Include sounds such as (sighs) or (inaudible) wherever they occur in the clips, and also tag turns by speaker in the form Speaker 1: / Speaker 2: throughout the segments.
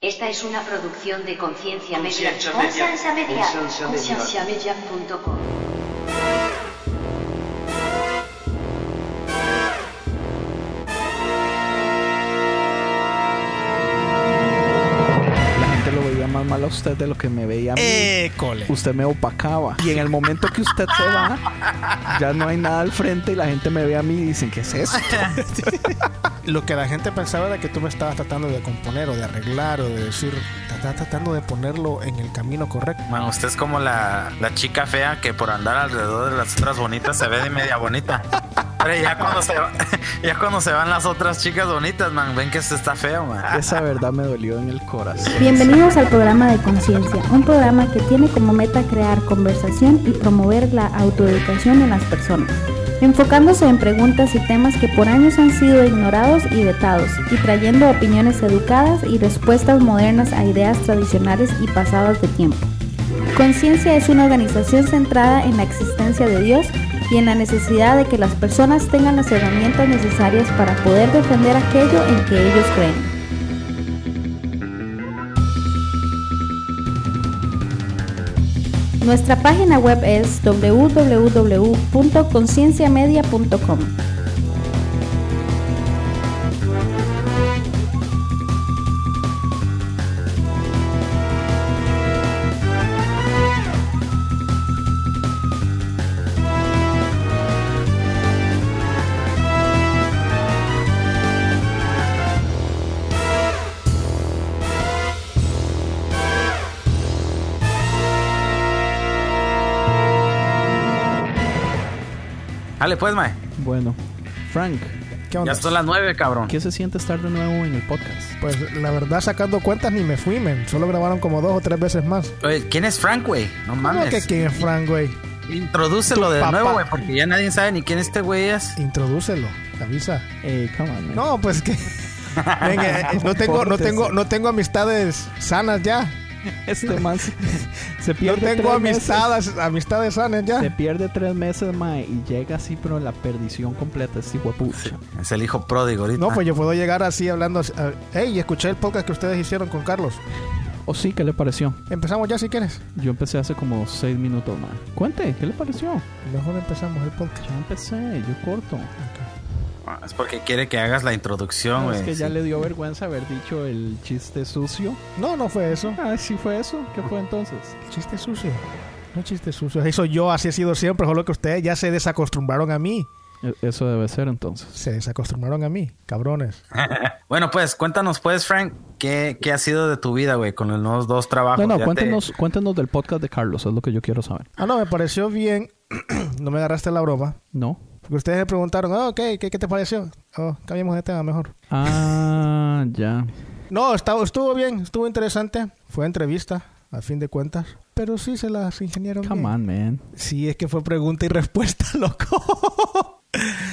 Speaker 1: Esta es una producción de Conciencia Media.
Speaker 2: Conciencia Media.
Speaker 1: Conciencia Media.
Speaker 2: Conciencia Media.
Speaker 1: Concienciamedia.com.
Speaker 3: La gente lo veía más mal a usted de lo que me veía a mí.
Speaker 4: Eh. École.
Speaker 3: Usted me opacaba. Y en el momento que usted se va, ya no hay nada al frente y la gente me ve a mí y dicen, ¿qué es eso?
Speaker 4: Lo que la gente pensaba era que tú me estabas tratando de componer o de arreglar o de decir, "Te estás tratando de ponerlo en el camino correcto.
Speaker 5: Man, usted es como la, la chica fea que por andar alrededor de las otras bonitas se ve de media bonita. Pero ya cuando se, va- (laughs) ya cuando se van las otras chicas bonitas, man, ven que usted está feo, man.
Speaker 3: Esa verdad me dolió en el corazón.
Speaker 6: Bienvenidos al programa de Conciencia, un programa que tiene como meta crear conversación y promover la autoeducación en las personas, enfocándose en preguntas y temas que por años han sido ignorados y vetados, y trayendo opiniones educadas y respuestas modernas a ideas tradicionales y pasadas de tiempo. Conciencia es una organización centrada en la existencia de Dios y en la necesidad de que las personas tengan las herramientas necesarias para poder defender aquello en que ellos creen. Nuestra página web es www.concienciamedia.com.
Speaker 5: Dale pues, man.
Speaker 3: Bueno, Frank,
Speaker 4: ¿Qué onda?
Speaker 5: Ya son las nueve, cabrón.
Speaker 3: ¿qué se siente estar de nuevo en el podcast?
Speaker 4: Pues la verdad, sacando cuentas, ni me fui, men. Solo grabaron como dos o tres veces más.
Speaker 5: Oye, ¿quién es Frank, güey? No
Speaker 4: ¿Cómo que
Speaker 5: mames.
Speaker 4: quién es Frank, güey?
Speaker 5: Introdúcelo de
Speaker 4: papá.
Speaker 5: nuevo, güey, porque ya nadie sabe ni quién este güey es.
Speaker 4: Introdúcelo, avisa.
Speaker 3: Eh, come on, man.
Speaker 4: No, pues
Speaker 5: (laughs)
Speaker 4: que. Venga, eh, no tengo, no tengo, no tengo amistades sanas ya.
Speaker 3: Este man
Speaker 4: (laughs)
Speaker 3: se, se
Speaker 4: No
Speaker 3: pierde
Speaker 4: tengo
Speaker 3: tres meses.
Speaker 4: amistades, amistades sanas
Speaker 3: Se
Speaker 4: ya.
Speaker 3: pierde tres meses, mae, y llega así, pero la perdición completa, este huepucha.
Speaker 5: Es el hijo pródigo ahorita.
Speaker 4: No,
Speaker 3: Ah.
Speaker 4: pues yo puedo llegar así hablando. así, ah, Hey, escuché el podcast que ustedes hicieron con Carlos.
Speaker 3: ¿O Oh, sí? ¿Qué le pareció?
Speaker 4: Empezamos ya si quieres.
Speaker 3: Yo empecé hace como seis minutos, mae. Cuente, ¿qué le pareció?
Speaker 4: Mejor empezamos el podcast.
Speaker 3: Yo empecé, yo corto.
Speaker 5: Es porque quiere que hagas la introducción,
Speaker 3: No,
Speaker 5: güey.
Speaker 3: Ah, es que ya
Speaker 5: sí.
Speaker 3: le dio vergüenza haber dicho el chiste sucio.
Speaker 4: No, no fue eso.
Speaker 3: Ah, sí fue eso. ¿Qué fue entonces?
Speaker 4: Chiste sucio. No chiste sucio. Eso yo, así he sido siempre, solo que ustedes ya se desacostumbraron a mí.
Speaker 3: E, Eso debe ser entonces.
Speaker 4: Se desacostumbraron a mí, cabrones.
Speaker 5: (laughs) Bueno, pues cuéntanos, pues, Frank, ¿qué, qué ha sido de tu vida, güey, con los nuevos dos trabajos?
Speaker 3: No, no,
Speaker 5: Ya te-
Speaker 3: cuéntenos, cuéntenos del podcast de Carlos, es lo que yo quiero saber.
Speaker 4: Ah, no, me pareció bien. (clears throat) no me agarraste la broma.
Speaker 3: ¿No?
Speaker 4: Porque ustedes me preguntaron, oh, ok, ¿qué, qué te pareció? Oh, cambiemos de tema mejor.
Speaker 3: Ah, (laughs) ya.
Speaker 4: No, estaba, estuvo bien, estuvo interesante. Fue entrevista, a fin de cuentas. Pero sí se las ingeniaron
Speaker 3: Come
Speaker 4: bien.
Speaker 3: on, man.
Speaker 4: Sí, es que fue pregunta y (laughs) respuesta, loco.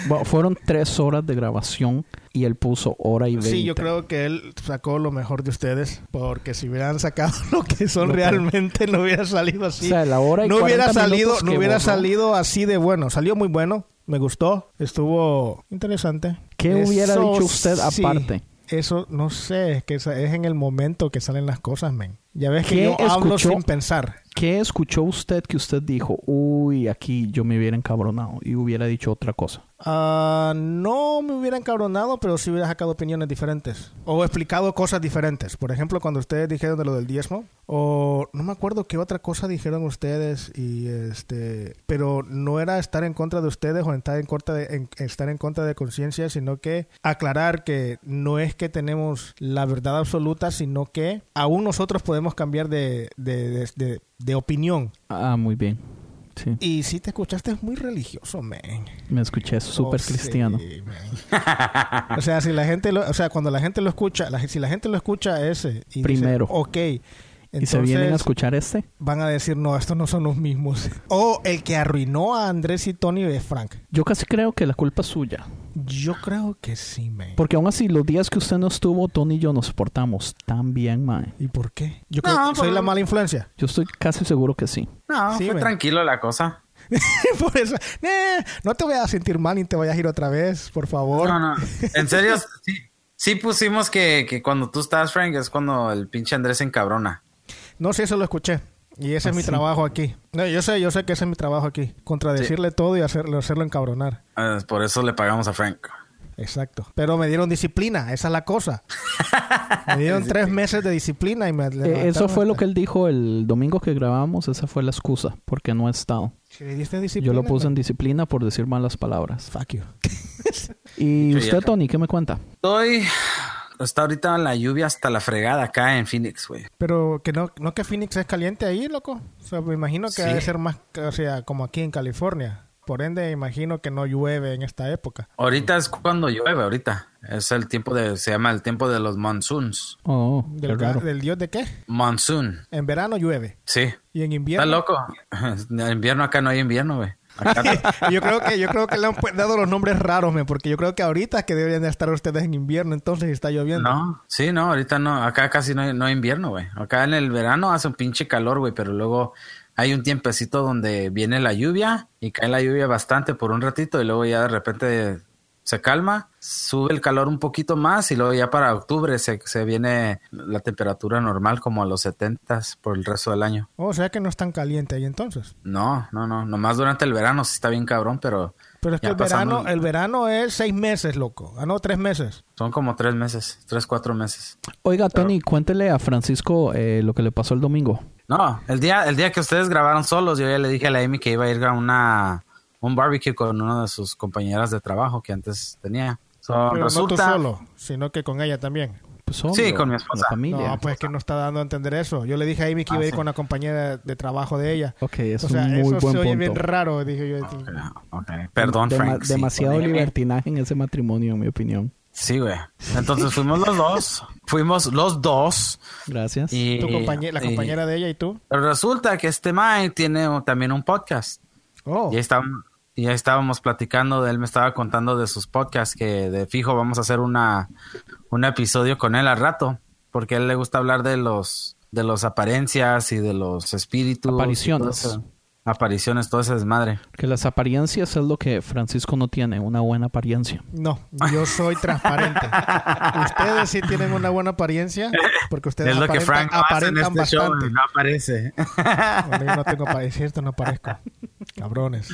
Speaker 3: Bueno, fueron tres horas de grabación y él puso hora y veinte.
Speaker 4: Sí, yo creo que él sacó lo mejor de ustedes, porque si hubieran sacado (laughs) lo que son
Speaker 3: Lo que-
Speaker 4: realmente no hubiera salido
Speaker 3: O
Speaker 4: así.
Speaker 3: sea, la hora y
Speaker 4: no hubiera
Speaker 3: 40
Speaker 4: salido,
Speaker 3: minutos
Speaker 4: no
Speaker 3: que
Speaker 4: hubiera
Speaker 3: borró.
Speaker 4: salido así de bueno. Salió muy bueno, me gustó, estuvo interesante.
Speaker 3: ¿Qué hubiera dicho usted
Speaker 4: sí,
Speaker 3: aparte?
Speaker 4: eso no sé, es que esa- es en el momento que salen las cosas, men. Ya ves que
Speaker 3: ¿Qué
Speaker 4: yo hablo
Speaker 3: escuchó?
Speaker 4: sin pensar.
Speaker 3: ¿Qué escuchó usted que usted dijo, uy, aquí yo me hubiera encabronado y hubiera dicho otra cosa?
Speaker 4: Ah, no me hubiera encabronado, pero sí hubiera sacado opiniones diferentes. O explicado cosas diferentes. Por ejemplo, cuando ustedes dijeron de lo del diezmo. O no me acuerdo qué otra cosa dijeron ustedes. Y este. Pero no era estar en contra de ustedes o estar en contra de, en- estar en contra de conciencia, sino que aclarar que no es que tenemos la verdad absoluta, sino que aún nosotros podemos cambiar de, de, de- de- de opinión.
Speaker 3: Ah, muy bien. Sí,
Speaker 4: Y si te escuchaste, es muy religioso, man.
Speaker 3: me escuché súper
Speaker 4: Oh, sí,
Speaker 3: cristiano.
Speaker 4: man. (laughs) o sea, si la gente lo- o sea, cuando la gente lo escucha, la- si la gente lo escucha ese y dice,
Speaker 3: Primero.
Speaker 4: ok,
Speaker 3: ¿Y se vienen a
Speaker 4: entonces
Speaker 3: escuchar este?
Speaker 4: van a decir, no, estos no son los mismos. (laughs) o el que arruinó a Andrés y Tony de Frank.
Speaker 3: Yo casi creo que la culpa es suya.
Speaker 4: Yo creo que sí, man.
Speaker 3: Porque aún así, los días que usted no estuvo, Tony y yo nos portamos tan bien, mae.
Speaker 4: ¿Y por qué? Yo
Speaker 5: No,
Speaker 4: creo que soy
Speaker 5: por-
Speaker 4: la mala influencia. (laughs)
Speaker 3: Yo estoy casi seguro que sí.
Speaker 5: No,
Speaker 4: Sí,
Speaker 5: fue
Speaker 4: güey.
Speaker 5: tranquilo la cosa.
Speaker 4: por eso, eh, no te voy a sentir mal ni te vayas a ir otra vez, por favor.
Speaker 5: No, no. En serio, sí, Sí pusimos que, que cuando tú estás, Frank, es cuando el pinche Andrés se encabrona.
Speaker 4: No, sí, eso lo escuché. Y ese es
Speaker 3: Ah,
Speaker 4: mi trabajo aquí. No, yo sé, yo sé que ese es mi trabajo aquí. Contradecirle todo y hacerlo, hacerlo encabronar.
Speaker 5: Ah, Por eso le pagamos a Frank.
Speaker 4: Exacto. Pero me dieron disciplina, esa es la cosa.
Speaker 3: (laughs)
Speaker 4: Me dieron tres meses de disciplina y me...
Speaker 3: Eh, eso fue lo que él dijo el domingo que grabamos. Esa fue la excusa, porque no he estado.
Speaker 4: Si le diste disciplina,
Speaker 3: Yo lo puse en
Speaker 4: me-
Speaker 3: disciplina por decir malas palabras.
Speaker 4: Fuck you. (laughs)
Speaker 3: ¿Y
Speaker 5: Yo ya-
Speaker 3: usted, Tony, qué me cuenta?
Speaker 5: Estoy. Está ahorita la lluvia hasta la fregada acá en Phoenix, güey.
Speaker 4: Pero que no, no que Phoenix es caliente ahí, loco. O sea, me imagino que
Speaker 5: Sí.
Speaker 4: debe ser más, o sea, como aquí en California. Por ende, imagino que no llueve en esta época.
Speaker 5: Ahorita es cuando llueve, ahorita. Es el tiempo de. Se llama el tiempo de los monsoons.
Speaker 3: Oh, qué
Speaker 4: ¿Del, ga-
Speaker 3: raro.
Speaker 4: del dios de qué?
Speaker 5: Monsoon,
Speaker 4: En verano llueve.
Speaker 5: sí.
Speaker 4: Y en
Speaker 5: Está
Speaker 4: invierno...
Speaker 5: loco. (laughs) En invierno acá no hay invierno, güey.
Speaker 4: (laughs)
Speaker 5: Acá
Speaker 4: yo creo que yo creo que le han pu- dado los nombres raros, men, porque yo creo que ahorita es que deberían de estar ustedes en invierno, entonces y está lloviendo.
Speaker 5: No, sí, no, ahorita no, acá casi no hay, no hay invierno, güey. Acá en el verano hace un pinche calor, güey, pero luego hay un tiempecito donde viene la lluvia y cae la lluvia bastante por un ratito y luego ya de repente se calma, sube el calor un poquito más y luego ya para octubre se, se viene la temperatura normal como a los 70 por el resto del año.
Speaker 4: Oh, O sea que no es tan caliente ahí entonces.
Speaker 5: No, no, no, nomás durante el verano sí está bien cabrón, pero
Speaker 4: Pero es que
Speaker 5: Ya
Speaker 4: el verano,
Speaker 5: pasando-
Speaker 4: el verano es seis meses, loco. Ah, no, tres meses.
Speaker 5: son como tres meses, tres, cuatro meses.
Speaker 3: Oiga, Tony, cuéntele a Francisco eh, lo que le pasó el domingo.
Speaker 5: No, el día, el día que ustedes grabaron solos, yo ya le dije a la Amy que iba a ir a una, un barbecue con una de sus compañeras de trabajo que antes tenía. So,
Speaker 4: Pero no tú
Speaker 5: Ah, resulta,
Speaker 4: solo, sino que con ella también.
Speaker 3: Pues, obvio,
Speaker 5: Sí, con mi esposa.
Speaker 3: La familia.
Speaker 4: No, pues es que no está dando a entender eso. Yo le dije a Amy que iba a ir
Speaker 5: Ah, sí.
Speaker 4: con la compañera de trabajo de ella.
Speaker 3: Ok, es
Speaker 4: o sea,
Speaker 3: un muy
Speaker 4: eso
Speaker 3: buen
Speaker 4: se oye
Speaker 3: punto.
Speaker 4: bien raro, dije yo.
Speaker 5: Ah, No, ok. Perdón,
Speaker 3: Dema-
Speaker 5: Frank. sí.
Speaker 3: demasiado
Speaker 5: Dime.
Speaker 3: libertinaje en ese matrimonio, en mi opinión.
Speaker 5: Sí, güey. Entonces fuimos los dos. Fuimos los dos.
Speaker 3: Gracias.
Speaker 5: Y,
Speaker 4: Tu compañe- la
Speaker 5: y-
Speaker 4: compañera de ella y tú.
Speaker 5: pero resulta que este man tiene un- también un podcast.
Speaker 4: Oh,
Speaker 5: Y ahí estábamos, y ahí estábamos platicando, de él me estaba contando de sus podcasts, que de fijo vamos a hacer una, un episodio con él al rato, porque a él le gusta hablar de los, de los apariencias y de los espíritus. y
Speaker 3: Apariciones.
Speaker 5: todo eso. apariciones, todo ese desmadre.
Speaker 3: Que las apariencias es lo que Francisco no tiene, una buena apariencia.
Speaker 4: no, yo soy
Speaker 5: (laughs)
Speaker 4: transparente. ustedes sí tienen una buena apariencia, porque ustedes
Speaker 5: es lo que
Speaker 4: aparentan,
Speaker 5: Frank no hace en
Speaker 4: aparentan
Speaker 5: este show,
Speaker 4: bastante.
Speaker 5: no aparece.
Speaker 4: Bueno, yo no tengo apare- es cierto, no parezco. Cabrones.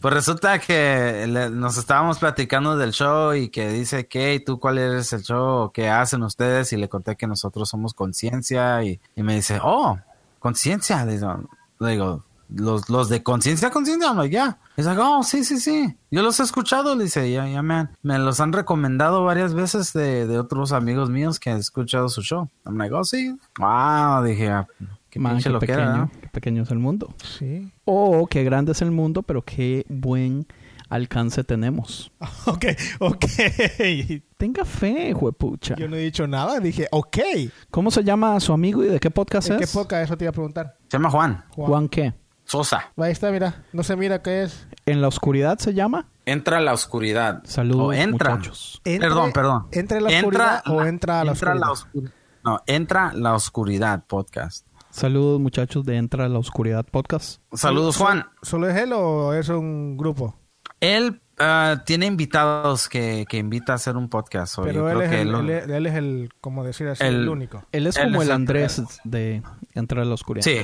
Speaker 5: Pues resulta que le- nos estábamos platicando del show y que dice que tú cuál eres el show, qué hacen ustedes y le conté que nosotros somos conciencia y, y me dice, oh, conciencia. Le digo- le digo, los, los de conciencia, conciencia, no, ya. Dice, oh, sí, sí, sí. Yo los he escuchado, le dice, ya, ya me, han- me los han recomendado varias veces de, de otros amigos míos que han escuchado su show. I'm like, oh, sí. Wow, dije, ah, qué
Speaker 3: Man,
Speaker 5: pinche
Speaker 3: qué
Speaker 5: loquera,
Speaker 3: pequeño,
Speaker 5: ¿no?
Speaker 3: qué pequeño es el mundo.
Speaker 4: Sí.
Speaker 3: O qué grande es el mundo, pero qué buen alcance tenemos.
Speaker 4: (laughs) Ok, ok.
Speaker 3: Tenga fe, juepucha.
Speaker 4: Yo no he dicho nada, dije, ok. ¿En
Speaker 3: ¿Cómo se llama su amigo y de qué podcast
Speaker 4: qué
Speaker 3: es?
Speaker 4: poca eso te iba a preguntar?
Speaker 5: Se llama Juan
Speaker 3: Juan qué.
Speaker 5: Sosa.
Speaker 4: Ahí está, mira. No se mira qué es.
Speaker 3: ¿En la oscuridad se llama?
Speaker 5: Entra a la oscuridad.
Speaker 3: Saludos,
Speaker 5: O entra.
Speaker 3: muchachos.
Speaker 4: Entre-
Speaker 5: perdón, perdón.
Speaker 4: ¿entre la oscuridad o entra a la
Speaker 5: oscuridad? No, entra la oscuridad podcast.
Speaker 3: Saludos, muchachos de Entra a la Oscuridad Podcast.
Speaker 5: Saludos, Juan.
Speaker 4: ¿Solo es él o es un grupo?
Speaker 5: Él ah, tiene invitados que, que invita a hacer un podcast. o yo
Speaker 4: Pero él
Speaker 5: creo
Speaker 4: es,
Speaker 5: que
Speaker 4: el,
Speaker 5: lo-
Speaker 4: él es- él es el, como decir así, el,
Speaker 5: El-
Speaker 4: único.
Speaker 3: Él es
Speaker 5: Él
Speaker 3: como
Speaker 5: es
Speaker 3: el
Speaker 5: el
Speaker 3: Andrés de Entra a la Oscuridad.
Speaker 5: Sí,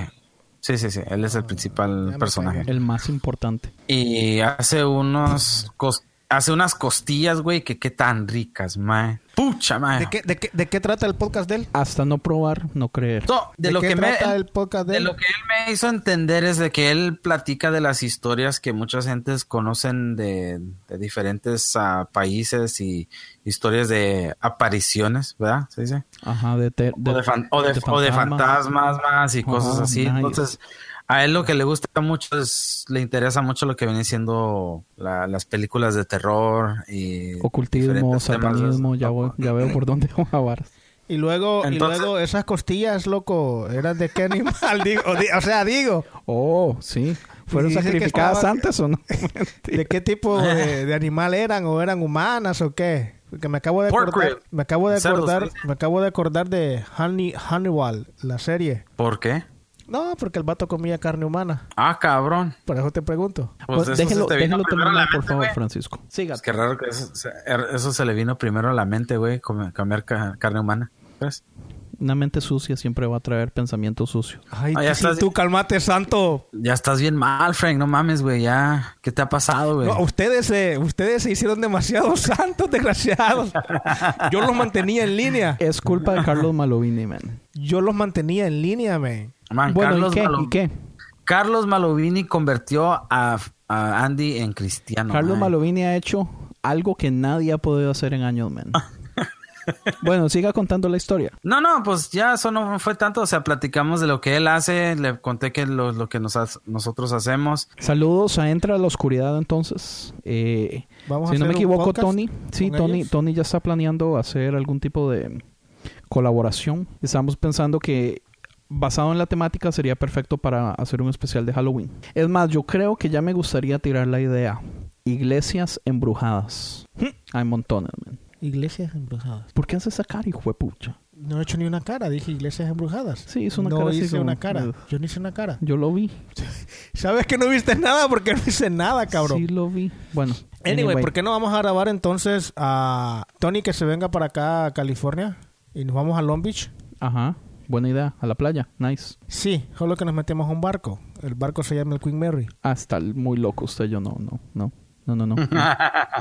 Speaker 5: sí, sí, sí. Él es el
Speaker 4: Ah, ya
Speaker 5: principal
Speaker 4: me
Speaker 5: personaje.
Speaker 3: El más importante.
Speaker 5: Y hace unos... cos- hace unas costillas, güey, que qué tan ricas, mae. Pucha, mae.
Speaker 4: ¿De qué, de, qué, de qué trata el podcast de él?
Speaker 3: Hasta no probar, no creer.
Speaker 5: No, de,
Speaker 4: ¿De
Speaker 5: lo
Speaker 4: qué
Speaker 5: que me,
Speaker 4: trata el podcast de
Speaker 5: de
Speaker 4: él?
Speaker 5: lo que él me hizo entender es de que él platica de las historias que muchas gentes conocen de, de diferentes ah, países y historias de apariciones, ¿verdad? ¿Se dice?
Speaker 3: Ajá, de, te-
Speaker 5: o de, fan- o de- o de fantasmas más y cosas
Speaker 3: Ah,
Speaker 5: así.
Speaker 3: nice.
Speaker 5: Entonces, a él lo que le gusta mucho es, le interesa mucho lo que viene siendo la- las películas de terror y
Speaker 3: Ocultismo,
Speaker 5: diferentes temas de-
Speaker 3: satanismo, ya, voy- ya veo por dónde vamos a varas.
Speaker 4: Y luego,
Speaker 5: Entonces-
Speaker 4: y luego esas costillas, loco, ¿eran de qué animal? (laughs) Digo, o, di- o sea, digo,
Speaker 3: Oh, sí. ¿Fueron
Speaker 4: Dice que
Speaker 3: sacrificadas
Speaker 4: estaba-
Speaker 3: antes o no?
Speaker 4: (laughs) ¿de qué tipo de,
Speaker 5: Ah.
Speaker 4: de animal eran? ¿O eran humanas o qué? Porque me acabo de
Speaker 5: Pork
Speaker 4: acordar,
Speaker 5: rib.
Speaker 4: me acabo de
Speaker 5: Cerdos,
Speaker 4: acordar,
Speaker 5: ¿sí?
Speaker 4: me acabo de acordar de Honey, Hannibal, la serie.
Speaker 5: ¿Por qué?
Speaker 4: No, porque el vato comía carne humana.
Speaker 5: Ah, cabrón.
Speaker 4: Por eso te pregunto.
Speaker 5: Pues eso se
Speaker 3: déjelo
Speaker 5: te vino
Speaker 3: déjelo
Speaker 5: primero a la
Speaker 3: terminar, por
Speaker 5: mente,
Speaker 3: favor,
Speaker 5: güey.
Speaker 3: Francisco.
Speaker 5: Es que raro que eso, se- er- eso se le vino primero a la mente, güey, come- comer ca- carne humana. ¿Crees?
Speaker 3: Una mente sucia siempre va a traer pensamientos sucios.
Speaker 4: Ay,
Speaker 5: Ah, ya
Speaker 4: sí,
Speaker 5: estás-
Speaker 4: tú calmate, santo.
Speaker 5: Ya estás bien mal, Frank, no mames, güey, ya. ¿Qué te ha pasado, güey?
Speaker 4: No, ustedes, eh, ustedes se hicieron demasiado (laughs) santos, desgraciados. Yo los mantenía en línea.
Speaker 3: Es
Speaker 5: Mm.
Speaker 3: culpa de Carlos Malovini, man.
Speaker 4: Yo los mantenía en línea, man.
Speaker 5: Man,
Speaker 3: bueno,
Speaker 5: Carlos,
Speaker 3: ¿y qué?
Speaker 5: Malo-
Speaker 3: ¿Y qué?
Speaker 5: Carlos Malovini convirtió a, a Andy en cristiano.
Speaker 3: Carlos
Speaker 5: man.
Speaker 3: Malovini ha hecho algo que nadie ha podido hacer en años,
Speaker 5: (laughs)
Speaker 3: man. bueno, siga contando la historia.
Speaker 5: No, no, pues ya eso no fue tanto. O sea, platicamos de lo que él hace. Le conté que lo, lo que nos ha- nosotros hacemos.
Speaker 3: Saludos a Entra a la Oscuridad entonces. Eh,
Speaker 4: Vamos a
Speaker 3: si no
Speaker 4: hacer
Speaker 3: me
Speaker 4: un
Speaker 3: equivoco,
Speaker 4: podcast
Speaker 3: Tony. Sí,
Speaker 4: con
Speaker 3: Tony,
Speaker 4: ellos.
Speaker 3: Tony ya está planeando hacer algún tipo de colaboración. Estamos pensando que basado en la temática sería perfecto para hacer un especial de Halloween. Es más, yo creo que ya me gustaría tirar la idea. Iglesias
Speaker 4: (laughs)
Speaker 3: embrujadas. Hm, Hay montones, man.
Speaker 4: Iglesias embrujadas.
Speaker 3: ¿Por qué hace esa cara, hijo de pucha?
Speaker 4: No he hecho ni una cara, dije iglesias embrujadas.
Speaker 3: Sí, hizo una
Speaker 4: no
Speaker 3: cara así
Speaker 4: hice
Speaker 3: como-
Speaker 4: una cara.
Speaker 3: Uf.
Speaker 4: Yo no hice una cara.
Speaker 3: Yo lo vi.
Speaker 4: ¿Sabes que no viste nada? Porque no hice nada, cabrón.
Speaker 3: Sí lo vi. Bueno.
Speaker 4: Anyway, ¿por qué no vamos a grabar entonces a Tony que se venga para acá a California y nos vamos a Long Beach?
Speaker 3: Ajá. Buena idea. A la playa. Nice.
Speaker 4: Sí, solo que nos metemos a un barco. El barco se llama el Queen Mary.
Speaker 3: Hasta el muy loco usted, yo no, no, no, no, no, no.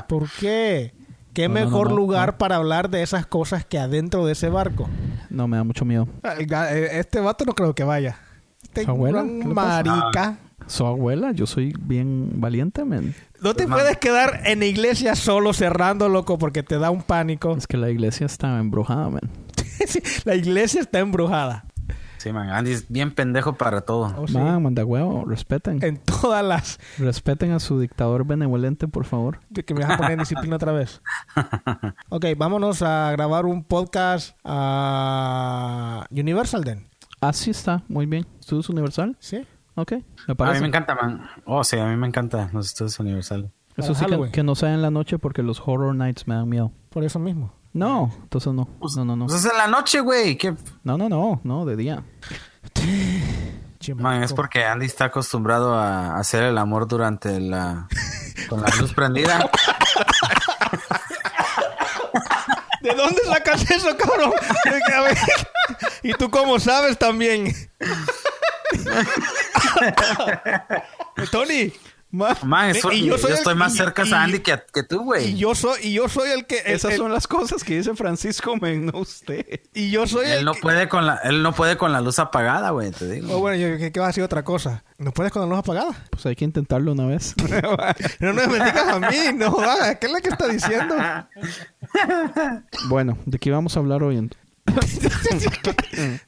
Speaker 4: ¿Por qué? ¿Qué
Speaker 3: Ah. No, no, no,
Speaker 4: mejor
Speaker 3: no,
Speaker 4: lugar
Speaker 3: no.
Speaker 4: para hablar de esas cosas que adentro de ese barco?
Speaker 3: No, me da mucho miedo.
Speaker 4: El ga- eh, Este vato no creo que vaya. Este
Speaker 3: Su abuela,
Speaker 4: gran
Speaker 3: ¿qué le pasa? Ah.
Speaker 4: marica.
Speaker 3: Su abuela, yo soy bien valiente, men.
Speaker 4: No te puedes quedar en la iglesia solo cerrando, loco, porque te da
Speaker 3: (laughs)
Speaker 4: un pánico.
Speaker 3: Es que la iglesia está embrujada, men.
Speaker 4: Sí, la iglesia está embrujada.
Speaker 5: Sí, man, Andy es bien pendejo para todo.
Speaker 4: Oh, sí. Eh.
Speaker 3: Man, manda huevo, respeten.
Speaker 4: En todas las...
Speaker 3: Respeten a su dictador benevolente, por favor.
Speaker 4: De que me vas a poner en disciplina otra
Speaker 5: (laughs)
Speaker 4: vez. Ok, vámonos a grabar un podcast a Universal Den.
Speaker 3: Así está, muy bien. ¿Estudios Universal?
Speaker 4: ¿Sí?
Speaker 3: Ok, me
Speaker 5: A mí
Speaker 3: parece.
Speaker 5: me encanta, man. Oh, sí, a mí me encanta los estudios universales.
Speaker 3: Eso
Speaker 4: Para
Speaker 3: sí que,
Speaker 4: Halloween.
Speaker 3: que no sea en la noche porque los horror nights me dan miedo.
Speaker 4: Por eso mismo.
Speaker 3: No, entonces no. No, no, no.
Speaker 5: Pues es en la noche, güey. ¿Qué?
Speaker 3: No, no, no, no, de día.
Speaker 5: Man, es porque Andy está acostumbrado a hacer el amor durante la. con la
Speaker 4: (laughs)
Speaker 5: luz prendida.
Speaker 4: ¿De dónde sacas eso, cabrón? De que, a ver, (laughs) y tú cómo sabes
Speaker 5: (laughs)
Speaker 4: también. Tony. ma-
Speaker 5: Man, es-
Speaker 4: y
Speaker 5: yo,
Speaker 4: soy el-
Speaker 5: estoy más
Speaker 4: y-
Speaker 5: cerca
Speaker 4: y-
Speaker 5: a Andy que, a- que tú, güey.
Speaker 4: Y yo soy, y yo soy el que. el-
Speaker 3: Esas
Speaker 4: el-
Speaker 3: son las cosas que dice Francisco, men, no usted.
Speaker 4: y yo soy el.
Speaker 5: Él no
Speaker 4: que-
Speaker 5: puede con la, él no puede con la luz apagada, güey, te digo.
Speaker 4: Oh, bueno, yo dije que va a ser otra cosa. ¿No puedes con la luz apagada?
Speaker 3: Pues hay que intentarlo una vez.
Speaker 4: (laughs) No, no me digas a mí, no jodas, ¿qué es la que está diciendo?
Speaker 3: Bueno, ¿de qué vamos a hablar hoy? ent-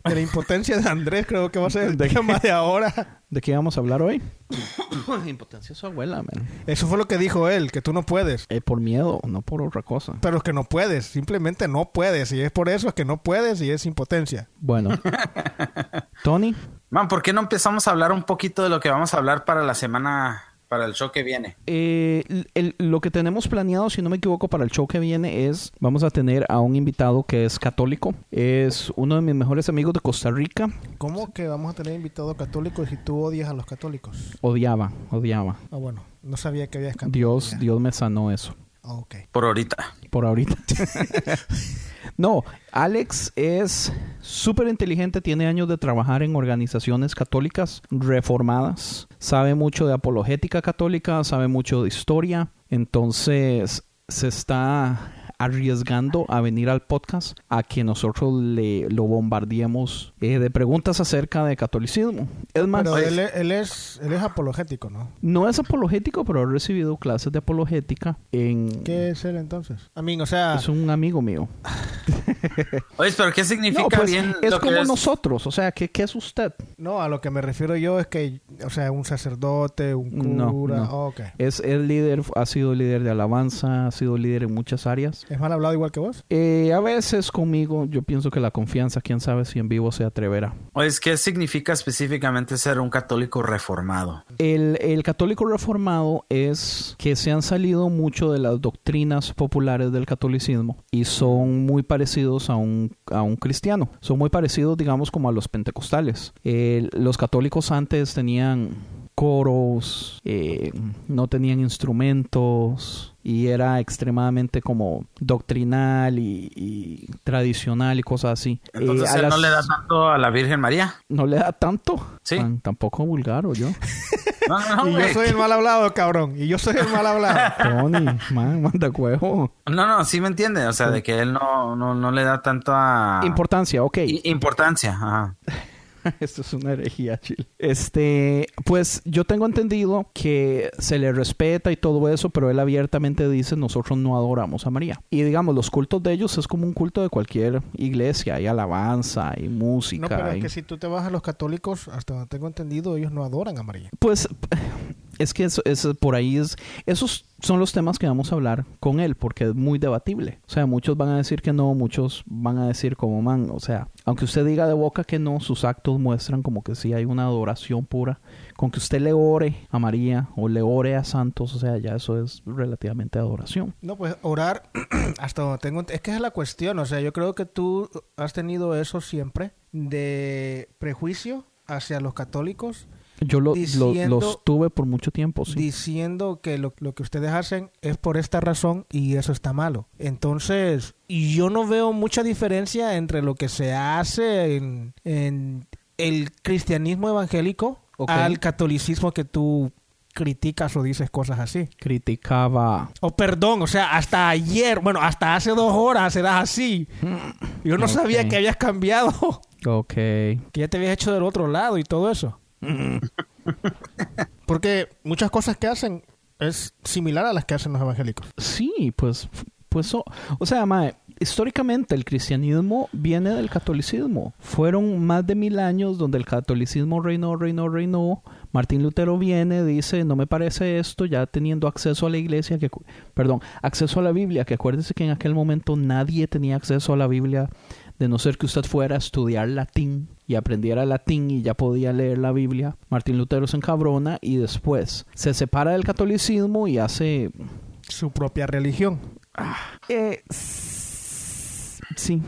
Speaker 4: De la impotencia de Andrés, creo que va a ser el tema de ahora.
Speaker 3: ¿De qué vamos a hablar hoy? (coughs) Impotencia de su abuela, man.
Speaker 4: Eso fue lo que dijo él, que tú no puedes.
Speaker 3: Eh, por miedo, no por otra cosa.
Speaker 4: Pero es que no puedes, simplemente no puedes. Y es por eso es que no puedes y es impotencia.
Speaker 3: (laughs) Bueno. Tony,
Speaker 5: Man, ¿por qué no empezamos a hablar un poquito de lo que vamos a hablar para la semana, para el show que viene?
Speaker 3: eh, el- el- lo que tenemos planeado, si no me equivoco, para el show que viene es, vamos a tener a un invitado que es católico. Es uno de mis mejores amigos de Costa Rica.
Speaker 4: ¿Cómo que vamos a tener invitados católicos si tú odias a los católicos?
Speaker 3: Odiaba, odiaba.
Speaker 4: Ah, bueno, no sabía que había escapado.
Speaker 3: Dios, Dios me sanó eso.
Speaker 4: Ah, ok.
Speaker 5: Por ahorita.
Speaker 3: por ahorita. (laughs) no, Alex es súper inteligente, tiene años de trabajar en organizaciones católicas reformadas, sabe mucho de apologética católica, sabe mucho de historia, entonces se está arriesgando a venir al podcast a que nosotros le lo bombardeemos eh, de preguntas acerca de catolicismo. Es más,
Speaker 4: Pero él, es- él es, él es apologético, ¿no?
Speaker 3: no es apologético, pero ha recibido clases de apologética en...
Speaker 4: ¿Qué es él entonces? A mí, o sea,
Speaker 3: Es un amigo mío.
Speaker 5: Oye, pero ¿qué significa
Speaker 3: No, pues,
Speaker 5: bien
Speaker 3: es
Speaker 5: lo que
Speaker 3: como nosotros, o sea, ¿qué, qué es usted?
Speaker 4: no, a lo que me refiero yo es que o sea, un sacerdote, un
Speaker 3: No,
Speaker 4: cura.
Speaker 3: no.
Speaker 4: Oh, ok.
Speaker 3: Es el líder, ha sido líder de alabanza, ha sido líder en muchas áreas.
Speaker 4: ¿Es mal hablado igual que vos?
Speaker 3: Eh, a veces conmigo yo pienso que la confianza, quién sabe si en vivo se atreverá.
Speaker 5: Pues, ¿qué significa específicamente ser un católico reformado?
Speaker 3: El, el católico reformado es que se han salido mucho de las doctrinas populares del catolicismo y son muy parecidos a un, a un cristiano. Son muy parecidos, digamos, como a los pentecostales. Eh, los católicos antes tenían coros, eh, no tenían instrumentos y era extremadamente como doctrinal y, y tradicional y cosas así. Eh,
Speaker 5: Entonces,
Speaker 3: a
Speaker 5: él no
Speaker 3: las-
Speaker 5: le da tanto a la
Speaker 4: (laughs)
Speaker 5: Virgen María.
Speaker 3: no le da tanto.
Speaker 5: Sí.
Speaker 3: Tan- tampoco vulgar o yo.
Speaker 5: No, no,
Speaker 4: y
Speaker 5: no,
Speaker 4: yo
Speaker 5: güey.
Speaker 4: soy el mal hablado, cabrón. Y yo soy el
Speaker 3: (laughs)
Speaker 4: mal hablado.
Speaker 3: Tony, man, manda cuevo.
Speaker 5: No, no, sí me entiende. O sea, de que él no, no, no le da tanta
Speaker 3: Importancia, ok.
Speaker 5: i- importancia. Ajá.
Speaker 3: (laughs) Esto es una herejía, Chile. Este, pues yo tengo entendido que se le respeta y todo eso, pero él abiertamente dice, nosotros no adoramos a María. Y digamos, los cultos de ellos es como un culto de cualquier iglesia. Hay alabanza, hay música.
Speaker 4: No, pero
Speaker 3: hay-
Speaker 4: es que si tú te vas a los católicos, hasta donde tengo entendido, ellos no adoran a María.
Speaker 3: Pues es que eso, eso por ahí es... Esos son los temas que vamos a hablar con él, porque es muy debatible. O sea, muchos van a decir que no, muchos van a decir como man. O sea, aunque usted diga de boca que no, sus actos muestran como que sí hay una adoración pura. Con que usted le ore a María o le ore a santos, o sea, ya eso es relativamente adoración.
Speaker 4: No, pues orar (clears throat) hasta donde tengo... ent- Es que esa es la cuestión, o sea, yo creo que tú has tenido eso siempre de prejuicio hacia los católicos,
Speaker 3: Yo lo- lo-
Speaker 4: Diciendo-
Speaker 3: los tuve por mucho tiempo, pues sí.
Speaker 4: diciendo que lo, lo que ustedes hacen es por esta razón y eso está malo. Entonces, y yo no veo mucha diferencia entre lo que se hace en, en el cristianismo evangélico
Speaker 3: Ok.
Speaker 4: al catolicismo que tú criticas o dices cosas así.
Speaker 3: Criticaba...
Speaker 4: O perdón, o sea, hasta ayer, bueno, hasta hace dos horas eras así. Yo no sabía
Speaker 3: Mm. Ok.
Speaker 4: que habías cambiado, (laughs)
Speaker 3: Ok.
Speaker 4: que ya te habías hecho del otro lado y todo eso. Porque muchas cosas que hacen es similar a las que hacen los evangélicos.
Speaker 3: Sí, pues, pues so- o sea, mae, históricamente el cristianismo viene del catolicismo. Fueron más de mil años donde el catolicismo reinó, reinó, reinó. Martín Lutero viene, dice, no me parece esto, ya teniendo acceso a la iglesia, que, acu- perdón, acceso a la Biblia, que acuérdese que en aquel momento nadie tenía acceso a la Biblia, de no ser que usted fuera a estudiar latín y aprendiera latín y ya podía leer la Biblia. Martín Lutero se encabrona y después se separa del catolicismo y hace
Speaker 4: Su propia religión.
Speaker 3: eh, s- sí,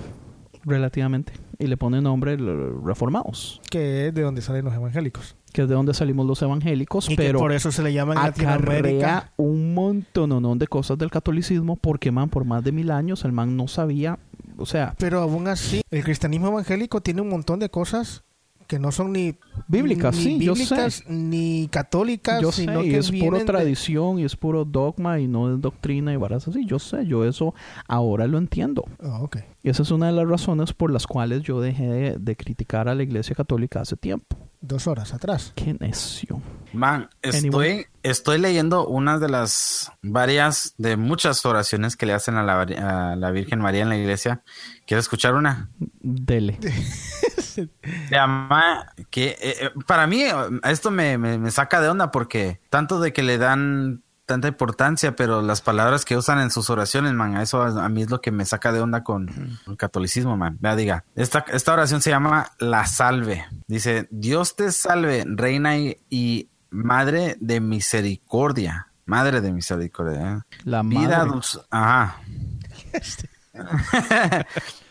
Speaker 3: relativamente. Y le pone nombre l- reformados,
Speaker 4: Que es de donde salen los evangélicos.
Speaker 3: que es de donde salimos los evangélicos,
Speaker 4: Y que
Speaker 3: pero
Speaker 4: por eso se le llama en Latinoamérica.
Speaker 3: acarrea un montón de cosas del catolicismo porque, man, por más de mil años el man no sabía, o sea,
Speaker 4: Pero aún así, el cristianismo evangélico tiene un montón de cosas que no son ni
Speaker 3: Bíblicas,
Speaker 4: ni
Speaker 3: sí, yo sé.
Speaker 4: bíblicas, ni católicas,
Speaker 3: yo
Speaker 4: sino
Speaker 3: sé, y
Speaker 4: que
Speaker 3: es puro
Speaker 4: vienen de-
Speaker 3: tradición, y es puro dogma, y no es doctrina y varas así, yo sé, yo eso ahora lo entiendo.
Speaker 4: Ah, ok.
Speaker 3: Y esa es una de las razones por las cuales yo dejé de- de criticar a la iglesia católica hace tiempo.
Speaker 4: Dos horas atrás.
Speaker 3: Qué necio.
Speaker 5: Man, estoy,
Speaker 3: Anyone?
Speaker 5: estoy leyendo una de las varias, de muchas oraciones que le hacen a la, vari- a la Virgen María en la iglesia. Quiero escuchar una.
Speaker 3: Dele.
Speaker 5: Le ama- que eh, eh, para mí eh, esto me, me- me saca de onda porque tanto de que le dan tanta importancia, pero las palabras que usan en sus oraciones, man, eso a, a mí es lo que me saca de onda con el catolicismo, man. Vea, diga, esta, esta oración se llama La Salve. Dice, Dios te salve, reina y, y madre de misericordia. Madre de misericordia. ¿eh?
Speaker 3: La
Speaker 5: Vida
Speaker 3: madre.
Speaker 5: dulce.
Speaker 4: (laughs)
Speaker 5: Ajá.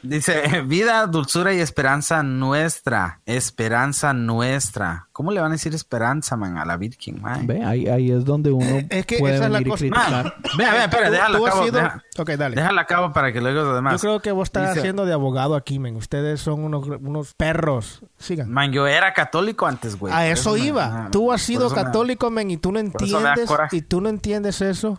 Speaker 5: Dice, vida, dulzura y esperanza nuestra, esperanza nuestra. ¿Cómo le van a decir esperanza, man, a la Virgen, man? Ah,
Speaker 3: Ve, ahí, ahí es donde uno
Speaker 4: Eh, es que
Speaker 3: puede
Speaker 4: esa es la
Speaker 3: venir y
Speaker 4: cosa.
Speaker 3: criticar.
Speaker 5: Man, vea, vea, espera,
Speaker 4: Tú-
Speaker 5: déjala
Speaker 4: tú has
Speaker 5: acabo,
Speaker 4: sido-
Speaker 5: deja-
Speaker 4: Ok, dale.
Speaker 5: déjala acabo para que lo digas los demás.
Speaker 4: Yo creo que vos estás
Speaker 5: Dice,
Speaker 4: haciendo de abogado aquí, men. Ustedes son unos, unos perros. Sigan.
Speaker 5: Man, yo era católico antes, güey.
Speaker 4: a
Speaker 5: por
Speaker 4: eso
Speaker 5: me-
Speaker 4: iba.
Speaker 5: ajá,
Speaker 4: tú has
Speaker 5: por
Speaker 4: sido
Speaker 5: eso me-
Speaker 4: católico, men, y tú no
Speaker 5: por eso me da
Speaker 4: entiendes.
Speaker 5: coraje.
Speaker 4: Y tú no entiendes eso.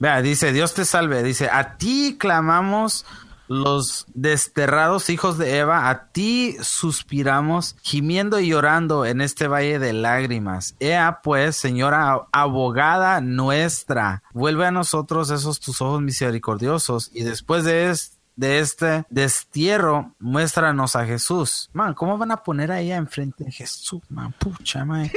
Speaker 5: Vea, dice, Dios te salve. Dice, a ti clamamos los desterrados hijos de Eva, a ti suspiramos, gimiendo y llorando en este valle de lágrimas. Ea pues, señora abogada nuestra, vuelve a nosotros esos tus ojos misericordiosos y después de es- de este destierro, muéstranos a Jesús. Man, ¿cómo van a poner a ella enfrente de Jesús? Man, pucha, man.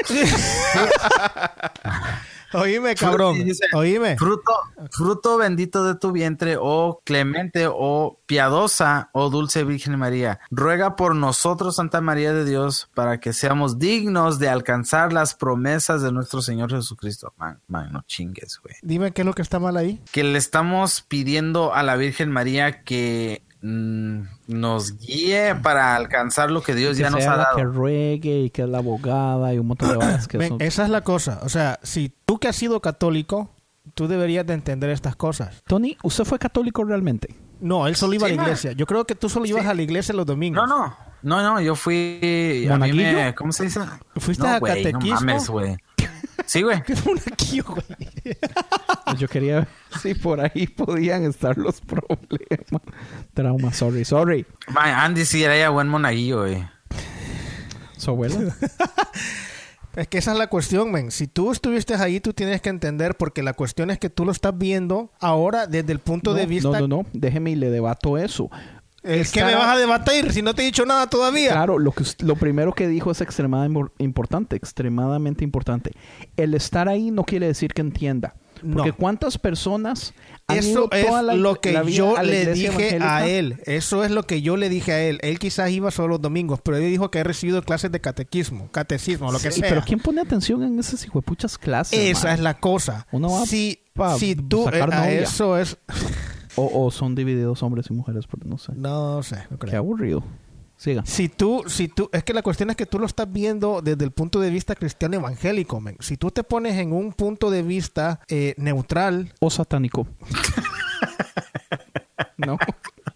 Speaker 4: Oíme, cabrón.
Speaker 5: Fruto- dice,
Speaker 4: Oíme.
Speaker 5: Fruto, fruto bendito de tu vientre, oh clemente, oh piadosa, oh dulce Virgen María. Ruega por nosotros, Santa María de Dios, para que seamos dignos de alcanzar las promesas de nuestro Señor Jesucristo. Man, man, no chingues, güey.
Speaker 4: Dime qué es lo que está mal ahí.
Speaker 5: Que le estamos pidiendo a la Virgen María que mm, nos guíe para alcanzar lo que Dios
Speaker 3: que
Speaker 5: ya nos
Speaker 3: sea
Speaker 5: ha
Speaker 3: la que
Speaker 5: dado.
Speaker 3: ruegue y que es la abogada y un montón de cosas que
Speaker 4: Ven,
Speaker 3: son-
Speaker 4: esa es la cosa. O sea, si tú que has sido católico, tú deberías de entender estas cosas.
Speaker 3: Tony, ¿usted fue católico realmente?
Speaker 4: No, él solo iba
Speaker 5: Sí,
Speaker 4: a la
Speaker 5: ma.
Speaker 4: iglesia. Yo creo que tú solo ibas a la iglesia los domingos.
Speaker 5: No,
Speaker 4: (laughs)
Speaker 5: no, no, no, yo fui... A mí
Speaker 3: ¿Monaguillo?
Speaker 5: me- ¿Cómo se dice?
Speaker 4: ¿Fuiste
Speaker 5: no,
Speaker 4: a
Speaker 5: güey, no
Speaker 4: catequismo?
Speaker 5: mames, güey. Sí, güey.
Speaker 4: Qué monaquillo, güey.
Speaker 3: Pues Yo quería ver (laughs) si por ahí podían estar los problemas. Trauma, sorry, sorry.
Speaker 5: Man, Andy sí era ya buen monaguillo, güey.
Speaker 3: Su
Speaker 4: (laughs)
Speaker 3: abuela.
Speaker 4: Es que esa es la cuestión, men. Si tú estuviste ahí, tú tienes que entender, porque la cuestión es que tú lo estás viendo ahora desde el punto
Speaker 3: no,
Speaker 4: de vista.
Speaker 3: No, no, no. Déjeme y le debato eso.
Speaker 4: Es que
Speaker 3: Estar-
Speaker 4: me vas a debatir si no te he dicho nada todavía.
Speaker 3: Claro, lo, que, us- lo primero que dijo es extremadamente impor- importante, extremadamente importante. El estar ahí no quiere decir que entienda. Porque
Speaker 4: No.
Speaker 3: cuántas personas han ido
Speaker 4: Eso es
Speaker 3: toda la-
Speaker 4: lo que
Speaker 3: la vida
Speaker 4: yo
Speaker 3: a la
Speaker 4: le
Speaker 3: iglesia
Speaker 4: dije a
Speaker 3: evangélica?
Speaker 4: él. Eso es lo que yo le dije a él. Él quizás iba solo los domingos, pero él dijo que ha recibido clases de catequismo, catecismo, lo que
Speaker 3: Sí,
Speaker 4: sea.
Speaker 3: Pero ¿quién pone atención en esas hijuepuchas clases?
Speaker 4: Esa
Speaker 3: man?
Speaker 4: es la cosa.
Speaker 3: Uno va
Speaker 4: si,
Speaker 3: pa
Speaker 4: si tú
Speaker 3: sacar
Speaker 4: eh, a
Speaker 3: novia.
Speaker 4: eso es
Speaker 3: O, o son divididos hombres y mujeres, pero no sé.
Speaker 4: no sé, no creo.
Speaker 3: Qué aburrido. Siga.
Speaker 4: Si tú, si tú, es que la cuestión es que tú lo estás viendo desde el punto de vista cristiano evangélico, men. Si tú te pones en un punto de vista eh, neutral, (laughs)
Speaker 3: O satánico. no.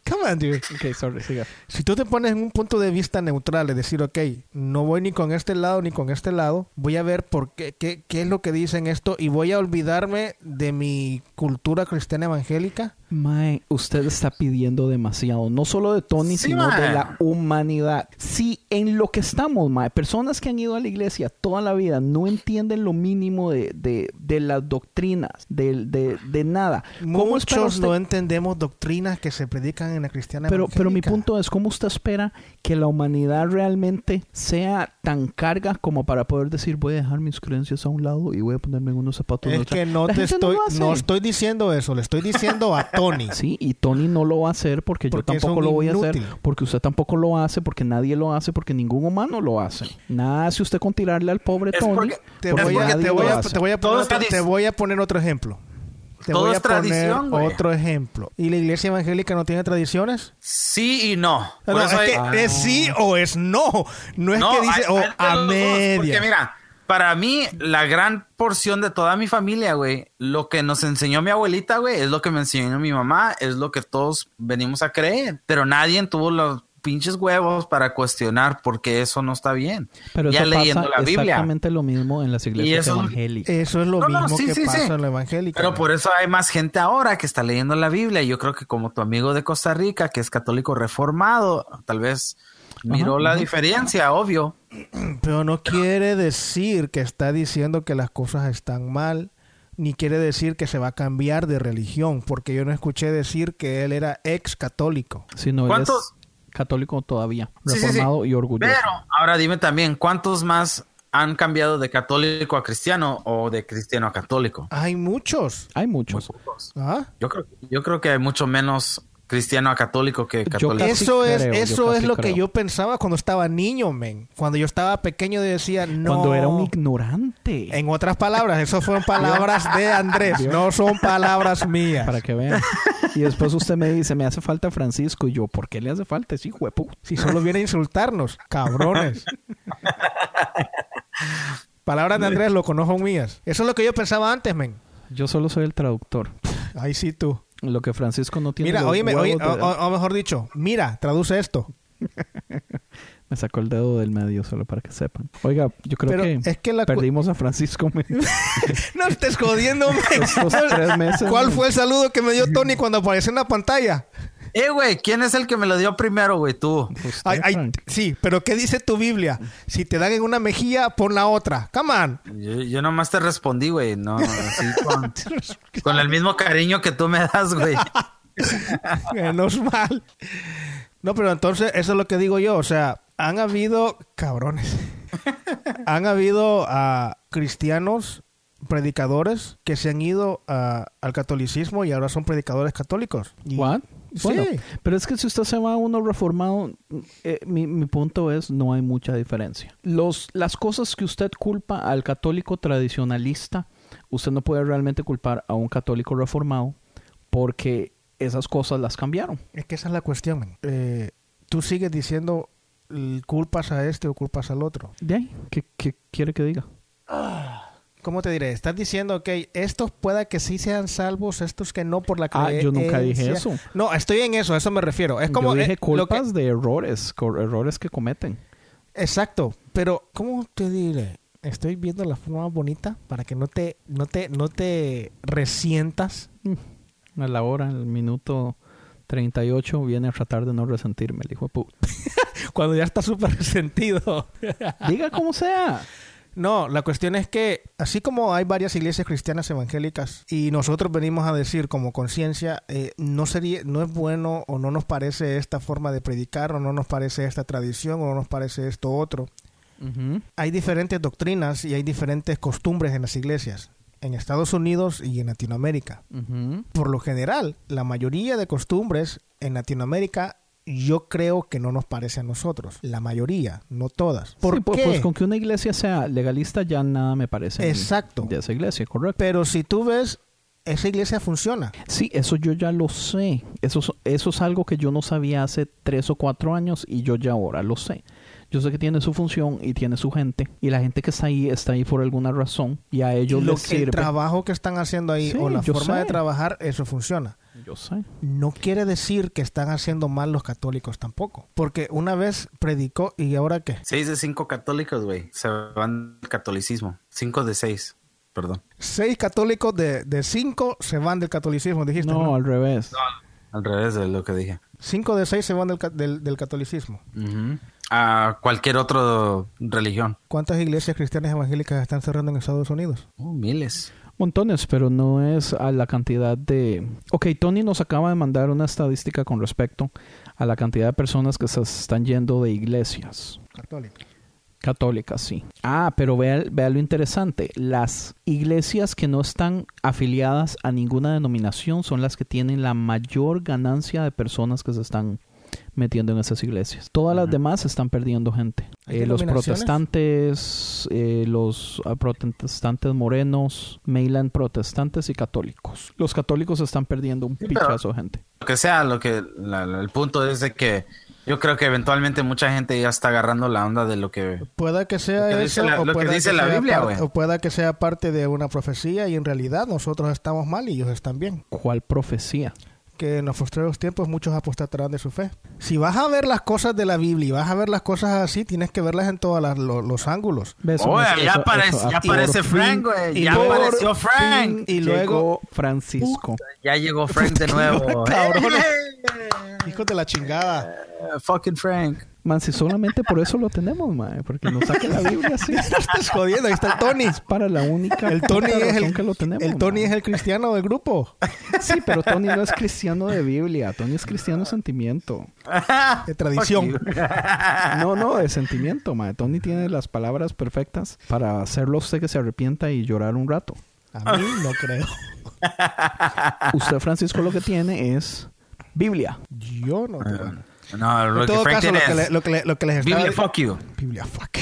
Speaker 4: come on, dude.
Speaker 3: Ok, sorry, siga.
Speaker 4: Si tú te pones en un punto de vista neutral, es decir, ok, no voy ni con este lado ni con este lado, voy a ver por qué, qué, qué es lo que dicen esto y voy a olvidarme de mi cultura cristiana evangélica.
Speaker 3: Mae, usted está pidiendo demasiado, no solo de Tony,
Speaker 5: Sí,
Speaker 3: sino
Speaker 5: mae.
Speaker 3: de la humanidad. Si en lo que estamos, mae, personas que han ido a la iglesia toda la vida no entienden lo mínimo de, de- de las doctrinas, de, de- de nada. ¿Cómo es para
Speaker 4: Muchos
Speaker 3: usted-
Speaker 4: no entendemos doctrinas que se predican en la cristiana
Speaker 3: Pero, pero mi
Speaker 4: evangélica.
Speaker 3: punto es, ¿cómo usted espera que la humanidad realmente sea tan carga como para poder decir voy a dejar mis creencias a un lado y voy a ponerme en unos zapatos? de
Speaker 4: Es
Speaker 3: otra"?
Speaker 4: que no
Speaker 3: La
Speaker 4: te
Speaker 3: gente
Speaker 4: estoy,
Speaker 3: lo
Speaker 4: no,
Speaker 3: hace.
Speaker 4: estoy diciendo eso, le estoy diciendo a Tony.
Speaker 3: Sí, y Tony no lo va a hacer porque,
Speaker 4: Porque
Speaker 3: yo
Speaker 4: es
Speaker 3: tampoco
Speaker 4: un
Speaker 3: lo voy
Speaker 4: inútil.
Speaker 3: a hacer, porque usted tampoco lo hace, porque nadie lo hace, porque ningún humano lo hace. Nada hace usted con tirarle al pobre
Speaker 5: Es
Speaker 3: Tony.
Speaker 5: porque-
Speaker 4: Te
Speaker 3: porque
Speaker 5: Es
Speaker 4: voy, a,
Speaker 3: nadie
Speaker 4: te,
Speaker 3: lo
Speaker 4: voy a,
Speaker 3: hace.
Speaker 4: te voy a
Speaker 5: Todo
Speaker 4: poner
Speaker 5: es
Speaker 4: otro,
Speaker 5: tradi-
Speaker 4: te voy a poner otro ejemplo. Te
Speaker 5: Todo
Speaker 4: voy a
Speaker 5: es
Speaker 4: poner
Speaker 5: tradición, güey.
Speaker 4: otro ejemplo. ¿Y la iglesia evangélica no tiene tradiciones?
Speaker 5: Sí y no. Por
Speaker 4: No, es
Speaker 5: eso hay- Ah.
Speaker 4: que es sí o es no. No es
Speaker 5: No,
Speaker 4: que dice
Speaker 5: hay-
Speaker 4: o
Speaker 5: hay de
Speaker 4: a
Speaker 5: los dos,
Speaker 4: media.
Speaker 5: Porque mira, para mí, la gran porción de toda mi familia, güey, lo que nos enseñó mi abuelita, güey, es lo que me enseñó mi mamá, es lo que todos venimos a creer. Pero nadie tuvo los pinches huevos para cuestionar porque eso no está bien.
Speaker 3: Pero
Speaker 5: ya
Speaker 3: eso
Speaker 5: leyendo
Speaker 3: pasa
Speaker 5: la Biblia.
Speaker 3: exactamente lo mismo en las iglesias
Speaker 5: eso-
Speaker 3: evangélicas.
Speaker 4: Eso es lo
Speaker 5: No, no,
Speaker 4: mismo
Speaker 5: sí,
Speaker 4: que
Speaker 5: sí,
Speaker 4: pasa
Speaker 5: sí.
Speaker 4: en lo evangélico.
Speaker 5: Pero por eso hay más gente ahora que está leyendo la Biblia. Yo creo que como tu amigo de Costa Rica, que es católico reformado, tal vez miró la diferencia, obvio.
Speaker 4: Pero no quiere decir que está diciendo que las cosas están mal, ni quiere decir que se va a cambiar de religión, porque yo no escuché decir que él era ex católico.
Speaker 3: Si no, él es
Speaker 5: ¿Cuántos?
Speaker 3: católico todavía,
Speaker 5: Sí, sí, sí.
Speaker 3: reformado y orgulloso.
Speaker 5: Pero ahora dime también, ¿cuántos más han cambiado de católico a cristiano o de cristiano a católico?
Speaker 4: Hay muchos.
Speaker 3: Hay muchos.
Speaker 4: ¿Ah?
Speaker 5: Yo creo, yo creo que hay mucho menos cristiano a católico que católico.
Speaker 3: casi
Speaker 4: Eso es,
Speaker 3: creo, yo
Speaker 4: eso es
Speaker 3: casi
Speaker 4: lo
Speaker 3: creo.
Speaker 4: que yo pensaba cuando estaba niño, men. Cuando yo estaba pequeño decía, no.
Speaker 3: Cuando era un ignorante.
Speaker 4: En otras palabras, eso fueron palabras de Andrés, no son palabras mías.
Speaker 3: Para que vean. Y después usted me dice, me hace falta Francisco. Y yo, ¿por qué le hace falta ese hijo de puta?
Speaker 4: Si solo viene a insultarnos, (laughs) cabrones. Palabras de Andrés, lo conozco mías. Eso es lo que yo pensaba antes, men.
Speaker 3: Yo solo soy el traductor.
Speaker 4: Ahí sí tú.
Speaker 3: Lo que Francisco no tiene.
Speaker 4: Mira,
Speaker 3: los
Speaker 4: óyeme, oye,
Speaker 3: huevos
Speaker 4: o,
Speaker 3: de-
Speaker 4: o- o mejor dicho, mira, traduce esto.
Speaker 3: (laughs) Me sacó el dedo del medio solo para que sepan. Oiga, yo creo
Speaker 4: Pero
Speaker 3: que,
Speaker 4: es que la cu-
Speaker 3: perdimos a Francisco men.
Speaker 4: (laughs) (laughs) No estés jodiendo, men.
Speaker 3: estos tres meses.
Speaker 4: ¿Cuál
Speaker 3: men.
Speaker 4: fue el saludo que me dio (laughs) Tony cuando apareció en la pantalla?
Speaker 5: Eh, güey, ¿quién es el que me lo dio primero, güey? Tú.
Speaker 3: Usted,
Speaker 4: Ay, ay,
Speaker 3: Frank.
Speaker 4: sí, pero ¿qué dice tu Biblia? Si te dan en una mejilla, pon la otra. Come on.
Speaker 5: Yo, yo
Speaker 3: (laughs)
Speaker 5: nomás
Speaker 3: (laughs)
Speaker 5: te respondí, güey. No, así con, con el mismo cariño que tú me das, güey.
Speaker 4: (laughs) Menos mal. No, pero entonces, eso es lo que digo yo. O sea, han habido (laughs) cabrones. han habido ah, cristianos predicadores que se han ido ah, al catolicismo y ahora son predicadores católicos. Y-
Speaker 3: What?
Speaker 4: Sí.
Speaker 3: Bueno, pero es que si usted se va a uno reformado, eh, mi, mi punto es no hay mucha diferencia. Los, las cosas que usted culpa al católico tradicionalista, usted no puede realmente culpar a un católico reformado porque esas cosas las cambiaron.
Speaker 4: Es que esa es la cuestión. man. Eh, tú sigues diciendo l- culpas a este o culpas al otro.
Speaker 3: De ahí, ¿qué, qué quiere que diga?
Speaker 4: ¿Cómo te diré? Estás diciendo, ok, estos pueda que sí sean salvos, estos que no por la
Speaker 3: Ah,
Speaker 4: creencia.
Speaker 3: yo nunca dije eso.
Speaker 4: No, estoy en eso, a eso me refiero. Es como
Speaker 3: Yo dije
Speaker 4: eh, lo que-
Speaker 3: culpas de errores, cor- errores que cometen.
Speaker 4: Exacto, pero ¿cómo te diré? Estoy viendo la forma bonita para que no te no te no te resientas. (laughs)
Speaker 3: Mm. A la hora, al minuto 38, viene a tratar de no resentirme, el hijo de puta.
Speaker 4: Cuando ya está súper resentido.
Speaker 3: (laughs)
Speaker 4: (laughs)
Speaker 3: Diga como sea.
Speaker 4: No, la cuestión es que así como hay varias iglesias cristianas evangélicas y nosotros venimos a decir como conciencia eh, no sería no es bueno o no nos parece esta forma de predicar o no nos parece esta tradición o no nos parece esto otro.
Speaker 3: Ujú.
Speaker 4: hay diferentes doctrinas y hay diferentes costumbres en las iglesias, en Estados Unidos y en Latinoamérica.
Speaker 3: Ujú.
Speaker 4: Por lo general, la mayoría de costumbres en Latinoamérica yo creo que no nos parece a nosotros. La mayoría, no todas. ¿Por
Speaker 3: Sí, pu-
Speaker 4: qué?
Speaker 3: Pues con que una iglesia sea legalista ya nada me parece. a mí
Speaker 4: Exacto.
Speaker 3: De esa iglesia, correcto.
Speaker 4: Pero si tú ves, esa iglesia funciona.
Speaker 3: Sí, eso yo ya lo sé. Eso, es- eso es algo que yo no sabía hace tres o cuatro años y yo ya ahora lo sé. Yo sé que tiene su función y tiene su gente. Y la gente que está ahí está ahí por alguna razón y a ellos
Speaker 4: lo
Speaker 3: les
Speaker 4: que- el
Speaker 3: sirve.
Speaker 4: trabajo que están haciendo ahí
Speaker 3: Sí,
Speaker 4: o la
Speaker 3: yo
Speaker 4: forma de
Speaker 3: sé.
Speaker 4: trabajar, eso funciona.
Speaker 3: Yo sé.
Speaker 4: no quiere decir que están haciendo mal los católicos tampoco. Porque una vez predicó y ahora qué.
Speaker 5: Seis de cinco católicos, güey. Se van al catolicismo. Cinco de seis. Perdón.
Speaker 4: Seis católicos de, de cinco se van del catolicismo, dijiste.
Speaker 3: No,
Speaker 4: Este No,
Speaker 3: al revés.
Speaker 5: Al revés de lo que dije.
Speaker 4: Cinco de seis se van del, ca- del- del catolicismo.
Speaker 5: Ujú. A cualquier otra religión.
Speaker 4: ¿Cuántas iglesias cristianas evangélicas están cerrando en Estados Unidos?
Speaker 5: Uh, miles.
Speaker 3: Montones, pero no es a la cantidad de... Ok, Tony nos acaba de mandar una estadística con respecto a la cantidad de personas que se están yendo de iglesias.
Speaker 4: Católicas.
Speaker 3: Católicas, sí. Ah, pero vea, vea lo interesante. Las iglesias que no están afiliadas a ninguna denominación son las que tienen la mayor ganancia de personas que se están metiendo en esas iglesias. Todas las demás están perdiendo gente.
Speaker 4: ¿Hay
Speaker 3: Eh, los
Speaker 4: denominaciones?
Speaker 3: protestantes, eh, los ah, protestantes morenos, mainland protestantes y católicos. Los católicos están perdiendo un
Speaker 5: pero-
Speaker 3: pichazo de gente.
Speaker 5: Lo que sea, lo que la- la- el punto es de que yo creo que eventualmente mucha gente ya está agarrando la onda de lo que
Speaker 4: Pueda que sea
Speaker 5: Lo que
Speaker 4: eso,
Speaker 5: dice la-
Speaker 4: o
Speaker 5: lo que
Speaker 4: pueda
Speaker 5: dice la
Speaker 4: sea
Speaker 5: Biblia,
Speaker 4: parte-
Speaker 5: güey.
Speaker 4: o pueda que sea parte de una profecía y en realidad nosotros estamos mal y ellos están bien.
Speaker 3: ¿Cuál profecía?
Speaker 4: que en los postreros tiempos muchos apostatarán de su fe. Si vas a ver las cosas de la Biblia y vas a ver las cosas así, tienes que verlas en todos las- lo- los ángulos.
Speaker 3: Ve, eso no
Speaker 5: Oye,
Speaker 3: es-
Speaker 5: ya,
Speaker 3: eso-
Speaker 5: aparece,
Speaker 3: eso-
Speaker 5: ya
Speaker 3: por
Speaker 5: aparece
Speaker 3: fin
Speaker 5: Frank, güey.
Speaker 4: y
Speaker 5: Ya
Speaker 4: por
Speaker 5: apareció
Speaker 4: fin-
Speaker 5: Frank.
Speaker 4: y
Speaker 3: Llegó
Speaker 4: luego, uh,
Speaker 3: Francisco.
Speaker 5: Ya llegó Frank (laughs) de nuevo.
Speaker 4: (laughs) cabrones.
Speaker 5: ¡Eh!
Speaker 4: hijos de la chingada,
Speaker 5: Fucking Frank.
Speaker 3: Man, si solamente por eso lo tenemos, man, porque nos saca la Biblia
Speaker 4: (laughs)
Speaker 3: así.
Speaker 4: estás jodiendo, ahí está el Tony.
Speaker 3: Es para la única
Speaker 4: El Tony
Speaker 3: puta
Speaker 4: es
Speaker 3: razón
Speaker 4: el,
Speaker 3: que lo tenemos.
Speaker 4: el Tony
Speaker 3: man.
Speaker 4: es el cristiano del grupo.
Speaker 3: Sí, pero Tony no es cristiano de Biblia, Tony es cristiano de sentimiento.
Speaker 4: De tradición.
Speaker 5: (laughs) Fuck you.
Speaker 3: No, no, de sentimiento, man. Tony tiene las palabras perfectas para hacerlo a usted que se arrepienta y llorar un rato.
Speaker 4: A mí no creo.
Speaker 3: Usted, Francisco, lo que tiene es Biblia.
Speaker 4: Yo no creo.
Speaker 5: No, lo
Speaker 4: Ah. En
Speaker 5: que
Speaker 4: todo
Speaker 5: Frank
Speaker 4: caso, lo
Speaker 5: tiene
Speaker 4: que, le-
Speaker 5: es
Speaker 4: lo que le- lo que les estaba
Speaker 5: Biblia, fuck you.
Speaker 4: Biblia, fuck.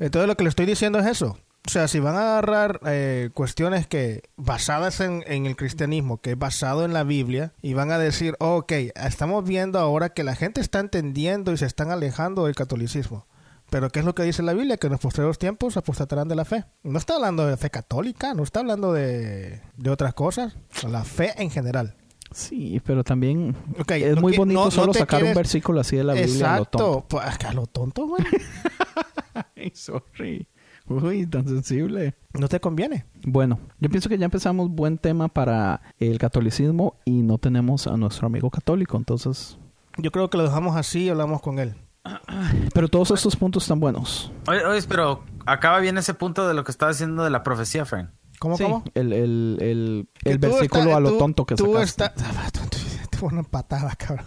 Speaker 4: Entonces lo que le estoy diciendo es eso. O sea, si van a agarrar eh, cuestiones que basadas en, en el cristianismo, que es basado en la Biblia, y van a decir, "Oh, ok, estamos viendo ahora que la gente está entendiendo y se están alejando del catolicismo. Pero ¿qué es lo que dice la Biblia? Que en los posteriores tiempos apostatarán de la fe. No está hablando de fe católica, no está hablando de, de otras cosas, la fe en general.
Speaker 3: Sí, pero también
Speaker 4: Ok,
Speaker 3: es
Speaker 4: no
Speaker 3: muy
Speaker 4: qui-
Speaker 3: bonito
Speaker 4: no- no
Speaker 3: solo
Speaker 4: te
Speaker 3: sacar un
Speaker 4: quieres-
Speaker 3: versículo así de la Biblia. a lo tonto.
Speaker 4: Exacto, pues a lo tonto, güey.
Speaker 3: (laughs) Ay, sorry. Uy, tan sensible.
Speaker 4: No te conviene.
Speaker 3: Bueno, yo pienso que ya empezamos buen tema para el catolicismo y no tenemos a nuestro amigo católico, entonces...
Speaker 4: Yo creo que lo dejamos así y hablamos con él.
Speaker 3: Pero todos estos puntos están buenos.
Speaker 5: Oye, oye, pero acaba bien ese punto de lo que estaba diciendo de la profecía, Frank.
Speaker 4: ¿Cómo,
Speaker 3: Sí,
Speaker 4: cómo?
Speaker 3: El, el, el,
Speaker 4: Que
Speaker 3: el
Speaker 4: tú
Speaker 3: versículo
Speaker 4: estás-
Speaker 3: a lo
Speaker 4: tú-
Speaker 3: tonto que
Speaker 4: tú
Speaker 3: sacaste.
Speaker 4: estás- (laughs) te ponen patada, cabrón.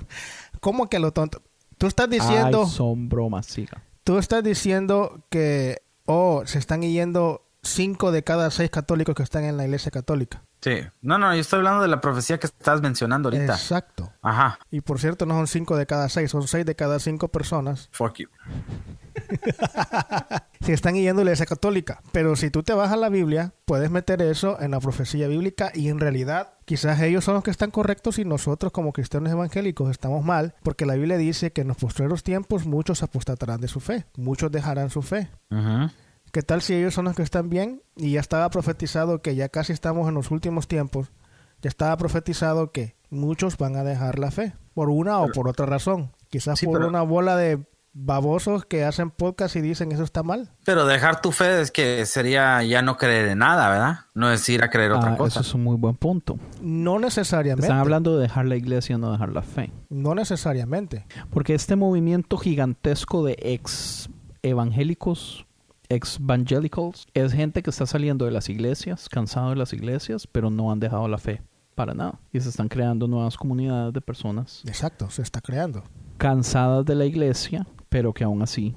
Speaker 4: ¿Cómo que a lo tonto? Tú estás diciendo,
Speaker 3: Ay, son bromas, siga.
Speaker 4: tú estás diciendo que, oh, se están yendo cinco de cada seis católicos que están en la iglesia católica.
Speaker 5: Sí. No, no, yo estoy hablando de la profecía que estás mencionando ahorita.
Speaker 4: Exacto.
Speaker 5: Ajá.
Speaker 4: Y por cierto, no son cinco de cada seis, son seis de cada cinco personas
Speaker 5: Fuck you.
Speaker 4: si están yendo a la iglesia católica. Pero si tú te vas a la Biblia, puedes meter eso en la profecía bíblica y en realidad quizás ellos son los que están correctos y nosotros como cristianos evangélicos estamos mal, porque la Biblia dice que en los postreros tiempos muchos apostatarán de su fe, muchos dejarán su fe.
Speaker 5: Ujú.
Speaker 4: ¿Qué tal si ellos son los que están bien? Y ya estaba profetizado que ya casi estamos en los últimos tiempos, ya estaba profetizado que muchos van a dejar la fe, por una o por otra razón. Quizás
Speaker 5: Sí,
Speaker 4: por
Speaker 5: pero-
Speaker 4: una bola de babosos que hacen podcast y dicen eso está mal.
Speaker 5: Pero dejar tu fe es que sería ya no creer en nada, ¿verdad? No es ir a creer otra
Speaker 3: Ah,
Speaker 5: cosa.
Speaker 3: Eso es un muy buen punto.
Speaker 4: No necesariamente.
Speaker 3: Están hablando de dejar la iglesia, no dejar la fe.
Speaker 4: No necesariamente.
Speaker 3: Porque este movimiento gigantesco de ex evangélicos, ex evangelicals, es gente que está saliendo de las iglesias, cansado de las iglesias, pero no han dejado la fe para nada. Y se están creando nuevas comunidades de personas
Speaker 4: Exacto, se está creando.
Speaker 3: cansadas de la iglesia, pero que aún así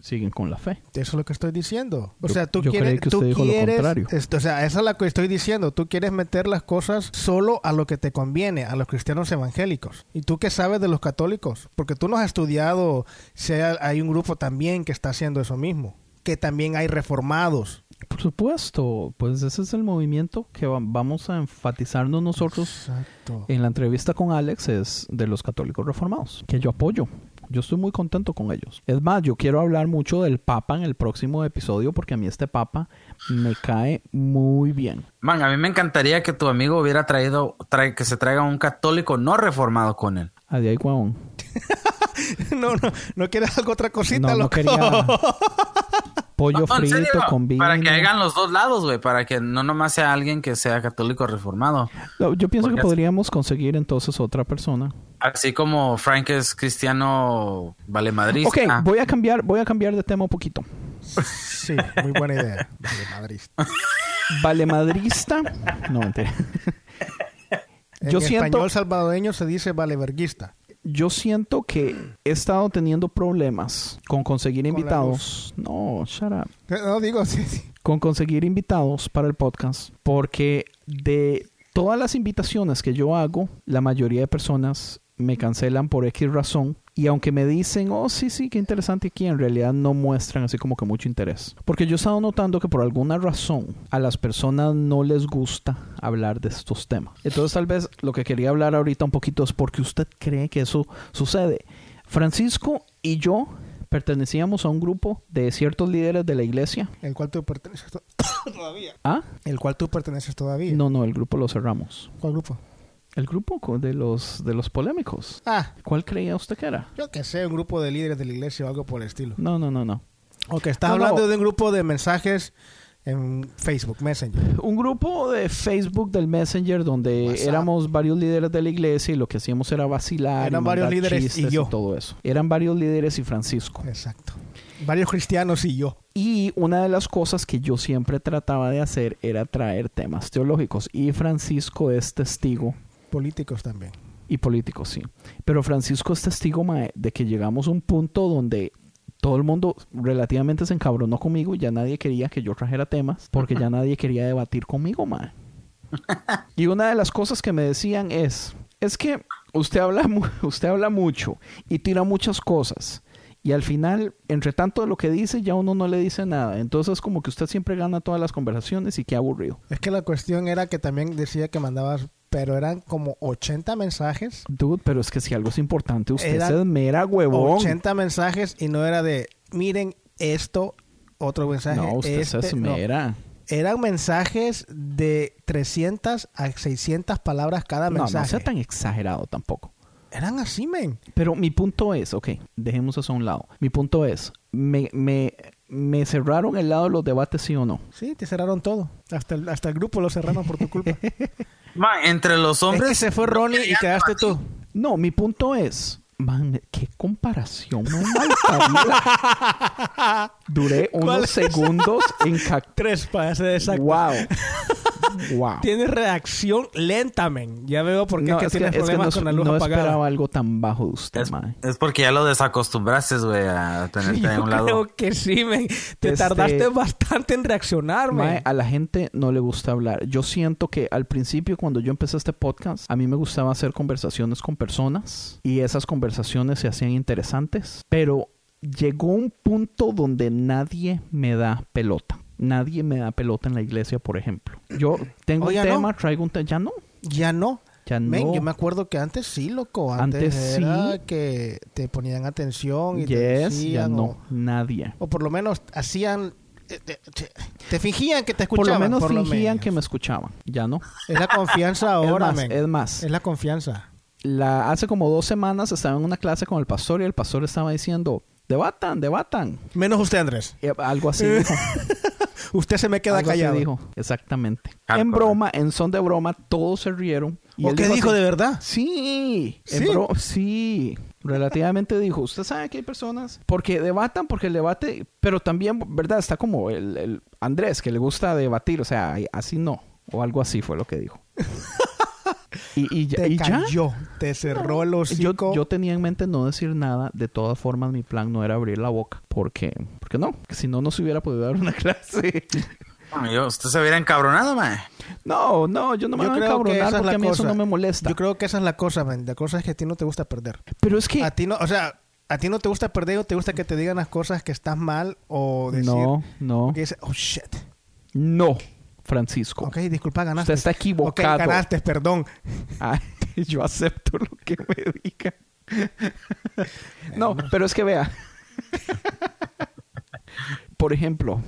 Speaker 3: siguen con la fe.
Speaker 4: Eso es lo que estoy diciendo. O
Speaker 3: Yo-
Speaker 4: sea, tú
Speaker 3: yo
Speaker 4: quieres.
Speaker 3: creí que
Speaker 4: tú
Speaker 3: usted dijo lo
Speaker 4: quieres-
Speaker 3: contrario.
Speaker 4: esto- o sea, eso es lo que estoy diciendo. Tú quieres meter las cosas solo a lo que te conviene, a los cristianos evangélicos. ¿Y tú qué sabes de los católicos? Porque tú no has estudiado si hay, hay un grupo también que está haciendo eso mismo. Que también hay reformados.
Speaker 3: Por supuesto, pues ese es el movimiento que va- vamos a enfatizarnos nosotros
Speaker 4: Exacto.
Speaker 3: en la entrevista con Alex es de los católicos reformados, que yo apoyo. Yo estoy muy contento con ellos. Es más, yo quiero hablar mucho del Papa en el próximo episodio porque a mí este Papa me cae muy bien.
Speaker 5: Man, a mí me encantaría que tu amigo hubiera traído, trae- que se traiga un católico no reformado con él.
Speaker 3: Adiós, guaón.
Speaker 4: (laughs) no, no, no quieres algo otra
Speaker 3: No,
Speaker 4: cosita,
Speaker 3: no
Speaker 4: loco?
Speaker 3: quería pollo
Speaker 5: No, en
Speaker 3: frito
Speaker 5: serio,
Speaker 3: con vino.
Speaker 5: Para que hagan los dos lados, güey. Para que no nomás sea alguien que sea católico reformado.
Speaker 3: No, yo pienso que
Speaker 5: Porque-
Speaker 3: podríamos conseguir entonces otra persona.
Speaker 5: Así como Frank es cristiano valemadrista.
Speaker 3: Ok, voy a cambiar, voy a cambiar de tema un poquito.
Speaker 4: (laughs) Sí, muy buena idea. Vale, Madrid.
Speaker 5: (laughs)
Speaker 3: Valemadrista. No, mentira.
Speaker 4: En
Speaker 3: Yo siento-
Speaker 4: español salvadoreño se dice valeverguista.
Speaker 3: Yo siento que he estado teniendo problemas con conseguir
Speaker 4: la
Speaker 3: invitados. No, shut up.
Speaker 4: Eh, No digo, sí, sí.
Speaker 3: Con conseguir invitados para el podcast. Porque de todas las invitaciones que yo hago, la mayoría de personas me cancelan por X razón. Y aunque me dicen, oh, sí, sí, qué interesante aquí, en realidad no muestran así como que mucho interés. Porque yo he estado notando que por alguna razón a las personas no les gusta hablar de estos temas. Entonces tal vez lo que quería hablar ahorita un poquito es porque usted cree que eso sucede. Francisco y yo pertenecíamos a un grupo de ciertos líderes de la iglesia.
Speaker 4: El cual tú perteneces to- todavía.
Speaker 3: ¿Ah?
Speaker 4: El cual tú perteneces todavía.
Speaker 3: No, no, el grupo lo cerramos.
Speaker 4: ¿Cuál grupo?
Speaker 3: El grupo co- de los, de los polémicos.
Speaker 4: Ah,
Speaker 3: ¿Cuál creía usted que era?
Speaker 4: yo que sé, un grupo de líderes de la iglesia o algo por el estilo.
Speaker 3: No, no, no, no.
Speaker 4: O que estás
Speaker 3: No, no.
Speaker 4: hablando de un grupo de mensajes en Facebook Messenger.
Speaker 3: Un grupo de Facebook del Messenger donde
Speaker 4: WhatsApp.
Speaker 3: éramos varios líderes de la iglesia y lo que hacíamos era vacilar. y
Speaker 4: Eran varios
Speaker 3: mandar
Speaker 4: líderes y
Speaker 3: chistes
Speaker 4: yo.
Speaker 3: todo eso. Eran varios líderes y Francisco.
Speaker 4: Exacto. Varios cristianos y yo.
Speaker 3: Y una de las cosas que yo siempre trataba de hacer era traer temas teológicos. Y Francisco es testigo
Speaker 4: Políticos también.
Speaker 3: Y políticos, sí. Pero Francisco es testigo mae, de que llegamos a un punto donde todo el mundo relativamente se encabronó conmigo y ya nadie quería que yo trajera temas porque ya nadie quería debatir conmigo, mae. Y una de las cosas que me decían es, es que usted habla, mu- (laughs) usted habla mucho y tira muchas cosas. Y al final, entre tanto de lo que dice, ya uno no le dice nada. Entonces, como que usted siempre gana todas las conversaciones y qué aburrido.
Speaker 4: Es que la cuestión era que también decía que mandabas, pero eran como 80 mensajes.
Speaker 3: Dude, pero es que si algo es importante, usted
Speaker 4: Era-
Speaker 3: se mera huevón.
Speaker 4: 80 mensajes y no era de, miren esto, otro mensaje.
Speaker 3: No, usted se
Speaker 4: este, no.
Speaker 3: esmera.
Speaker 4: Eran mensajes de 300 a 600 palabras cada
Speaker 3: No, no
Speaker 4: mensaje.
Speaker 3: sea tan exagerado tampoco.
Speaker 4: Eran así, men.
Speaker 3: Pero mi punto es, ok, dejemos eso a un lado. Mi punto es, me, me, me cerraron el lado de los debates, sí o no.
Speaker 4: Sí, te cerraron todo. Hasta el, hasta el grupo lo cerraron por tu
Speaker 3: (laughs)
Speaker 4: culpa.
Speaker 5: Man, entre los
Speaker 4: Hombre,
Speaker 5: hombres.
Speaker 4: se fue Ronnie y quedaste (laughs) tú.
Speaker 3: No, mi punto es, man, qué comparación más
Speaker 4: (laughs)
Speaker 3: malparida. Duré
Speaker 4: ¿Cuál
Speaker 3: unos
Speaker 4: es?
Speaker 3: segundos en cac-
Speaker 4: (laughs) Tres para ser exacto.
Speaker 3: Wow. Wow.
Speaker 4: Tienes reacción lenta, men. Ya veo por qué
Speaker 3: No,
Speaker 4: es que
Speaker 3: es que,
Speaker 4: tienes
Speaker 3: es que
Speaker 4: problemas
Speaker 3: no,
Speaker 4: con la luz
Speaker 3: no
Speaker 4: apagada. (laughs)
Speaker 3: esperaba algo tan bajo de usted,
Speaker 5: Es,
Speaker 3: mae.
Speaker 5: es porque ya lo desacostumbraste, güey, a tenerte
Speaker 4: Yo
Speaker 5: a un
Speaker 4: creo
Speaker 5: lado.
Speaker 4: que sí, men. Te
Speaker 3: Este-
Speaker 4: tardaste bastante en reaccionar, men.
Speaker 3: Mae, a la gente no le gusta hablar. Yo siento que al principio, cuando yo empecé este podcast, a mí me gustaba hacer conversaciones con personas y esas conversaciones se hacían interesantes, pero llegó un punto donde nadie me da pelota. Nadie me da pelota en la iglesia, por ejemplo. Yo tengo
Speaker 4: Oiga,
Speaker 3: un
Speaker 4: no.
Speaker 3: tema, traigo un tema. Ya no,
Speaker 4: Ya no.
Speaker 3: ya
Speaker 4: Men,
Speaker 3: no.
Speaker 4: yo me acuerdo que antes sí, loco. Antes,
Speaker 3: Antes
Speaker 4: era
Speaker 3: sí.
Speaker 4: que te ponían atención y te
Speaker 3: Yes, ya
Speaker 4: decían,
Speaker 3: no.
Speaker 4: o-
Speaker 3: Nadie.
Speaker 4: O, por lo menos hacían... eh, Te, te- te fingían que te
Speaker 3: Por
Speaker 4: escuchaban.
Speaker 3: lo menos
Speaker 4: por
Speaker 3: fingían
Speaker 4: menos.
Speaker 3: que me escuchaban. Ya no.
Speaker 4: (laughs) Es la confianza ahora,
Speaker 3: es más,
Speaker 4: men.
Speaker 3: es más,
Speaker 4: Es la confianza.
Speaker 3: la, hace como dos semanas estaba en una clase con el pastor y el pastor estaba diciendo, debatan, debatan.
Speaker 4: Menos
Speaker 3: (laughs)
Speaker 4: usted, Andrés.
Speaker 3: Eh, Algo
Speaker 4: (laughs)
Speaker 3: así dijo.
Speaker 4: Usted se me queda
Speaker 3: algo así
Speaker 4: callado.
Speaker 3: dijo. Exactamente. En
Speaker 5: Hardcore.
Speaker 3: broma, en son de broma, todos se rieron. Y
Speaker 4: ¿O
Speaker 3: él
Speaker 4: qué dijo,
Speaker 3: así,
Speaker 4: de verdad?
Speaker 3: Sí, en
Speaker 4: ¿Sí?
Speaker 3: bro- sí, relativamente dijo, usted sabe que hay personas, porque debatan, porque el debate, pero también, ¿verdad? Está como el, el Andrés, que le gusta debatir, o sea, así no, o algo así fue lo que
Speaker 4: (laughs)
Speaker 3: dijo. y, y ya-
Speaker 4: Te
Speaker 3: y ya.
Speaker 4: cayó. Te cerró el
Speaker 3: Yo,
Speaker 4: hocico.
Speaker 3: yo tenía en mente no decir nada. De todas formas, mi plan no era abrir la boca. Porque, porque no, que si no, no se hubiera podido dar una (laughs) clase.
Speaker 5: Bueno, yo- usted se hubiera encabronado, mae.
Speaker 3: no, no, yo no me
Speaker 4: Yo
Speaker 3: voy a
Speaker 4: creo que
Speaker 3: encabronar
Speaker 4: esa es
Speaker 3: porque
Speaker 4: la
Speaker 3: a mí eso
Speaker 4: cosa.
Speaker 3: no me molesta.
Speaker 4: Yo creo que esa es la cosa, men. La cosa es que a ti no te gusta perder.
Speaker 3: Pero es que
Speaker 4: A ti no, o sea, a ti no te gusta perder o te gusta que te digan las cosas que estás mal o decir
Speaker 3: No, no.
Speaker 4: que dices, oh shit.
Speaker 3: No, Francisco.
Speaker 4: Ok, disculpa, ganaste.
Speaker 3: Usted está equivocado.
Speaker 4: Ok, ganaste, perdón.
Speaker 3: Ay, Ah, (laughs) yo acepto lo que me diga.
Speaker 4: (laughs)
Speaker 3: no, pero es que vea. Por ejemplo,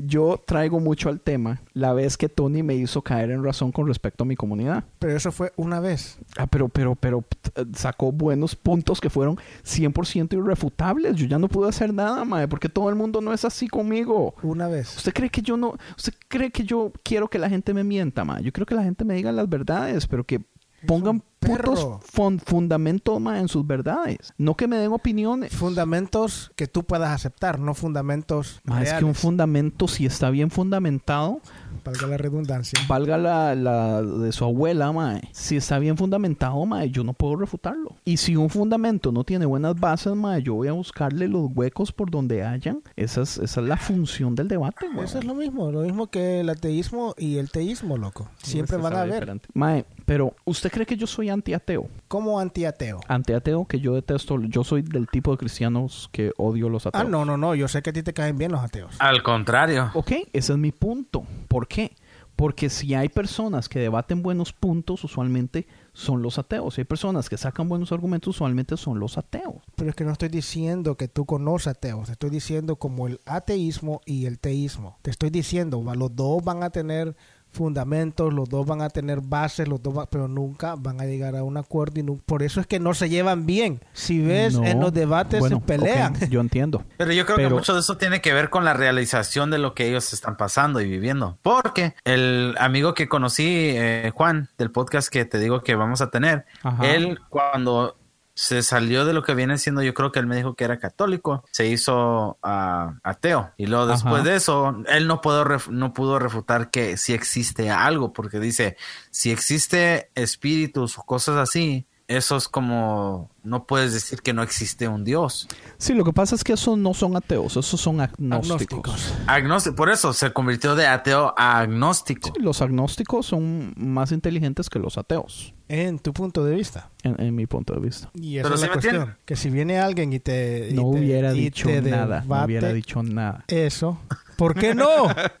Speaker 3: yo traigo mucho al tema la vez que Tony me hizo caer en razón con respecto a mi comunidad.
Speaker 4: Pero eso fue una vez.
Speaker 3: Ah, pero, pero, pero eh, sacó buenos puntos que fueron 100% irrefutables. Yo ya no pude hacer nada, mae, porque todo el mundo no es así conmigo.
Speaker 4: Una vez.
Speaker 3: ¿Usted cree que yo no, usted cree que yo quiero que la gente me mienta, mae? Yo quiero que la gente me diga las verdades, pero que pongan
Speaker 4: perro.
Speaker 3: puntos fun- fundamentos, mae, en sus verdades. No que me den opiniones.
Speaker 4: Fundamentos que tú puedas aceptar, no fundamentos
Speaker 3: Mae, Ah, es que un
Speaker 4: reales,
Speaker 3: fundamento, si está bien fundamentado,
Speaker 4: valga la redundancia.
Speaker 3: valga la, la de su abuela, mae. Si está bien fundamentado, mae, yo no puedo refutarlo. Y si un fundamento no tiene buenas bases, mae, yo voy a buscarle los huecos por donde hayan. Esa es, esa es la función del debate, weón.
Speaker 4: Eso es lo mismo, lo mismo que el ateísmo y el teísmo, loco. Siempre
Speaker 3: Usted
Speaker 4: van
Speaker 3: este
Speaker 4: a
Speaker 3: sabe
Speaker 4: haber
Speaker 3: diferente. Mae, pero ¿usted cree que yo soy antiateo?
Speaker 4: como antiateo.
Speaker 3: Ah, Antiateo que yo detesto, yo soy del tipo de cristianos que odio los
Speaker 4: Ah,
Speaker 3: ateos.
Speaker 4: no, no, no, yo sé que a ti te caen bien los ateos.
Speaker 5: Al contrario.
Speaker 3: Ok, ese es mi punto. ¿Por qué? Porque si hay personas que debaten buenos puntos, usualmente son los ateos. Si hay personas que sacan buenos argumentos, usualmente son los ateos.
Speaker 4: Pero es que no estoy diciendo que tú conoces ateos, te estoy diciendo como el ateísmo y el teísmo. Te estoy diciendo, va, los dos van a tener fundamentos, los dos van a tener bases, los dos, va- pero nunca van a llegar a un acuerdo y nu- por eso es que no se llevan bien. Si ves
Speaker 3: No.
Speaker 4: en los debates
Speaker 3: Bueno,
Speaker 4: se pelean.
Speaker 3: ok, (laughs) yo entiendo.
Speaker 5: Pero yo creo
Speaker 3: Pero-
Speaker 5: que mucho de eso tiene que ver con la realización de lo que ellos están pasando y viviendo. Porque el amigo que conocí, eh, Juan, del podcast que te digo que vamos a tener,
Speaker 3: Ajá.
Speaker 5: él cuando se salió de lo que viene siendo, yo creo que él me dijo que era católico, se hizo ah, ateo. Y luego después
Speaker 3: Ajá.
Speaker 5: de eso, él no pudo, ref- no pudo refutar que si existe algo, porque dice, si existe espíritus o cosas así, eso es como, no puedes decir que no existe un Dios.
Speaker 3: Sí, lo que pasa es que esos no son ateos, esos son agnósticos.
Speaker 4: Agnósticos.
Speaker 5: Agnóstico, por eso se convirtió de ateo a agnóstico.
Speaker 3: Sí, los agnósticos son más inteligentes que los ateos,
Speaker 4: En tu punto de vista.
Speaker 3: en- en mi punto de vista.
Speaker 4: Y esa
Speaker 5: Pero
Speaker 4: es
Speaker 5: sí
Speaker 4: la
Speaker 5: me
Speaker 4: cuestión.
Speaker 5: entiende.
Speaker 4: Que si viene alguien y te. y
Speaker 3: No
Speaker 4: te-
Speaker 3: hubiera
Speaker 4: y
Speaker 3: dicho
Speaker 4: te
Speaker 3: nada. No
Speaker 4: debate
Speaker 3: hubiera dicho nada.
Speaker 4: Eso. ¿Por qué no?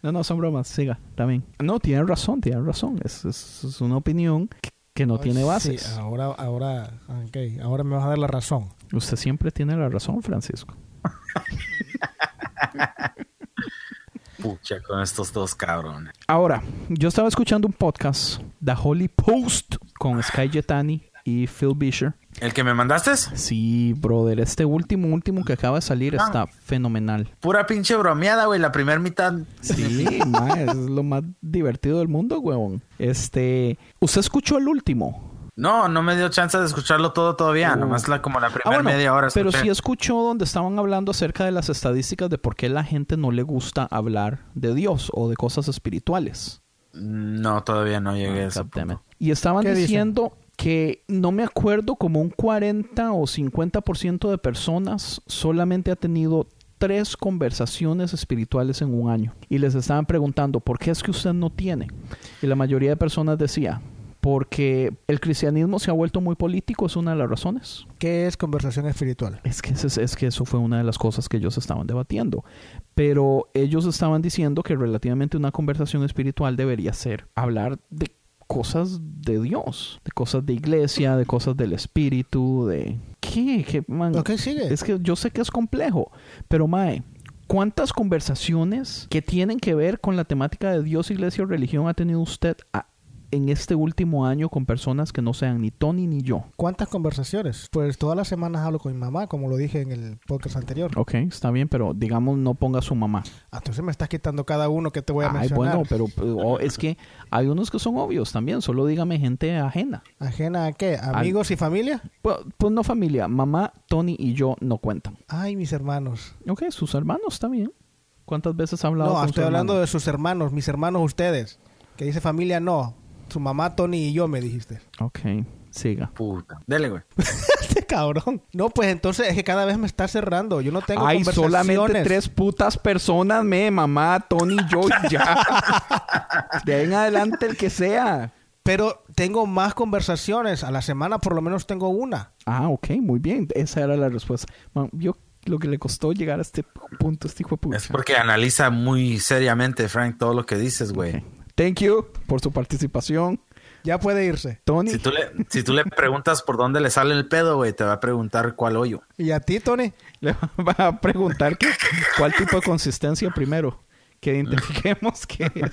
Speaker 3: No, no, son bromas. Siga, también. No, tienen razón, tienen razón. Es, es- es una opinión que, que (laughs) no tiene
Speaker 4: Sí, ah.
Speaker 3: bases.
Speaker 4: ahora, ahora, ok, ahora me vas a dar la razón.
Speaker 3: Usted siempre tiene la razón, Francisco.
Speaker 5: Pucha, con estos dos cabrones.
Speaker 3: Ahora, yo estaba escuchando un podcast, The Holy Post, con Sky Jetani y Phil Bisher.
Speaker 5: ¿El que me mandaste?
Speaker 3: Sí, brother, este último, último que acaba de salir está fenomenal.
Speaker 5: Pura pinche bromeada, güey. La primera mitad.
Speaker 3: Sí, ma, es lo más divertido del mundo, huevón. Este, ¿usted escuchó el último?
Speaker 5: No, no me dio chance de escucharlo todo todavía.
Speaker 3: Uh.
Speaker 5: Nomás la, como la
Speaker 3: Ah,
Speaker 5: primera
Speaker 3: bueno,
Speaker 5: media hora.
Speaker 3: pero
Speaker 5: escuché.
Speaker 3: sí escuchó donde estaban hablando acerca de las estadísticas de por qué la gente no le gusta hablar de Dios o de cosas espirituales.
Speaker 5: No, todavía no
Speaker 3: Ah,
Speaker 5: llegué a ese
Speaker 3: Captame.
Speaker 5: punto.
Speaker 3: Y estaban
Speaker 4: Ah, ¿Qué dicen?
Speaker 3: diciendo que no me acuerdo, como un 40 o 50% de personas solamente ha tenido tres conversaciones espirituales en un año. Y les estaban preguntando, ¿por qué es que usted no tiene? Y la mayoría de personas decía, porque el cristianismo se ha vuelto muy político, es una de las razones.
Speaker 4: ¿Qué es conversación espiritual?
Speaker 3: Es que, ese- es que eso fue una de las cosas que ellos estaban debatiendo. Pero ellos estaban diciendo que relativamente una conversación espiritual debería ser hablar de cosas de Dios, de cosas de iglesia, de cosas del espíritu, de... ¿Qué? ¿Qué man?
Speaker 4: ¿Lo que sigue?
Speaker 3: Es que yo sé que es complejo, pero Mae, ¿cuántas conversaciones que tienen que ver con la temática de Dios, iglesia o religión ha tenido usted a- en este último año con personas que no sean ni Tony ni yo?
Speaker 4: ¿Cuántas conversaciones? Pues todas las semanas hablo con mi mamá, como lo dije en el podcast anterior.
Speaker 3: Ok, está bien, pero digamos no ponga a su mamá.
Speaker 4: Ah, Entonces me estás quitando cada uno que te voy a
Speaker 3: Ay,
Speaker 4: mencionar.
Speaker 3: bueno, pero pero, o- es que hay unos que son obvios también, solo dígame gente ajena.
Speaker 4: ¿Ajena a qué? ¿Amigos y familia?
Speaker 3: Pues, pues no familia, mamá, Tony y yo no cuentan.
Speaker 4: Ay, mis hermanos.
Speaker 3: Ok, sus hermanos también. ¿Cuántas veces ha hablado
Speaker 4: No,
Speaker 3: con su
Speaker 4: estoy hablando
Speaker 3: hermano?
Speaker 4: de sus hermanos, mis hermanos ustedes. Que dice familia, no. Su mamá, Tony y yo, me
Speaker 3: (laughs)
Speaker 4: dijiste.
Speaker 3: Ok, siga.
Speaker 5: Puta. Dele, güey.
Speaker 4: este cabrón. No, pues entonces es que cada vez me está cerrando. Yo no tengo
Speaker 3: Hay
Speaker 4: conversaciones.
Speaker 3: solamente tres putas personas, me, mamá, Tony, yo y
Speaker 4: (laughs)
Speaker 3: ya. de ahí en adelante el que sea.
Speaker 4: Pero tengo más conversaciones. A la semana por lo menos tengo una.
Speaker 3: Ah, ok, muy bien. Esa era la respuesta. Man, yo lo que le costó llegar a este punto, este hijo de puta.
Speaker 5: Es porque analiza muy seriamente, Frank, todo lo que dices, güey.
Speaker 3: Ok. Thank you por su participación.
Speaker 4: Ya puede irse.
Speaker 3: Tony.
Speaker 5: Si tú, le, si tú le preguntas por dónde le sale el pedo, güey, te va a preguntar cuál hoyo.
Speaker 4: ¿Y a ti, Tony?
Speaker 3: Le (laughs) va a preguntar que- cuál tipo de consistencia primero.
Speaker 5: (laughs)
Speaker 3: Que identifiquemos que es.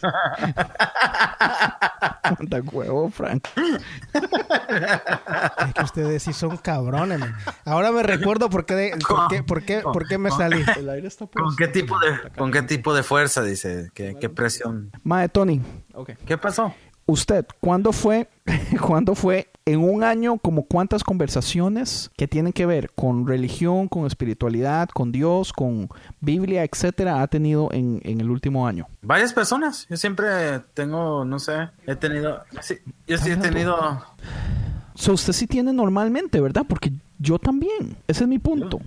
Speaker 3: Manda huevo, Frank.
Speaker 4: Es que ustedes sí son cabrones. man. Ahora me recuerdo por qué, de- por qué, por qué, por qué me salí.
Speaker 3: El aire está puesto.
Speaker 5: ¿Con qué tipo de, con qué tipo de fuerza, dice? ¿Qué, qué presión?
Speaker 3: Mae, Tony.
Speaker 5: ¿Qué pasó?
Speaker 3: Usted, ¿cuándo fue, (laughs) ¿cuándo fue en un año como cuántas conversaciones que tienen que ver con religión, con espiritualidad, con Dios, con Biblia, etcétera, ha tenido en, en el último año?
Speaker 5: Varias personas. Yo siempre tengo, no sé, he tenido... sí, yo sí he tenido...
Speaker 3: So, usted sí tiene normalmente, ¿verdad? Porque yo también. Ese es mi punto.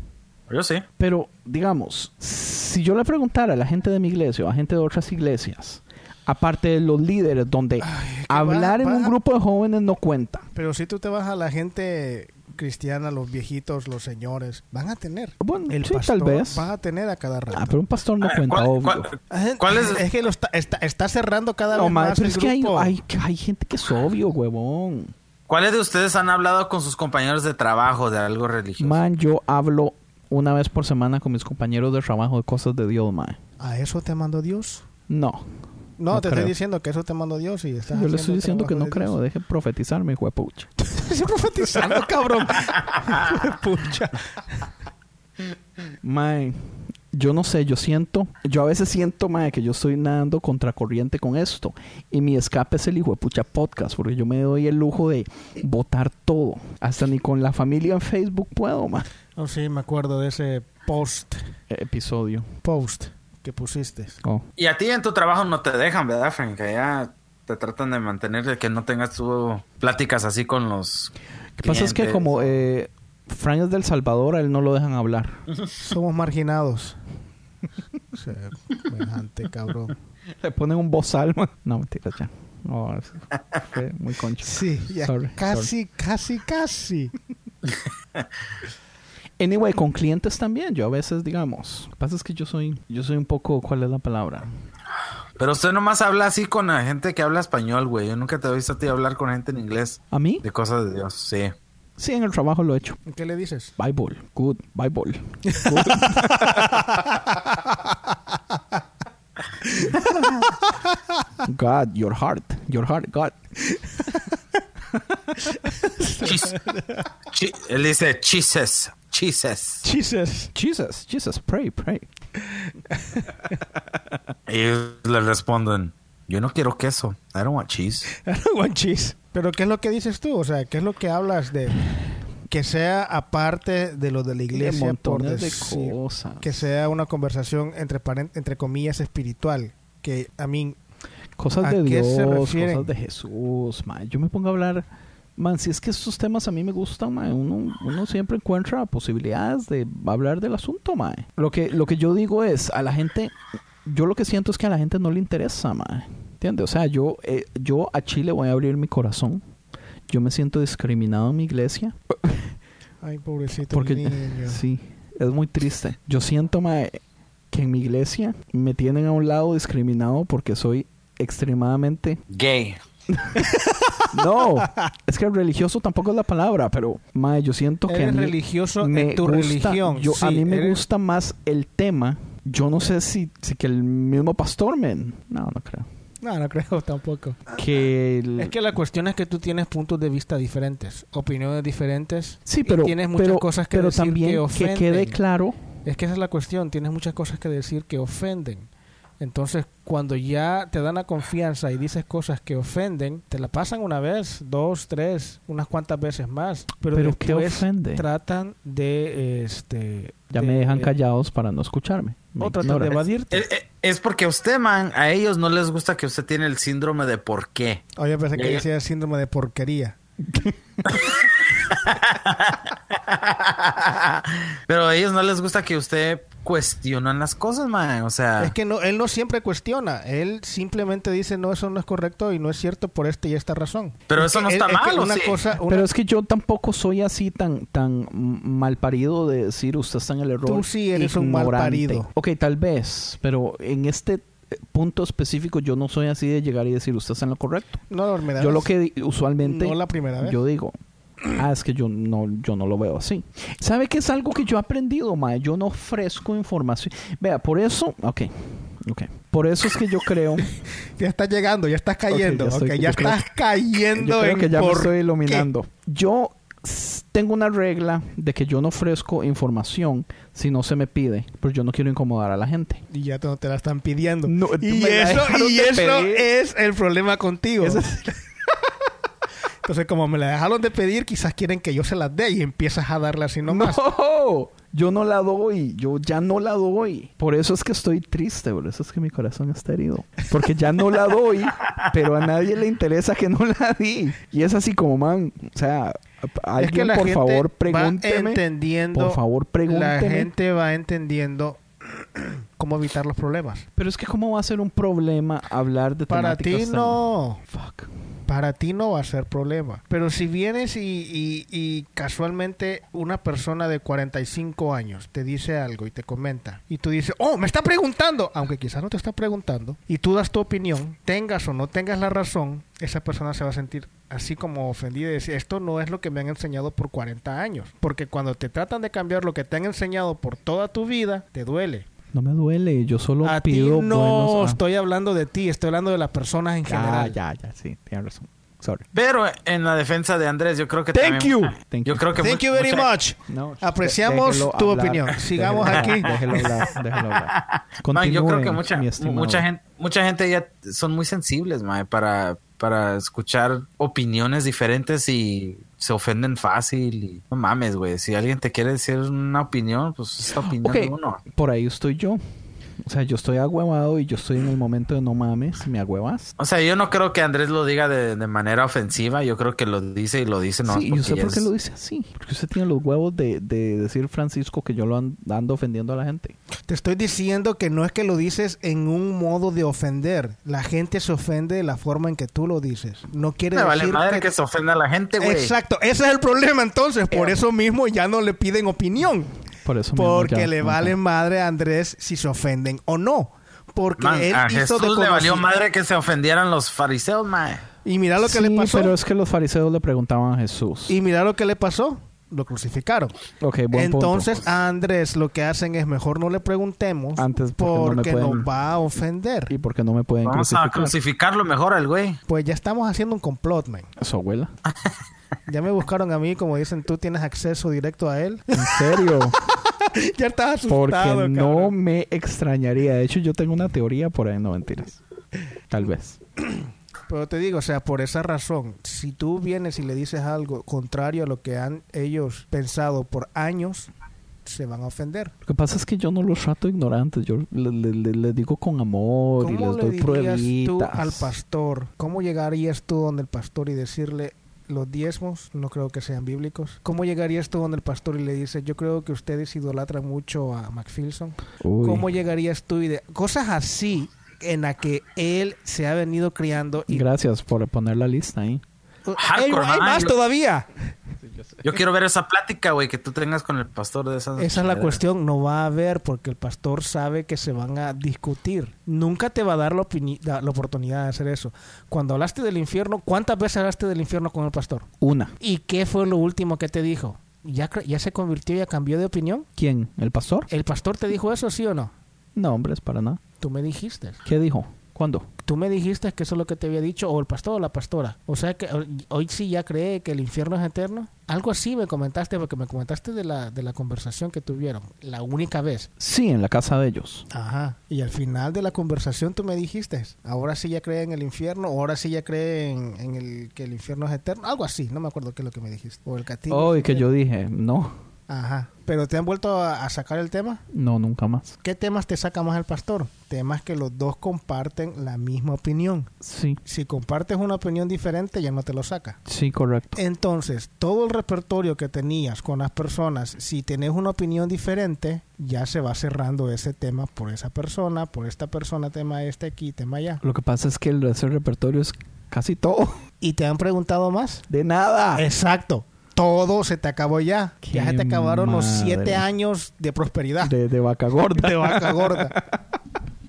Speaker 5: Yo sí.
Speaker 3: Pero, digamos, si yo le preguntara a la gente de mi iglesia o a gente de otras iglesias, aparte de los líderes, donde hablar
Speaker 4: va-
Speaker 3: en
Speaker 4: va-
Speaker 3: un grupo de jóvenes no cuenta.
Speaker 4: Pero si tú te vas a la gente cristiana, los viejitos, los señores, van a tener.
Speaker 3: Bueno,
Speaker 4: El
Speaker 3: sí,
Speaker 4: pastor
Speaker 3: tal vez.
Speaker 4: va a tener a cada rato.
Speaker 3: Ah, pero un pastor no
Speaker 5: Ah,
Speaker 3: cuenta,
Speaker 5: ¿cuál-
Speaker 3: obvio.
Speaker 5: cuál- ¿Cuál es-
Speaker 4: Es que lo está, está, está cerrando cada
Speaker 3: No,
Speaker 4: vez
Speaker 3: madre,
Speaker 4: más
Speaker 3: pero
Speaker 4: el
Speaker 3: es que hay,
Speaker 4: grupo.
Speaker 3: hay, hay gente que es obvio, huevón.
Speaker 5: ¿Cuáles de ustedes han hablado con sus compañeros de trabajo de algo religioso?
Speaker 3: Man, yo hablo una vez por semana con mis compañeros de trabajo de cosas de Dios, man.
Speaker 4: ¿A eso te mandó Dios?
Speaker 3: No,
Speaker 4: No,
Speaker 3: No
Speaker 4: te
Speaker 3: creo.
Speaker 4: estoy diciendo que eso te mandó Dios y estás
Speaker 3: yo le estoy diciendo que no creo.
Speaker 4: creo.
Speaker 3: Deje profetizarme, hijo de pucha.
Speaker 4: (laughs) Estoy profetizando, cabrón. Pucha.
Speaker 3: Mae, yo no sé, yo siento, yo a veces siento, mae, que yo estoy nadando contracorriente con esto. Y mi escape es el hijo de pucha podcast, porque yo me doy el lujo de votar todo. Hasta ni con la familia en Facebook puedo, mae.
Speaker 4: Oh, sí, me acuerdo de ese post,
Speaker 3: Episodio.
Speaker 4: post que pusiste.
Speaker 3: Oh.
Speaker 5: Y a ti en tu trabajo no te dejan, ¿verdad, Frank? Allá te tratan de mantener de que no tengas tú pláticas así con los.
Speaker 3: Lo que pasa es que
Speaker 5: clientes.
Speaker 4: ah.
Speaker 3: como eh, Frank es del Salvador, a él no lo dejan
Speaker 4: (laughs)
Speaker 3: hablar.
Speaker 4: Somos (laughs) marginados. Semejante cabrón.
Speaker 3: Le ponen un bozal, mae. No, mentira, ya. No, es- fue muy concha.
Speaker 4: Sí, ya
Speaker 3: Sorry,
Speaker 4: casi, casi, casi.
Speaker 3: Anyway, con clientes también. Yo a veces, digamos, lo que pasa es que yo soy, yo soy un poco, ¿cuál es la palabra?
Speaker 5: Pero usted nomás habla así con la gente que habla español, güey. Yo nunca te he visto a ti hablar con gente en inglés
Speaker 3: ¿A mí?
Speaker 5: de cosas de Dios. Sí.
Speaker 3: Sí, en el trabajo lo he hecho.
Speaker 4: ¿Qué le dices?
Speaker 3: Bible, good, Bible.
Speaker 4: (laughs)
Speaker 3: God, your heart, your heart, God.
Speaker 5: Chis-
Speaker 3: (laughs)
Speaker 5: chi- Él dice chises, chises.
Speaker 4: Jesus.
Speaker 3: Jesus, Jesus, pray, pray.
Speaker 5: Y ellos le responden: Yo no quiero queso. I don't want cheese.
Speaker 4: One cheese. (laughs) Pero ¿qué es lo que dices tú? O sea, ¿qué es lo que hablas de que sea aparte de lo de la
Speaker 3: De
Speaker 4: iglesia por
Speaker 3: montones de
Speaker 4: decir-
Speaker 3: cosas.
Speaker 4: que sea una conversación entre paren- entre comillas espiritual, que a mí
Speaker 3: Cosas
Speaker 4: ¿A
Speaker 3: de
Speaker 4: qué
Speaker 3: Dios,
Speaker 4: se refieren?
Speaker 3: cosas de Jesús, ma. Yo me pongo a hablar, man, si es que estos temas a mí me gustan, ma. Uno, uno siempre encuentra posibilidades de hablar del asunto, ma. Lo que, lo que yo digo es, a la gente, yo lo que siento es que a la gente no le interesa, ma. ¿Entiendes? O sea, yo, eh, yo a Chile voy a abrir mi corazón. Yo me siento discriminado en mi iglesia.
Speaker 4: Ay, pobrecito
Speaker 3: Porque
Speaker 4: niño.
Speaker 3: (laughs) sí, es muy triste. Yo siento mae, que en mi iglesia me tienen a un lado discriminado porque soy extremadamente
Speaker 5: Gay.
Speaker 3: no, es que religioso tampoco es la palabra, pero mae, yo siento que a
Speaker 4: Eres
Speaker 3: mí
Speaker 4: religioso en
Speaker 3: me
Speaker 4: tu
Speaker 3: gusta-
Speaker 4: religión,
Speaker 3: Yo, a
Speaker 4: sí,
Speaker 3: mí me
Speaker 4: eres-
Speaker 3: gusta más el tema. Yo no sé si, si que el mismo pastor men, no, no creo.
Speaker 4: No, no creo tampoco.
Speaker 3: Que el-
Speaker 4: Es que la cuestión es que tú tienes puntos de vista diferentes, opiniones diferentes.
Speaker 3: sí,
Speaker 4: y
Speaker 3: pero
Speaker 4: tienes muchas
Speaker 3: pero-
Speaker 4: cosas que
Speaker 3: pero
Speaker 4: decir
Speaker 3: también
Speaker 4: que
Speaker 3: que
Speaker 4: ofenden.
Speaker 3: quede claro
Speaker 4: Es que esa es la cuestión, tienes muchas cosas que decir que ofenden. Entonces, cuando ya te dan la confianza y dices cosas que ofenden, te la pasan una vez, dos, tres, unas cuantas veces más. Pero,
Speaker 3: Pero ¿qué
Speaker 4: después
Speaker 3: ofende?
Speaker 4: tratan de, este...
Speaker 3: ya
Speaker 4: de-
Speaker 3: me dejan callados para no escucharme. Me
Speaker 4: O tratan de
Speaker 3: ignoran.
Speaker 4: evadirte.
Speaker 5: Es, es- Eh, es porque a usted, man, a ellos no les gusta que usted tiene el síndrome de por qué. (laughs)
Speaker 4: Oye, pensé
Speaker 5: que decía
Speaker 4: síndrome de porquería.
Speaker 5: Pero a ellos no les gusta que usted cuestionan las cosas, man. O sea,
Speaker 4: Es que no, él no siempre cuestiona, él simplemente dice, no, eso no es correcto y no es cierto por esta y esta razón.
Speaker 5: Pero
Speaker 4: Es
Speaker 5: eso
Speaker 4: que
Speaker 5: no
Speaker 4: es-
Speaker 5: está
Speaker 4: es que
Speaker 5: mal, ¿o
Speaker 4: una
Speaker 5: sí?
Speaker 4: cosa, una-
Speaker 3: Pero es que yo tampoco soy así tan tan mal parido de decir usted está en el error.
Speaker 4: Tú sí eres un malparido.
Speaker 3: Ok, tal vez, pero en este eh, punto específico yo no soy así de llegar y decir usted está en lo correcto.
Speaker 4: no, me da-
Speaker 3: Yo lo que di- usualmente
Speaker 4: No la primera vez.
Speaker 3: yo digo, ah, es que yo no yo no lo veo así. ¿Sabe qué es algo que yo he aprendido, mae? Yo no ofrezco información. Vea, por eso, ok. ok. Por eso es que yo creo
Speaker 4: Ya estás llegando, ya estás cayendo,
Speaker 3: ya
Speaker 4: ok, ya,
Speaker 3: estoy- yo creo-
Speaker 4: estás cayendo
Speaker 3: Yo creo
Speaker 4: en
Speaker 3: que ya me
Speaker 4: por
Speaker 3: estoy
Speaker 4: qué.
Speaker 3: iluminando. Yo s- tengo una regla de que yo no ofrezco información si no se me pide, pero yo no quiero incomodar a la gente.
Speaker 4: Y ya te, te la están pidiendo.
Speaker 3: No,
Speaker 4: y
Speaker 3: me la
Speaker 4: eso,
Speaker 3: dejaron
Speaker 4: y
Speaker 3: de
Speaker 4: eso
Speaker 3: pedir.
Speaker 4: es el problema contigo.
Speaker 3: (laughs) Ese
Speaker 4: Entonces, como me la dejaron de pedir, quizás quieren que yo se las dé y empiezas a darla así nomás.
Speaker 3: No, yo no la doy, yo ya no la doy. Por eso es que estoy triste, por eso es que mi corazón está herido. Porque ya no la (laughs) doy, pero a nadie le interesa que no la di. Y es así como, man, o sea, alguien
Speaker 4: es que la
Speaker 3: por
Speaker 4: gente
Speaker 3: favor
Speaker 4: Va
Speaker 3: pregúnteme.
Speaker 4: entendiendo,
Speaker 3: Por favor,
Speaker 4: La
Speaker 3: pregúnteme.
Speaker 4: gente va entendiendo (clears throat) cómo evitar los problemas.
Speaker 3: Pero es que cómo va a ser un problema hablar de
Speaker 4: Para ti
Speaker 3: temáticas tan-
Speaker 4: no.
Speaker 3: Fuck.
Speaker 4: Para ti no va a ser problema. Pero si vienes y, y- y casualmente una persona de 45 años te dice algo y te comenta, y tú dices, oh, me está preguntando, aunque quizás no te está preguntando, y tú das tu opinión, tengas o no tengas la razón, esa persona se va a sentir así como ofendida y decir, esto no es lo que me han enseñado por 40 años. Porque cuando te tratan de cambiar lo que te han enseñado por toda tu vida, te duele.
Speaker 3: No me duele, yo solo
Speaker 4: A ti
Speaker 3: pido
Speaker 4: no
Speaker 3: buenos- ah,
Speaker 4: estoy hablando de ti, estoy hablando de las personas en general.
Speaker 3: Ya, ya, ya, sí, tienes razón. Sorry.
Speaker 5: pero en la defensa de Andrés, yo creo que
Speaker 4: Thank
Speaker 5: también-
Speaker 4: you.
Speaker 3: Thank
Speaker 5: yo
Speaker 3: you.
Speaker 5: creo que
Speaker 4: Thank
Speaker 5: mucha-
Speaker 4: you very
Speaker 5: mucha-
Speaker 4: much.
Speaker 3: No,
Speaker 4: Apreciamos
Speaker 3: déjelo
Speaker 4: tu
Speaker 3: hablar,
Speaker 4: opinión. Sigamos
Speaker 3: déjelo-
Speaker 4: aquí.
Speaker 3: Déjelo hablar, déjelo hablar.
Speaker 5: Man, yo creo
Speaker 3: Continúe,
Speaker 5: que mucha,
Speaker 3: mi estimado.
Speaker 5: mucha gente, mucha gente ya son muy sensibles, mae, para, para escuchar opiniones diferentes y se ofenden fácil y no mames, güey. Si alguien te quiere decir una opinión, pues es la opinión
Speaker 3: Ok,
Speaker 5: de uno.
Speaker 3: por ahí estoy yo. O sea, yo estoy agüevado y yo estoy en el momento de no mames, me agüevas.
Speaker 5: O sea, yo no creo que Andrés lo diga de, de manera ofensiva. Yo creo que lo dice y lo dice no.
Speaker 3: sí, y usted por qué lo dice así. Porque usted tiene los huevos de, de decir, Francisco, que yo lo an- ando ofendiendo a la gente.
Speaker 4: (laughs) Te estoy diciendo que no es que lo dices en un modo de ofender. La gente se ofende de la forma en que tú lo dices. No quiere
Speaker 5: Me
Speaker 4: decir
Speaker 5: vale madre
Speaker 4: que-
Speaker 5: que... se ofenda a la gente, güey.
Speaker 4: Exacto, ese es el problema entonces. Por eso mismo ya no le piden opinión.
Speaker 3: Por eso mismo
Speaker 4: Porque
Speaker 3: ya-
Speaker 4: le
Speaker 3: Ajá.
Speaker 4: vale madre a Andrés si se ofenden o no. Porque
Speaker 5: Man,
Speaker 4: él
Speaker 5: a
Speaker 4: hizo
Speaker 5: Jesús
Speaker 4: de
Speaker 5: le valió
Speaker 4: conocido.
Speaker 5: madre que se ofendieran los fariseos, mae.
Speaker 4: Y mira lo que
Speaker 3: Sí,
Speaker 4: le pasó.
Speaker 3: pero es que los fariseos le preguntaban a Jesús.
Speaker 4: Y mira lo que le pasó. Lo crucificaron.
Speaker 3: Ok, buen
Speaker 4: Entonces
Speaker 3: punto.
Speaker 4: a Andrés lo que hacen es mejor no le preguntemos
Speaker 3: Antes, porque no me
Speaker 4: porque
Speaker 3: pueden-
Speaker 4: nos va a ofender.
Speaker 3: ¿Y por qué no me pueden
Speaker 5: Vamos a
Speaker 3: crucificar?
Speaker 5: crucificarlo mejor al güey.
Speaker 4: Pues ya estamos haciendo un complot, man.
Speaker 3: Su abuela.
Speaker 4: Ya me buscaron a mí, como dicen, tú tienes acceso directo
Speaker 3: (laughs)
Speaker 4: a él.
Speaker 3: En
Speaker 4: (laughs)
Speaker 3: serio.
Speaker 4: ya estás asustado,
Speaker 3: Porque no
Speaker 4: cabrón.
Speaker 3: me extrañaría. De hecho, yo tengo una teoría por ahí. No, mentiras. Tal vez.
Speaker 4: Pero te digo, o sea, por esa razón, si tú vienes y le dices algo contrario a lo que han ellos pensado por años, se van a ofender.
Speaker 3: Lo que pasa es que yo no los trato ignorantes. Yo le- le- le- les digo con amor y
Speaker 4: ¿Cómo
Speaker 3: les
Speaker 4: le
Speaker 3: doy
Speaker 4: dirías tú
Speaker 3: pruebitas.
Speaker 4: al pastor? ¿Cómo llegarías tú donde el pastor y decirle los diezmos no creo que sean bíblicos? ¿Cómo llegarías tú donde el pastor y le dice yo creo que ustedes idolatran mucho a MacPherson?
Speaker 3: Uy.
Speaker 4: ¿Cómo llegarías tú y de cosas así en la que él se ha venido criando y
Speaker 3: Gracias por poner la lista ahí.
Speaker 4: ¡Ey,
Speaker 5: Hardcore,
Speaker 4: hay
Speaker 5: man.
Speaker 4: más
Speaker 5: Yo-
Speaker 4: todavía.
Speaker 5: Yo quiero ver esa plática, güey, que tú tengas con el pastor de esas.
Speaker 4: Esa es la
Speaker 5: chingaderas.
Speaker 4: cuestión, no va a haber porque el pastor sabe que se van a discutir. Nunca te va a dar la, opini- la- la oportunidad de hacer eso. Cuando hablaste del infierno, ¿cuántas veces hablaste del infierno con el pastor?
Speaker 3: Una.
Speaker 4: ¿Y qué fue lo último que te dijo? ¿Ya, cre- ya se convirtió, ya cambió de opinión?
Speaker 3: ¿Quién? ¿El pastor?
Speaker 4: ¿El pastor te dijo eso, sí o no?
Speaker 3: No, hombre, es para nada.
Speaker 4: Tú me dijiste.
Speaker 3: ¿Qué dijo? ¿Cuándo?
Speaker 4: Tú me dijiste que eso es lo que te había dicho, o el pastor o la pastora. O sea que hoy- hoy sí ya cree que el infierno es eterno. Algo así me comentaste, porque me comentaste de la, de la conversación que tuvieron, la única vez.
Speaker 3: Sí, en la casa de ellos.
Speaker 4: Ajá. Y al final de la conversación tú me dijiste, ahora sí ya cree en el infierno, ahora sí ya cree en, en el que el infierno es eterno, algo así, no me acuerdo qué es lo que me dijiste. O el castigo.
Speaker 3: Oh, y que yo dije, no,
Speaker 4: Ajá. Pero te han vuelto a, a sacar el tema.
Speaker 3: no, nunca más.
Speaker 4: ¿Qué temas te saca más el pastor? Temas que los dos comparten la misma opinión.
Speaker 3: Sí,
Speaker 4: Si compartes una opinión diferente, ya no te lo saca.
Speaker 3: sí,
Speaker 4: Eh.
Speaker 3: correcto.
Speaker 4: Entonces, todo el repertorio que tenías con las personas, si tenés una opinión diferente, ya se va cerrando ese tema por esa persona, por esta persona, tema este aquí, tema allá.
Speaker 3: Lo que pasa es que el resto del repertorio es casi todo. (laughs)
Speaker 4: ¿Y te han preguntado más?
Speaker 3: De nada.
Speaker 4: Eh. Exacto. Todo se te acabó ya. Ya
Speaker 3: Ah. Qué
Speaker 4: se te acabaron los
Speaker 3: madre.
Speaker 4: siete años de prosperidad. (laughs) De,
Speaker 3: De, de vaca gorda.
Speaker 4: vaca gorda.
Speaker 3: (laughs)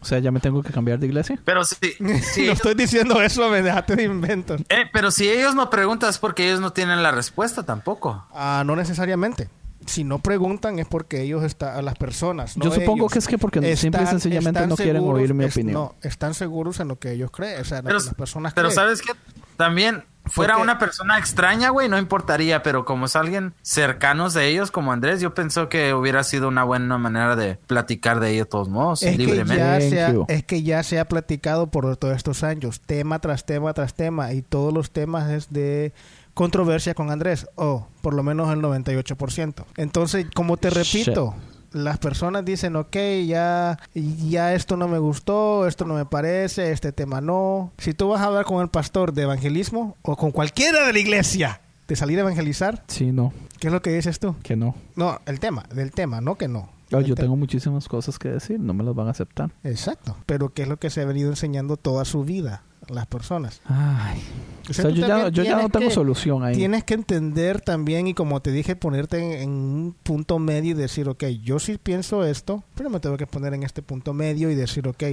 Speaker 3: O sea, ya me tengo que cambiar de iglesia.
Speaker 4: (laughs)
Speaker 5: Pero sí, sí,
Speaker 4: no estoy diciendo eso, me dejaste de inventos.
Speaker 5: eh, pero si ellos no preguntan es porque ellos no tienen la respuesta tampoco.
Speaker 4: Ah, no necesariamente. Si no preguntan es porque ellos están, las personas. no
Speaker 3: Yo supongo
Speaker 4: ellos,
Speaker 3: que es que porque
Speaker 4: están-
Speaker 3: simple y sencillamente
Speaker 4: están
Speaker 3: no quieren oír mi
Speaker 4: es-
Speaker 3: opinión.
Speaker 4: No, están seguros en lo que ellos creen, o sea, en lo
Speaker 5: Pero,
Speaker 4: que las personas
Speaker 5: pero
Speaker 4: creen.
Speaker 5: ¿sabes qué? También fuera
Speaker 4: Porque-
Speaker 5: una persona extraña, güey, no importaría, pero como es alguien cercanos de ellos, como Andrés, yo pensé que hubiera sido una buena manera de platicar de ellos de todos modos,
Speaker 4: Es que,
Speaker 5: libremente.
Speaker 4: ya
Speaker 3: Bien,
Speaker 4: se ha,
Speaker 3: Chivo.
Speaker 4: es que ya se ha platicado por todos estos años, tema tras tema tras tema, y todos los temas es de controversia con Andrés, o por lo menos el 98%. Entonces, como te
Speaker 3: Shit.
Speaker 4: repito, las personas dicen, ok, ya, ya esto no me gustó, esto no me parece, este tema no. Si tú vas a hablar con el pastor de evangelismo o con cualquiera de la iglesia de salir a evangelizar,
Speaker 3: Sí, no,
Speaker 4: ¿qué es lo que dices tú?
Speaker 3: que no.
Speaker 4: No, el tema, del tema, no que no.
Speaker 3: Ah,
Speaker 4: Del
Speaker 3: yo
Speaker 4: tema.
Speaker 3: tengo muchísimas cosas que decir, no me las van a aceptar.
Speaker 4: Exacto. Pero que es lo que se ha venido enseñando toda su vida a las personas.
Speaker 3: Ay. O sea,
Speaker 4: tú
Speaker 3: yo ya,
Speaker 4: también
Speaker 3: yo ya no
Speaker 4: tienes
Speaker 3: tengo
Speaker 4: que-
Speaker 3: solución ahí.
Speaker 4: Tienes que entender también y como te dije, ponerte en, en un punto medio y decir, ok, yo sí pienso esto, pero me tengo que poner en este punto medio y decir, ok,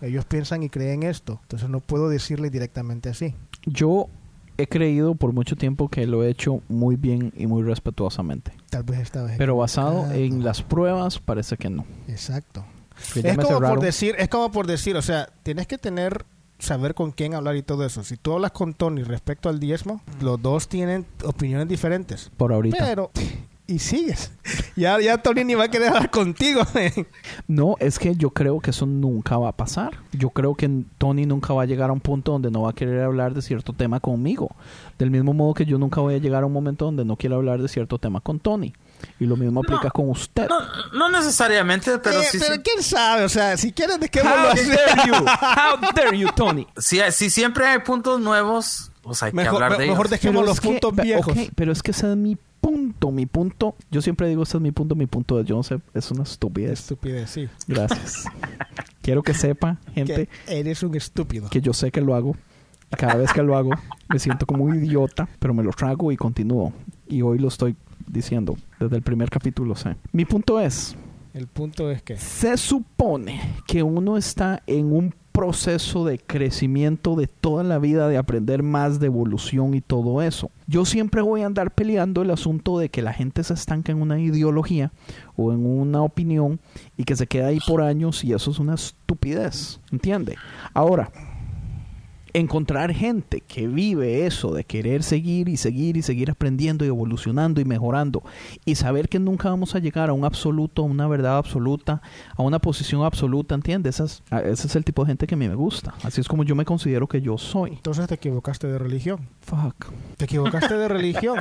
Speaker 4: ellos piensan y creen esto. Entonces no puedo decirle directamente así.
Speaker 3: Yo he creído por mucho tiempo que lo he hecho muy bien y muy respetuosamente.
Speaker 4: Tal vez esta vez.
Speaker 3: Pero basado
Speaker 4: equivocado.
Speaker 3: en las pruebas, parece que no.
Speaker 4: Exacto.
Speaker 3: Que ya
Speaker 4: Es
Speaker 3: me
Speaker 4: como por
Speaker 3: cerraron.
Speaker 4: decir, es como por decir, o sea, tienes que tener saber con quién hablar y todo eso. Si tú hablas con Tony respecto al diezmo, los dos tienen opiniones diferentes.
Speaker 3: Por Mm. ahorita.
Speaker 4: Pero, y sigues. Ya, ya Tony ni va a querer hablar contigo. (laughs) men.
Speaker 3: No, es que yo creo que eso nunca va a pasar. Yo creo que Tony nunca va a llegar a un punto donde no va a querer hablar de cierto tema conmigo. Del mismo modo que yo nunca voy a llegar a un momento donde no quiero hablar de cierto tema con Tony. Y lo mismo aplica con usted.
Speaker 5: No, no necesariamente, pero
Speaker 4: Eh,
Speaker 5: sí,
Speaker 4: pero
Speaker 5: sí-
Speaker 4: quién sabe, o sea, si quieres de qué
Speaker 3: How
Speaker 4: lo
Speaker 3: dare
Speaker 4: (laughs)
Speaker 3: you? How dare you, Tony?
Speaker 5: si, si siempre hay puntos nuevos, pues hay que
Speaker 4: Mejor,
Speaker 5: hablar de
Speaker 4: me- mejor
Speaker 5: ellos.
Speaker 4: dejemos
Speaker 3: Pero
Speaker 4: los
Speaker 3: es que-
Speaker 4: puntos
Speaker 3: ve-
Speaker 4: viejos.
Speaker 3: ok, pero es que ese es mi punto, mi punto. Yo siempre digo, ese es mi punto, mi punto de yo no sé, es una estupidez.
Speaker 4: Estupidez, sí.
Speaker 3: (laughs) Gracias. Quiero que sepa, gente,
Speaker 4: Que eres un estúpido.
Speaker 3: que yo sé que lo hago. Y Cada vez que lo hago, me siento como un idiota, pero me lo trago y continúo. Y hoy lo estoy diciendo, desde el primer capítulo, sé. Mi punto es,
Speaker 4: El punto es que...
Speaker 3: se supone que uno está en un proceso de crecimiento de toda la vida, de aprender más, de evolución y todo eso. Yo siempre voy a andar peleando el asunto de que la gente se estanca en una ideología o en una opinión y que se queda ahí por años y eso es una estupidez, ¿entiende? Ahora, encontrar gente que vive eso de querer seguir y seguir y seguir aprendiendo y evolucionando y mejorando y saber que nunca vamos a llegar a un absoluto, a una verdad absoluta, a una posición absoluta, ¿entiendes? Esas- a- ese es el tipo de gente que a mí me gusta. Así es como yo me considero que yo soy.
Speaker 4: Entonces te equivocaste de religión.
Speaker 3: Fuck.
Speaker 4: Te equivocaste de religión.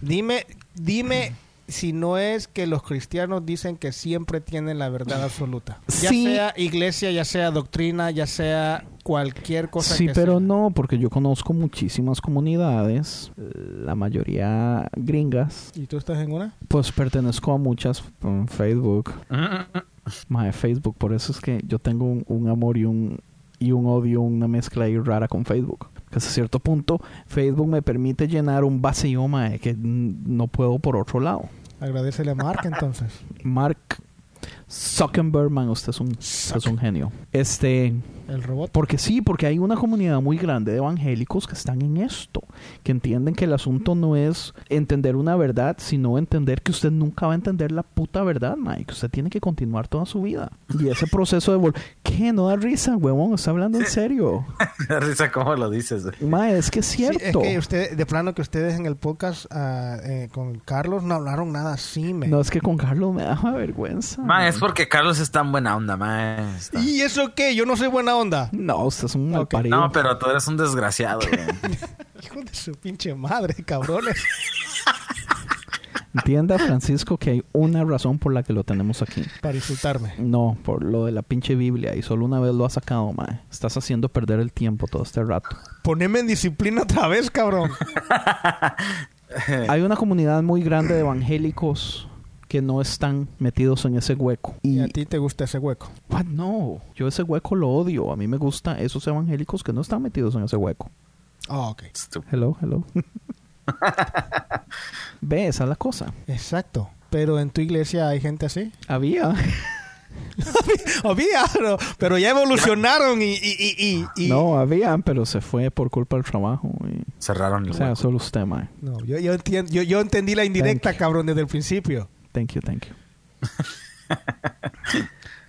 Speaker 4: Dime, dime si no es que los cristianos dicen que siempre tienen la verdad absoluta. Ya
Speaker 3: Sí.
Speaker 4: sea iglesia, ya sea doctrina, ya sea cualquier cosa
Speaker 3: sí,
Speaker 4: que
Speaker 3: pero
Speaker 4: sea.
Speaker 3: no, porque yo conozco muchísimas comunidades, eh, la mayoría gringas.
Speaker 4: ¿Y tú estás en una?
Speaker 3: Pues pertenezco a muchas mm, Facebook. Mae, Facebook, por eso es que yo tengo un, un amor y un, y un odio, una mezcla ahí rara con Facebook. Que hasta cierto punto, Facebook me permite llenar un vacío, mae, que mm, no puedo por otro lado.
Speaker 4: Agradecele a Mark entonces.
Speaker 3: Mark Zuckerberg, man, usted es un, usted es un genio. Este,
Speaker 4: El robot.
Speaker 3: porque sí, porque hay una comunidad muy grande de evangélicos que están en esto, que entienden que el asunto no es entender una verdad, sino entender que usted nunca va a entender la puta verdad, Mike. Usted tiene que continuar toda su vida. Y ese proceso de volver... ¿Qué? No da risa, huevón. Está hablando en serio.
Speaker 5: Me (laughs) da risa cómo lo dices, güey.
Speaker 3: Mae, es que es
Speaker 4: Sí,
Speaker 3: cierto.
Speaker 4: es que usted, de plano que ustedes en el podcast ah, eh, con Carlos no hablaron nada así, me.
Speaker 3: No, es que con Carlos me da vergüenza.
Speaker 5: Ma, es porque Carlos es tan buena onda, ma. está-
Speaker 4: ¿Y eso qué? Yo no soy buena onda. (laughs)
Speaker 3: No, usted es un mal
Speaker 4: Ok.
Speaker 3: parido.
Speaker 5: No, pero tú eres un
Speaker 3: (laughs)
Speaker 5: desgraciado, güey.
Speaker 4: Hijo de su pinche madre, cabrones.
Speaker 3: Entienda, Francisco, que hay una razón por la que lo tenemos aquí.
Speaker 4: Para insultarme.
Speaker 3: No, por lo de la pinche Biblia. Y solo una vez lo has sacado, mae. Estás haciendo perder el tiempo todo este rato.
Speaker 4: Poneme en disciplina otra vez, cabrón.
Speaker 3: Hay una comunidad muy grande de evangélicos que no están metidos en ese hueco.
Speaker 4: Y
Speaker 3: Y,
Speaker 4: a ti te gusta ese hueco.
Speaker 3: what? no, yo ese hueco lo odio. A mí me gusta esos evangélicos que no están metidos en ese hueco.
Speaker 4: Ah, ok.
Speaker 5: Estúpido.
Speaker 3: Hello, hello. Ve, esa es la cosa.
Speaker 4: Exacto. Pero en tu iglesia hay gente así.
Speaker 3: Había.
Speaker 4: (laughs) Había, pero, pero ya evolucionaron y, y, y, y- y-
Speaker 3: No, habían, pero se fue por culpa del trabajo. y-
Speaker 5: Cerraron el
Speaker 3: O sea,
Speaker 5: hueco.
Speaker 3: solo usted, mae.
Speaker 4: No, yo, yo, entien- yo, yo entendí la indirecta, cabrón, desde el principio.
Speaker 3: Thank you, thank you.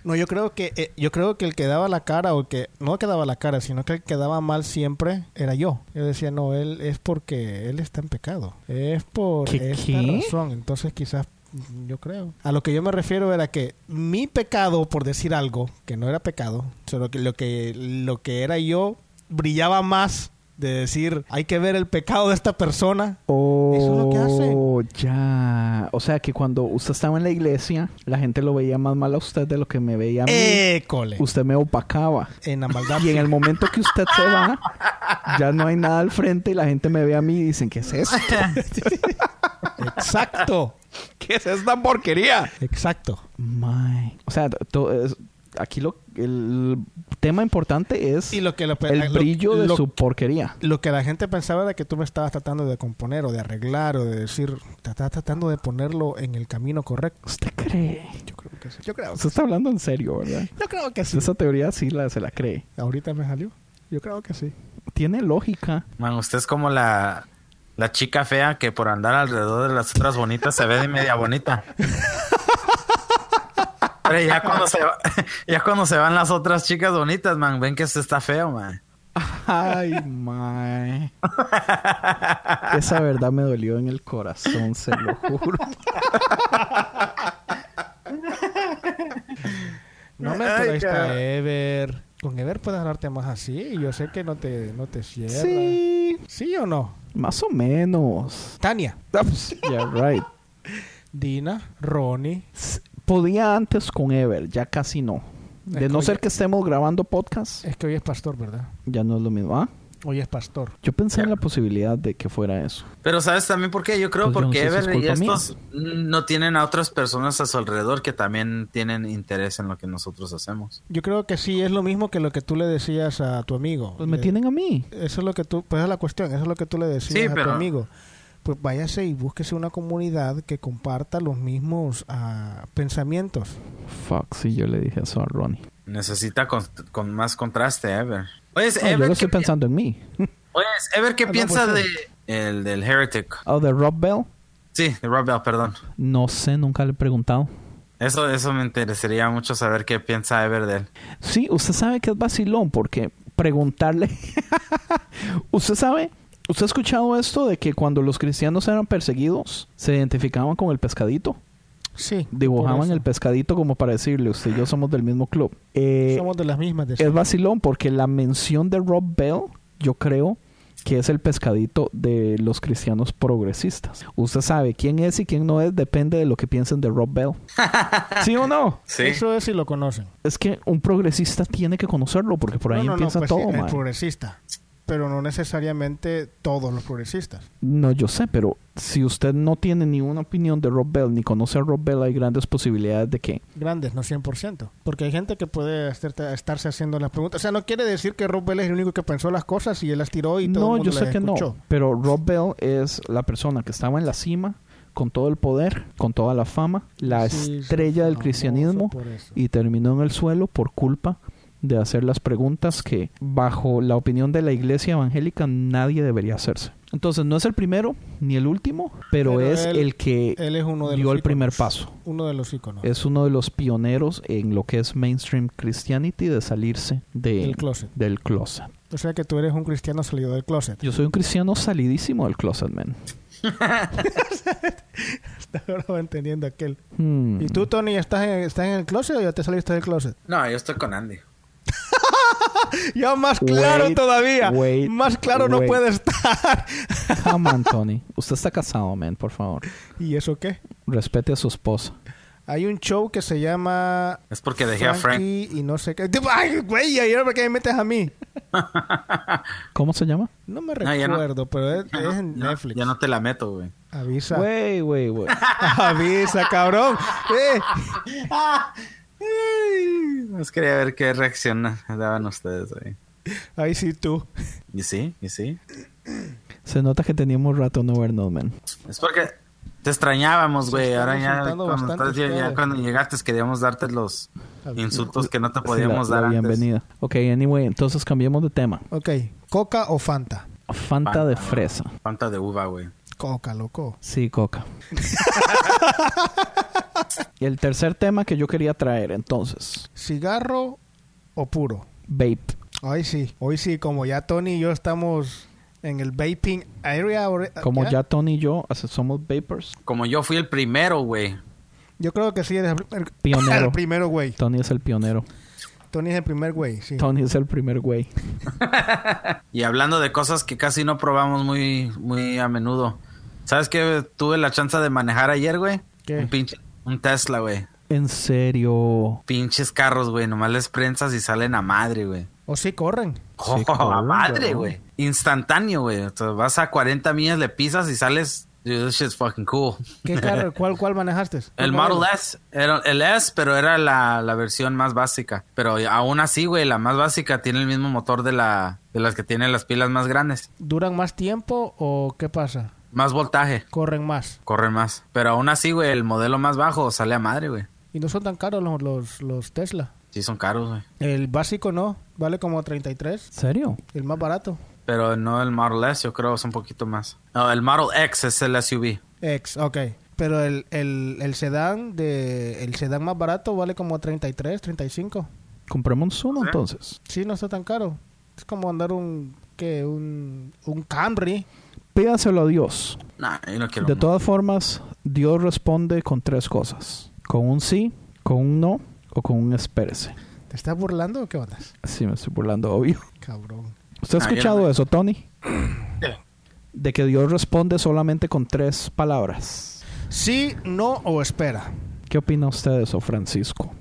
Speaker 4: No, yo creo que eh, yo creo que el que daba la cara o el que no que daba la cara, sino que el que daba mal siempre era yo. Yo decía, no, él es porque él está en pecado. Es por
Speaker 3: ¿Qué,
Speaker 4: esta
Speaker 3: qué?
Speaker 4: razón. Entonces quizás mm, yo creo. A lo que yo me refiero era que mi pecado, por decir algo, que no era pecado, solo que lo que lo que era yo brillaba más de decir, hay que ver el pecado de esta persona. es lo que hace.
Speaker 3: Oh, ya. O sea, que cuando usted estaba en la iglesia, la gente lo veía más mal a usted de lo que me veía a mí.
Speaker 4: Eh. École.
Speaker 3: Usted me opacaba.
Speaker 4: En la maldad.
Speaker 3: (laughs) Y en el momento que usted se va, ya no hay nada al frente y la gente me ve a mí y dicen, ¿qué es
Speaker 4: (laughs)
Speaker 3: esto?
Speaker 4: Exacto.
Speaker 3: ¿Qué es esta porquería?
Speaker 4: Exacto.
Speaker 3: My. O sea, to- es- aquí lo, el tema importante es
Speaker 4: Y lo que lo-
Speaker 3: el
Speaker 4: lo-
Speaker 3: brillo de
Speaker 4: lo-
Speaker 3: su porquería.
Speaker 4: Lo que la gente pensaba era que tú me estabas tratando de componer o de arreglar o de decir, te estás tratando de ponerlo en el camino correcto. (laughs)
Speaker 3: ¿Usted cree?
Speaker 4: Yo creo que sí. Yo creo,
Speaker 3: Usted está hablando en serio, ¿verdad?
Speaker 4: yo creo que sí.
Speaker 3: Esa teoría sí la, se la cree.
Speaker 4: Ahorita me salió. Yo creo que sí.
Speaker 3: Tiene lógica.
Speaker 5: Man, usted es como la, la chica fea que por andar alrededor de las otras bonitas se ve de media bonita. Pero ya cuando se va- (laughs) ya cuando se van las otras chicas bonitas, man, ven que usted está feo, man.
Speaker 3: Ay, mae. Esa verdad me dolió en el corazón, se lo juro.
Speaker 4: No me
Speaker 5: Ay,
Speaker 4: entrevista
Speaker 5: cara.
Speaker 4: a Ever. Con Ever puedes hablarte más así y yo sé que no te, no te cierra.
Speaker 3: Sí,
Speaker 4: ¿Sí o no?
Speaker 3: más o menos.
Speaker 4: Tania,
Speaker 3: Ah, pues, Yeah, right.
Speaker 4: Dina, Ronnie.
Speaker 3: S- Podía antes con Ever, ya casi no. De
Speaker 4: Es
Speaker 3: no
Speaker 4: que
Speaker 3: ser
Speaker 4: ya-
Speaker 3: que estemos grabando podcast,
Speaker 4: Es que hoy es pastor, ¿verdad?
Speaker 3: ya no es lo mismo. Ah,
Speaker 4: Hoy es pastor.
Speaker 3: yo pensé en la posibilidad de que fuera eso.
Speaker 5: Pero sabes también por qué? Yo creo
Speaker 3: Pues yo no
Speaker 5: porque
Speaker 3: sé si es
Speaker 5: Ever y
Speaker 3: culpa mía.
Speaker 5: estos no tienen a otras personas a su alrededor que también tienen interés en lo que nosotros hacemos.
Speaker 4: Yo creo que sí, es lo mismo que lo que tú le decías a tu amigo.
Speaker 3: Pues me
Speaker 4: Le-
Speaker 3: tienen a mí.
Speaker 4: Eso es lo que tú, pues es la cuestión, eso es lo que tú le decías
Speaker 5: Sí,
Speaker 4: a
Speaker 5: pero-
Speaker 4: tu amigo. Pues váyase y búsquese una comunidad que comparta los mismos ah, pensamientos.
Speaker 3: Fuck, sí, yo le dije eso a Ronnie.
Speaker 5: Necesita con, con más contraste, Ever. Oye,
Speaker 3: No, Ah, yo
Speaker 5: Ever,
Speaker 3: lo
Speaker 5: ¿qué,
Speaker 3: estoy
Speaker 5: pi-
Speaker 3: pensando Ah, en mí.
Speaker 5: oye, Ever, ¿qué
Speaker 4: no,
Speaker 5: piensa
Speaker 4: pues,
Speaker 5: de el del Heretic?
Speaker 3: ¿O Oh, de Rob Bell?
Speaker 5: Sí, de Rob Bell, perdón.
Speaker 3: No sé, nunca le he preguntado.
Speaker 5: Eso, eso me interesaría mucho saber qué piensa Ever de él.
Speaker 3: Sí, usted sabe que es vacilón porque preguntarle. (laughs) usted sabe, usted ha escuchado esto de que cuando los cristianos eran perseguidos, se identificaban con el pescadito.
Speaker 4: Sí.
Speaker 3: Dibujaban el pescadito como para decirle, usted y yo somos del mismo club. Eh,
Speaker 4: Somos de las mismas. de-
Speaker 3: es vacilón porque la mención de Rob Bell, yo creo que es el pescadito de los cristianos progresistas. Usted sabe quién es y quién no es, depende de lo que piensen de Rob Bell. ¿Sí o no?
Speaker 2: Sí.
Speaker 4: Eso es si lo conocen.
Speaker 3: Es que un progresista tiene que conocerlo porque por ahí
Speaker 4: no, no, no,
Speaker 3: empieza
Speaker 4: pues sí,
Speaker 3: todo,
Speaker 4: el
Speaker 3: mae.
Speaker 4: progresista. Pero no necesariamente todos los progresistas.
Speaker 3: No, yo sé, pero si usted no tiene ni una opinión de Rob Bell ni conoce a Rob Bell, hay grandes posibilidades de que
Speaker 4: Grandes, no 100%. Porque hay gente que puede hacerte- estarse haciendo las preguntas. O sea, no quiere decir que Rob Bell es el único que pensó las cosas y él las tiró y todo
Speaker 3: no,
Speaker 4: el mundo
Speaker 3: yo sé
Speaker 4: las
Speaker 3: que
Speaker 4: escuchó.
Speaker 3: no. Pero Rob Bell es la persona que estaba en la cima, con todo el poder, con toda la fama, la
Speaker 4: Sí, sí,
Speaker 3: estrella del
Speaker 4: famoso
Speaker 3: cristianismo
Speaker 4: por eso.
Speaker 3: y terminó en el suelo por culpa de hacer las preguntas que, bajo la opinión de la iglesia evangélica, nadie debería hacerse. Entonces, no es el primero ni el último, pero,
Speaker 4: Pero
Speaker 3: es
Speaker 4: él-
Speaker 3: el que
Speaker 4: Él es uno de
Speaker 3: dio
Speaker 4: los
Speaker 3: el primer
Speaker 4: íconos.
Speaker 3: paso.
Speaker 4: Uno de los íconos.
Speaker 3: Es uno de los pioneros en lo que es mainstream Christianity de salirse de-
Speaker 4: Del closet.
Speaker 3: del closet.
Speaker 4: O sea que tú eres un cristiano salido del closet. (laughs)
Speaker 3: Yo soy un cristiano salidísimo del closet, man.
Speaker 4: Ahora va entendiendo aquel.
Speaker 3: Hmm.
Speaker 4: ¿Y tú, Tony, estás en, estás en el closet o ya te saliste del (laughs) closet?
Speaker 2: No, yo estoy con Andy.
Speaker 4: Ya más
Speaker 3: Wait,
Speaker 4: claro todavía.
Speaker 3: wait,
Speaker 4: más claro no
Speaker 3: wait.
Speaker 4: puede estar. (laughs)
Speaker 3: Come on, Tony. Usted está casado, man, por favor.
Speaker 4: ¿Y eso qué?
Speaker 3: Respete a su esposa.
Speaker 4: Hay un show que se llama
Speaker 5: Es porque dejé a Frank.
Speaker 4: Frankie y no sé qué. (laughs) Tipo, Ay, güey, ayer porque me metes a mí.
Speaker 3: ¿Cómo se llama?
Speaker 4: No me
Speaker 5: No, ya no.
Speaker 4: recuerdo, pero es,
Speaker 5: Ya
Speaker 4: es
Speaker 5: no-
Speaker 4: en
Speaker 5: ya no-
Speaker 4: Netflix.
Speaker 5: Ya no te la meto, güey.
Speaker 4: Avisa.
Speaker 3: Wey, wey, wey.
Speaker 4: Avisa, cabrón. Eh,
Speaker 5: Ay, Nos quería ver qué reacción daban ustedes ahí.
Speaker 4: Ahí sí tú.
Speaker 5: ¿Y sí? ¿Y sí?
Speaker 3: Se nota que teníamos rato no vernos, man.
Speaker 5: Es porque te extrañábamos, güey. Ahora ya
Speaker 4: insultando
Speaker 5: cuando,
Speaker 4: bastante
Speaker 5: estás- ya- ya
Speaker 4: ustedes.
Speaker 5: cuando llegaste queríamos darte los insultos que no te podíamos
Speaker 3: Sí, la- la
Speaker 5: dar antes.
Speaker 3: bienvenida. Ok, anyway, entonces cambiemos de tema.
Speaker 4: Ok, ¿coca o Fanta?
Speaker 3: Fanta,
Speaker 5: Fanta,
Speaker 3: de
Speaker 5: ¿no?
Speaker 3: fresa.
Speaker 5: Fanta de uva, güey.
Speaker 4: Coca, loco.
Speaker 3: Sí, coca. (laughs) y el tercer tema que yo quería traer, entonces.
Speaker 4: ¿Cigarro o puro?
Speaker 3: Vape.
Speaker 4: Hoy sí, hoy sí, como ya Tony y yo estamos en el vaping area. ahora-
Speaker 3: Como ya Tony y yo hace- somos vapers.
Speaker 5: Como yo fui el primero, güey.
Speaker 4: Yo creo que sí eres el primer-
Speaker 3: (clears throat) Pionero.
Speaker 4: el primero güey.
Speaker 3: Tony es el pionero.
Speaker 4: Tony es el primer güey, sí.
Speaker 3: Tony es el primer güey.
Speaker 5: Y hablando de cosas que casi no probamos muy, muy a menudo. ¿Sabes qué? Tuve la chance de manejar ayer, güey.
Speaker 4: ¿Qué?
Speaker 5: Un pinche, un Tesla, güey.
Speaker 3: En serio.
Speaker 5: Pinches carros, güey. Nomás les prensas y salen a madre, güey.
Speaker 4: O sí corren.
Speaker 5: Oh, (laughs) a madre, güey. Instantáneo, güey. O sea, vas a 40 millas, le pisas y sales. Dude, this shit's fucking cool.
Speaker 4: ¿Qué carro? ¿Cuál, cuál manejaste?
Speaker 5: El Model S, era el S, pero era la, la versión más básica. Pero aún así, güey, la más básica tiene el mismo motor de, la, de las que tienen las pilas más grandes.
Speaker 4: ¿Duran más tiempo o qué pasa?
Speaker 5: Más voltaje,
Speaker 4: Corren más.
Speaker 5: corre más. Pero aún así, güey, el modelo más bajo sale a madre, güey.
Speaker 4: Y no son tan caros los, los, los Tesla.
Speaker 5: Sí, son caros, güey.
Speaker 4: El básico no, vale como 33,
Speaker 3: ¿Serio?
Speaker 4: el más barato.
Speaker 5: Pero no el Model S, yo creo, es un poquito más. No, el Model X es el SUV.
Speaker 4: Ex, ok. Pero el, el, el sedán de el sedán más barato vale como 33, 35.
Speaker 3: Compremos uno entonces.
Speaker 4: Sí, no está tan caro. Es como andar un que un un Camry.
Speaker 3: Pídaselo a Dios.
Speaker 5: Nah, yo no quiero.
Speaker 3: De
Speaker 5: uno.
Speaker 3: todas formas, Dios responde con tres cosas. Con un sí, con un no o con un espérese.
Speaker 4: ¿Te estás burlando o qué onda?
Speaker 3: Sí, me estoy burlando, obvio.
Speaker 4: Cabrón.
Speaker 3: ¿Usted ha
Speaker 5: Ah, yo
Speaker 3: escuchado
Speaker 5: no me-
Speaker 3: eso, Tony? De que Dios responde solamente con tres palabras.
Speaker 4: Sí, no o espera.
Speaker 3: ¿Qué opina usted de eso, Francisco?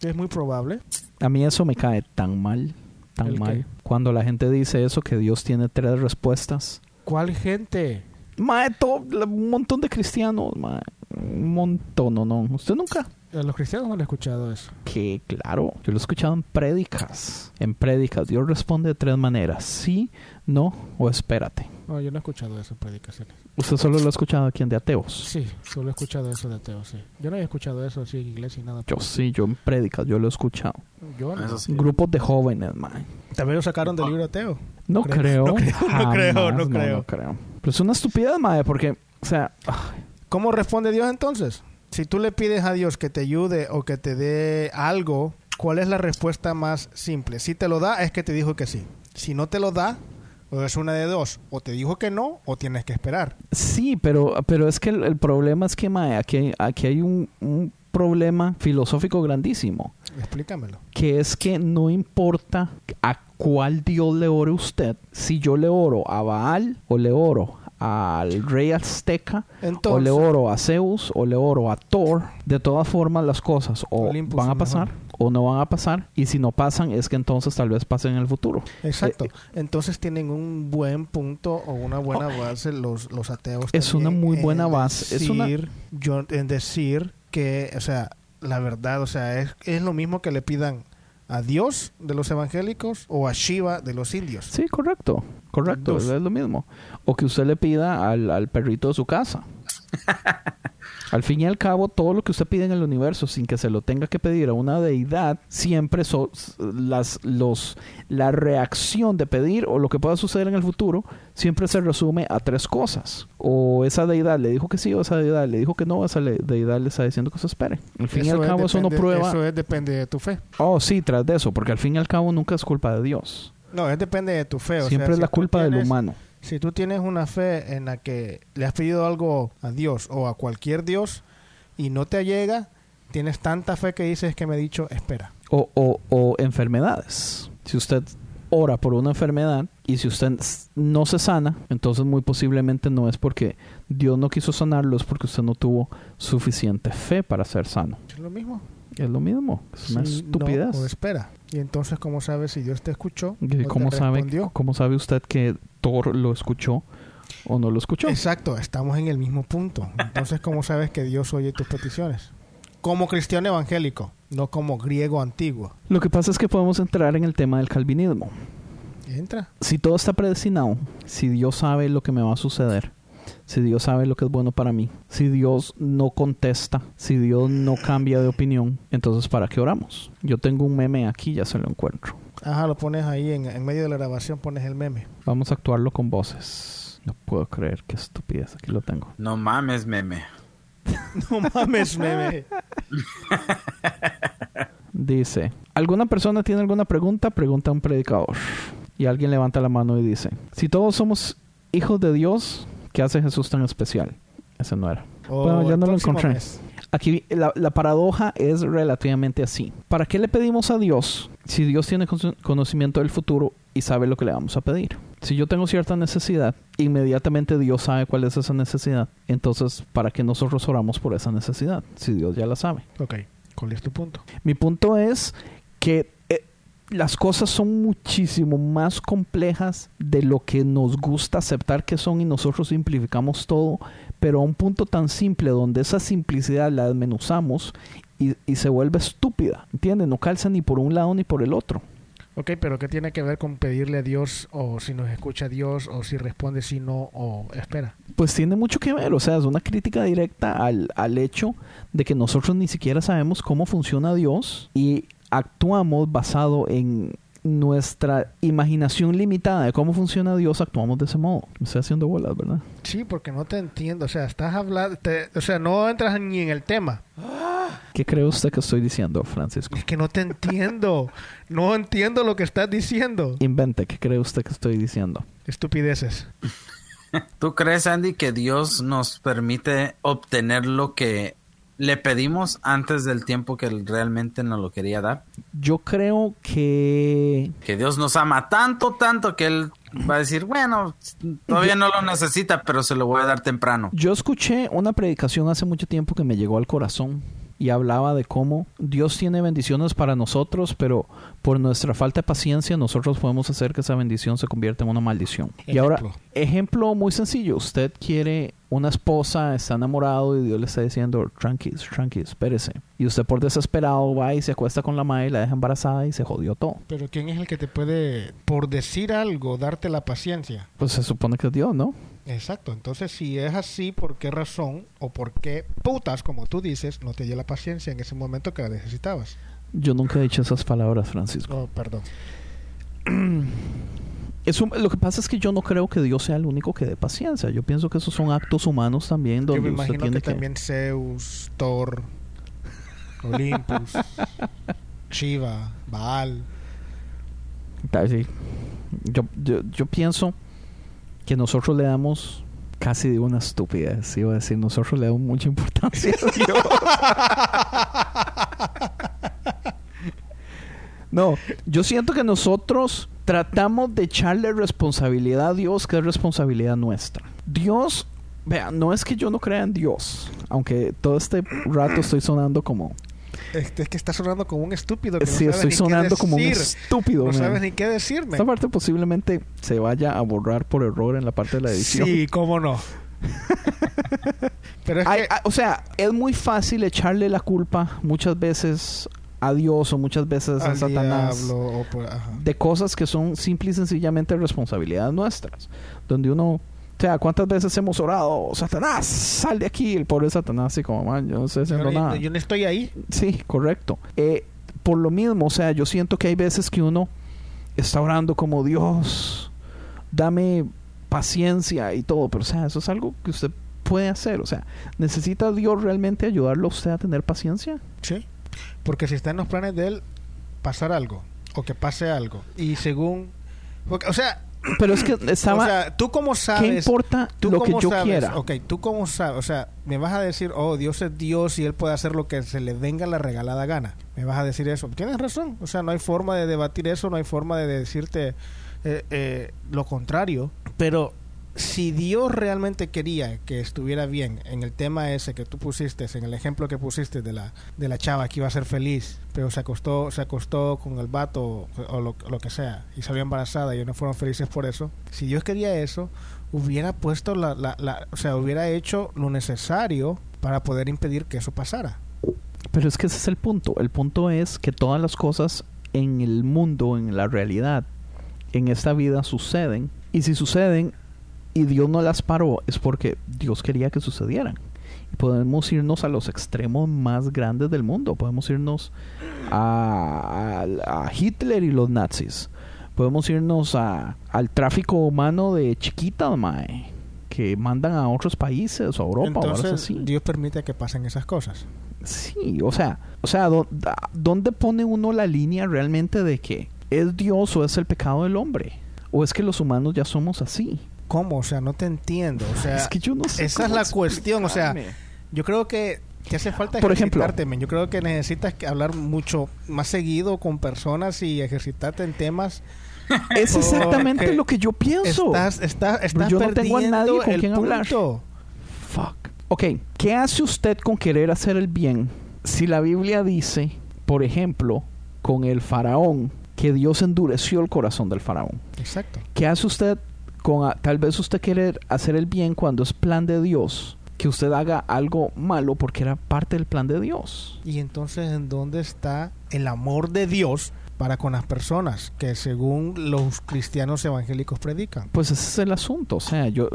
Speaker 4: Es muy probable.
Speaker 3: A mí eso me cae tan mal, tan
Speaker 4: ¿El qué?
Speaker 3: mal. Cuando la gente dice eso, que Dios tiene tres respuestas.
Speaker 4: ¿Cuál gente?
Speaker 3: Mae, todo- la- un montón de cristianos, mae. Un montón, no, no. ¿Usted nunca?
Speaker 4: A los cristianos no le he escuchado eso.
Speaker 3: Que claro, yo lo he escuchado en prédicas. En prédicas, Dios responde de tres maneras: sí, no o espérate.
Speaker 4: No, yo no he escuchado eso en predicaciones.
Speaker 3: Usted solo lo ha escuchado aquí en De Ateos.
Speaker 4: Sí, solo he escuchado eso de ateo, sí. Yo no había escuchado eso así en inglés y nada.
Speaker 3: Yo sí, yo en prédicas, yo lo he escuchado.
Speaker 4: Yo no.
Speaker 5: Eso sí. Ah.
Speaker 3: Grupos de jóvenes, mae.
Speaker 4: También lo sacaron del libro ateo.
Speaker 3: No creo.
Speaker 4: no creo, no creo, no
Speaker 3: jamás,
Speaker 4: creo.
Speaker 3: No creo. Pero es una estupidez, mae, porque, o sea, ay,
Speaker 4: ¿Cómo responde Dios entonces? Si tú le pides a Dios que te ayude o que te dé algo, ¿cuál es la respuesta más simple? Si te lo da, es que te dijo que sí. Si no te lo da, o es una de dos. O te dijo que no, o tienes que esperar.
Speaker 3: Sí, pero, pero es que el, el problema es que mae, aquí, hay- aquí hay un, un problema filosófico grandísimo.
Speaker 4: Explícamelo.
Speaker 3: que es que no importa a cuál dios le ore usted, si yo le oro a Baal o le oro al rey azteca o
Speaker 4: Entonces-
Speaker 3: le oro a Zeus o le oro a Thor, de todas formas las cosas o
Speaker 4: Olympus
Speaker 3: van a
Speaker 4: es
Speaker 3: pasar
Speaker 4: mejor.
Speaker 3: o no van a pasar y si no pasan es que entonces tal vez pasen en el futuro.
Speaker 4: Exacto.
Speaker 3: Eh, Oh,
Speaker 4: Entonces tienen un buen punto o una buena base los, los ateos.
Speaker 3: Es una
Speaker 4: también
Speaker 3: muy
Speaker 4: en
Speaker 3: buena base. Es una-
Speaker 4: decir- yo- en decir que, o sea, la verdad, o sea, es, es lo mismo que le pidan a Dios de los evangélicos o a Shiva de los indios.
Speaker 3: Sí, correcto, correcto,
Speaker 4: Dos.
Speaker 3: es lo mismo. O que usted le pida al, al perrito de su
Speaker 4: (laughs)
Speaker 3: casa. al fin y al cabo, todo lo que usted pide en el universo, sin que se lo tenga que pedir a una deidad, siempre son las, los, la reacción de pedir o lo que pueda suceder en el futuro, siempre se resume a tres cosas. O esa deidad le dijo que sí, o esa deidad le dijo que no, esa le- deidad le está diciendo que se espere. Al fin y al
Speaker 4: es-
Speaker 3: cabo, eso no
Speaker 4: depende-
Speaker 3: prueba.
Speaker 4: Eso es, depende de tu fe.
Speaker 3: Oh, sí, tras de eso, porque al fin y al cabo nunca es culpa de Dios.
Speaker 4: No, es depende de tu fe. o
Speaker 3: Siempre
Speaker 4: sea,
Speaker 3: es
Speaker 4: si
Speaker 3: la
Speaker 4: tú
Speaker 3: culpa del
Speaker 4: tienes-
Speaker 3: humano.
Speaker 4: Si tú tienes una fe en la que le has pedido algo a Dios o a cualquier Dios y no te llega, tienes tanta fe que dices que me he dicho, espera.
Speaker 3: o, o- o enfermedades. Si usted ora por una enfermedad y si usted s- no se sana, entonces muy posiblemente no es porque Dios no quiso sanarlo, es porque usted no tuvo suficiente fe para ser sano.
Speaker 4: Es lo mismo.
Speaker 3: Es lo mismo, es una
Speaker 4: Sí, no,
Speaker 3: estupidez.
Speaker 4: o espera. Y entonces, ¿cómo sabes si Dios te escuchó?
Speaker 3: ¿Y
Speaker 4: o te
Speaker 3: ¿Cómo, sabe,
Speaker 4: respondió?
Speaker 3: ¿Cómo sabe usted que Thor lo escuchó o no lo escuchó?
Speaker 4: Exacto, estamos en el mismo punto. Entonces, ¿cómo sabes que Dios oye tus peticiones? Como cristiano evangélico, no como griego antiguo.
Speaker 3: Lo que pasa es que podemos entrar en el tema del calvinismo.
Speaker 4: Entra.
Speaker 3: si todo está predestinado, si Dios sabe lo que me va a suceder, si Dios sabe lo que es bueno para mí, si Dios no contesta, si Dios no cambia de opinión, entonces ¿para qué oramos? Yo tengo un meme aquí, ya se lo encuentro.
Speaker 4: Ajá, lo pones ahí en, en medio de la grabación, pones el meme.
Speaker 3: Vamos a actuarlo con voces. No puedo creer qué estupidez, aquí lo tengo.
Speaker 5: No mames, meme.
Speaker 4: No mames, meme.
Speaker 3: Dice, ¿alguna persona tiene alguna pregunta? Pregunta a un predicador. Y alguien levanta la mano y dice, si todos somos hijos de Dios, ¿qué hace Jesús tan especial? Ese no era.
Speaker 4: (laughs) O
Speaker 3: bueno, ya
Speaker 4: el
Speaker 3: no lo
Speaker 4: próximo
Speaker 3: encontré.
Speaker 4: mes.
Speaker 3: Aquí la, la paradoja es relativamente así. ¿Para qué le pedimos a Dios si Dios tiene con- conocimiento del futuro y sabe lo que le vamos a pedir? Si yo tengo cierta necesidad, inmediatamente Dios sabe cuál es esa necesidad. Entonces, ¿para qué nosotros oramos por esa necesidad si Dios ya la sabe?
Speaker 4: Ok, ¿cuál es tu punto?
Speaker 3: Mi punto es que eh, las cosas son muchísimo más complejas de lo que nos gusta aceptar que son y nosotros simplificamos todo, pero a un punto tan simple donde esa simplicidad la desmenuzamos y, y se vuelve estúpida, ¿entiendes? No calza ni por un lado ni por el otro.
Speaker 4: Ok, pero ¿qué tiene que ver con pedirle a Dios o si nos escucha Dios o si responde si no o espera?
Speaker 3: Pues tiene mucho que ver, o sea, es una crítica directa al, al hecho de que nosotros ni siquiera sabemos cómo funciona Dios y actuamos basado en nuestra imaginación limitada de cómo funciona Dios, actuamos de ese modo. Me estoy haciendo bolas, ¿verdad?
Speaker 4: Sí, porque no te entiendo, o sea, estás hablando, te- o sea, no entras ni en el tema.
Speaker 3: ¿Qué cree usted que estoy diciendo, Francisco?
Speaker 4: Es que no te entiendo, no entiendo lo que estás diciendo.
Speaker 3: Invente, ¿qué cree usted que estoy diciendo?
Speaker 4: Estupideces.
Speaker 5: ¿Tú crees, Andy, que Dios nos permite obtener lo que le pedimos antes del tiempo que realmente nos lo quería dar?
Speaker 3: Yo creo que
Speaker 5: Que Dios nos ama tanto, tanto que Él va a decir, bueno, todavía no lo necesita, pero se lo voy a dar temprano.
Speaker 3: Yo escuché una predicación hace mucho tiempo que me llegó al corazón y hablaba de cómo Dios tiene bendiciones para nosotros, pero por nuestra falta de paciencia nosotros podemos hacer que esa bendición se convierta en una maldición. Y ahora,
Speaker 4: Ejemplo.
Speaker 3: ejemplo muy sencillo, usted quiere una esposa, está enamorado y Dios le está diciendo, tranquis, tranquis, espérese. Y usted por desesperado va y se acuesta con la madre y la deja embarazada y se jodió todo.
Speaker 4: Pero ¿quién es el que te puede, por decir algo, darte la paciencia?
Speaker 3: Pues se supone que es Dios, ¿no?
Speaker 4: Exacto, entonces si es así, ¿por qué razón o por qué putas, como tú dices, no te dio la paciencia en ese momento que la necesitabas?
Speaker 3: Yo nunca he dicho esas palabras, Francisco.
Speaker 4: Oh, perdón.
Speaker 3: Es un- lo que pasa es que yo no creo que Dios sea el único que dé paciencia. Yo pienso que esos son actos humanos también donde
Speaker 4: Yo me
Speaker 3: usted
Speaker 4: imagino que,
Speaker 3: tiene que...
Speaker 4: también Zeus, Thor, Olympus, (laughs) Shiva, Baal.
Speaker 3: Ta- sí. Yo, yo- yo pienso que nosotros le damos casi de una estupidez. Iba a decir, nosotros
Speaker 4: (laughs)
Speaker 3: le damos mucha importancia a Dios. No, yo siento que nosotros tratamos de echarle responsabilidad a Dios, que es responsabilidad nuestra. Dios, vea, no es que yo no crea en Dios, aunque todo este rato estoy sonando como...
Speaker 4: Es, es que está sonando como un estúpido. Que no
Speaker 3: Sí,
Speaker 4: sabe
Speaker 3: estoy
Speaker 4: ni qué
Speaker 3: sonando como un
Speaker 4: decir.
Speaker 3: estúpido.
Speaker 4: No
Speaker 3: man.
Speaker 4: sabes ni qué decirme.
Speaker 3: Esta parte posiblemente se vaya a borrar por error en la parte de la edición.
Speaker 4: Sí, cómo no. Pero es
Speaker 3: Ay,
Speaker 4: que
Speaker 3: ay, o sea, es muy fácil echarle la culpa muchas veces a Dios o muchas veces a
Speaker 4: al
Speaker 3: Satanás
Speaker 4: diablo, o por- ajá.
Speaker 3: de cosas que son simple y sencillamente responsabilidades nuestras. Donde uno, o sea, ¿cuántas veces hemos orado, Satanás, sal de aquí? El pobre Satanás, así como, man, yo no sé
Speaker 4: Yo
Speaker 3: haciendo
Speaker 4: no-
Speaker 3: nada.
Speaker 4: yo no estoy ahí.
Speaker 3: Sí, correcto. Eh, por lo mismo, o sea, yo siento que hay veces que uno está orando como Dios, dame paciencia y todo, pero o sea, eso es algo que usted puede hacer, o sea, ¿necesita Dios realmente ayudarlo a usted a tener paciencia?
Speaker 4: Sí. Porque si está en los planes de él pasar algo o que pase algo y según porque- o sea,
Speaker 3: Pero es que
Speaker 4: o
Speaker 3: estaba,
Speaker 4: sea, tú como
Speaker 3: ¿qué
Speaker 4: sabes
Speaker 3: importa
Speaker 4: tú
Speaker 3: lo que
Speaker 4: cómo
Speaker 3: yo
Speaker 4: sabes,
Speaker 3: quiera?
Speaker 4: Ok, tú como sabes, o sea, me vas a decir, "Oh, Dios es Dios y él puede hacer lo que se le venga la regalada gana." Me vas a decir eso. Tienes razón, o sea, no hay forma de debatir eso, no hay forma de decirte eh, eh, lo contrario, pero si Dios realmente quería que estuviera bien en el tema ese que tú pusiste, en el ejemplo que pusiste de la, de la chava que iba a ser feliz, pero se acostó, se acostó con el vato o, o lo, lo que sea, y salió embarazada y ellos no fueron felices por eso, si Dios quería eso, hubiera puesto la, la, la- o sea, hubiera hecho lo necesario para poder impedir que eso pasara.
Speaker 3: Pero es que ese es el punto. El punto es que todas las cosas en el mundo, en la realidad, en esta vida suceden. Y si suceden y Dios no las paró, es porque Dios quería que sucedieran. Y podemos irnos a los extremos más grandes del mundo. Podemos irnos a, a- a Hitler y los nazis. Podemos irnos a, al tráfico humano de chiquitas, mae, que mandan a otros países, a Europa, o algo
Speaker 4: Entonces,
Speaker 3: así.
Speaker 4: Dios permite que pasen esas cosas.
Speaker 3: Sí, o sea, o sea, ¿dó- a- ¿dónde pone uno la línea realmente de que es Dios o es el pecado del hombre? ¿O es que los humanos ya somos así?
Speaker 4: ¿Cómo? O sea, no te entiendo. O sea,
Speaker 3: es que yo no sé.
Speaker 4: Ah, esa es
Speaker 3: cómo
Speaker 4: la cuestión, o sea,
Speaker 3: explicarme.
Speaker 4: Yo creo que te hace falta
Speaker 3: Por ejemplo.
Speaker 4: ejercitarte, men. Yo creo que necesitas que hablar mucho más seguido con personas y ejercitarte en temas.
Speaker 3: es exactamente
Speaker 4: porque
Speaker 3: lo que yo pienso.
Speaker 4: Estás, estás, estás
Speaker 3: yo no tengo
Speaker 4: perdiendo
Speaker 3: a nadie con
Speaker 4: el
Speaker 3: quien hablar.
Speaker 4: punto.
Speaker 3: Fuck. Ok, ¿qué hace usted con querer hacer el bien si la Biblia dice, por ejemplo, con el faraón, que Dios endureció el corazón del faraón?
Speaker 4: Exacto.
Speaker 3: ¿Qué hace usted con a- tal vez usted querer hacer el bien cuando es plan de Dios? Que usted haga algo malo porque era parte del plan de Dios.
Speaker 4: Y entonces, ¿en dónde está el amor de Dios para con las personas que según los cristianos evangélicos predican?
Speaker 3: Pues ese es el asunto. O sea, yo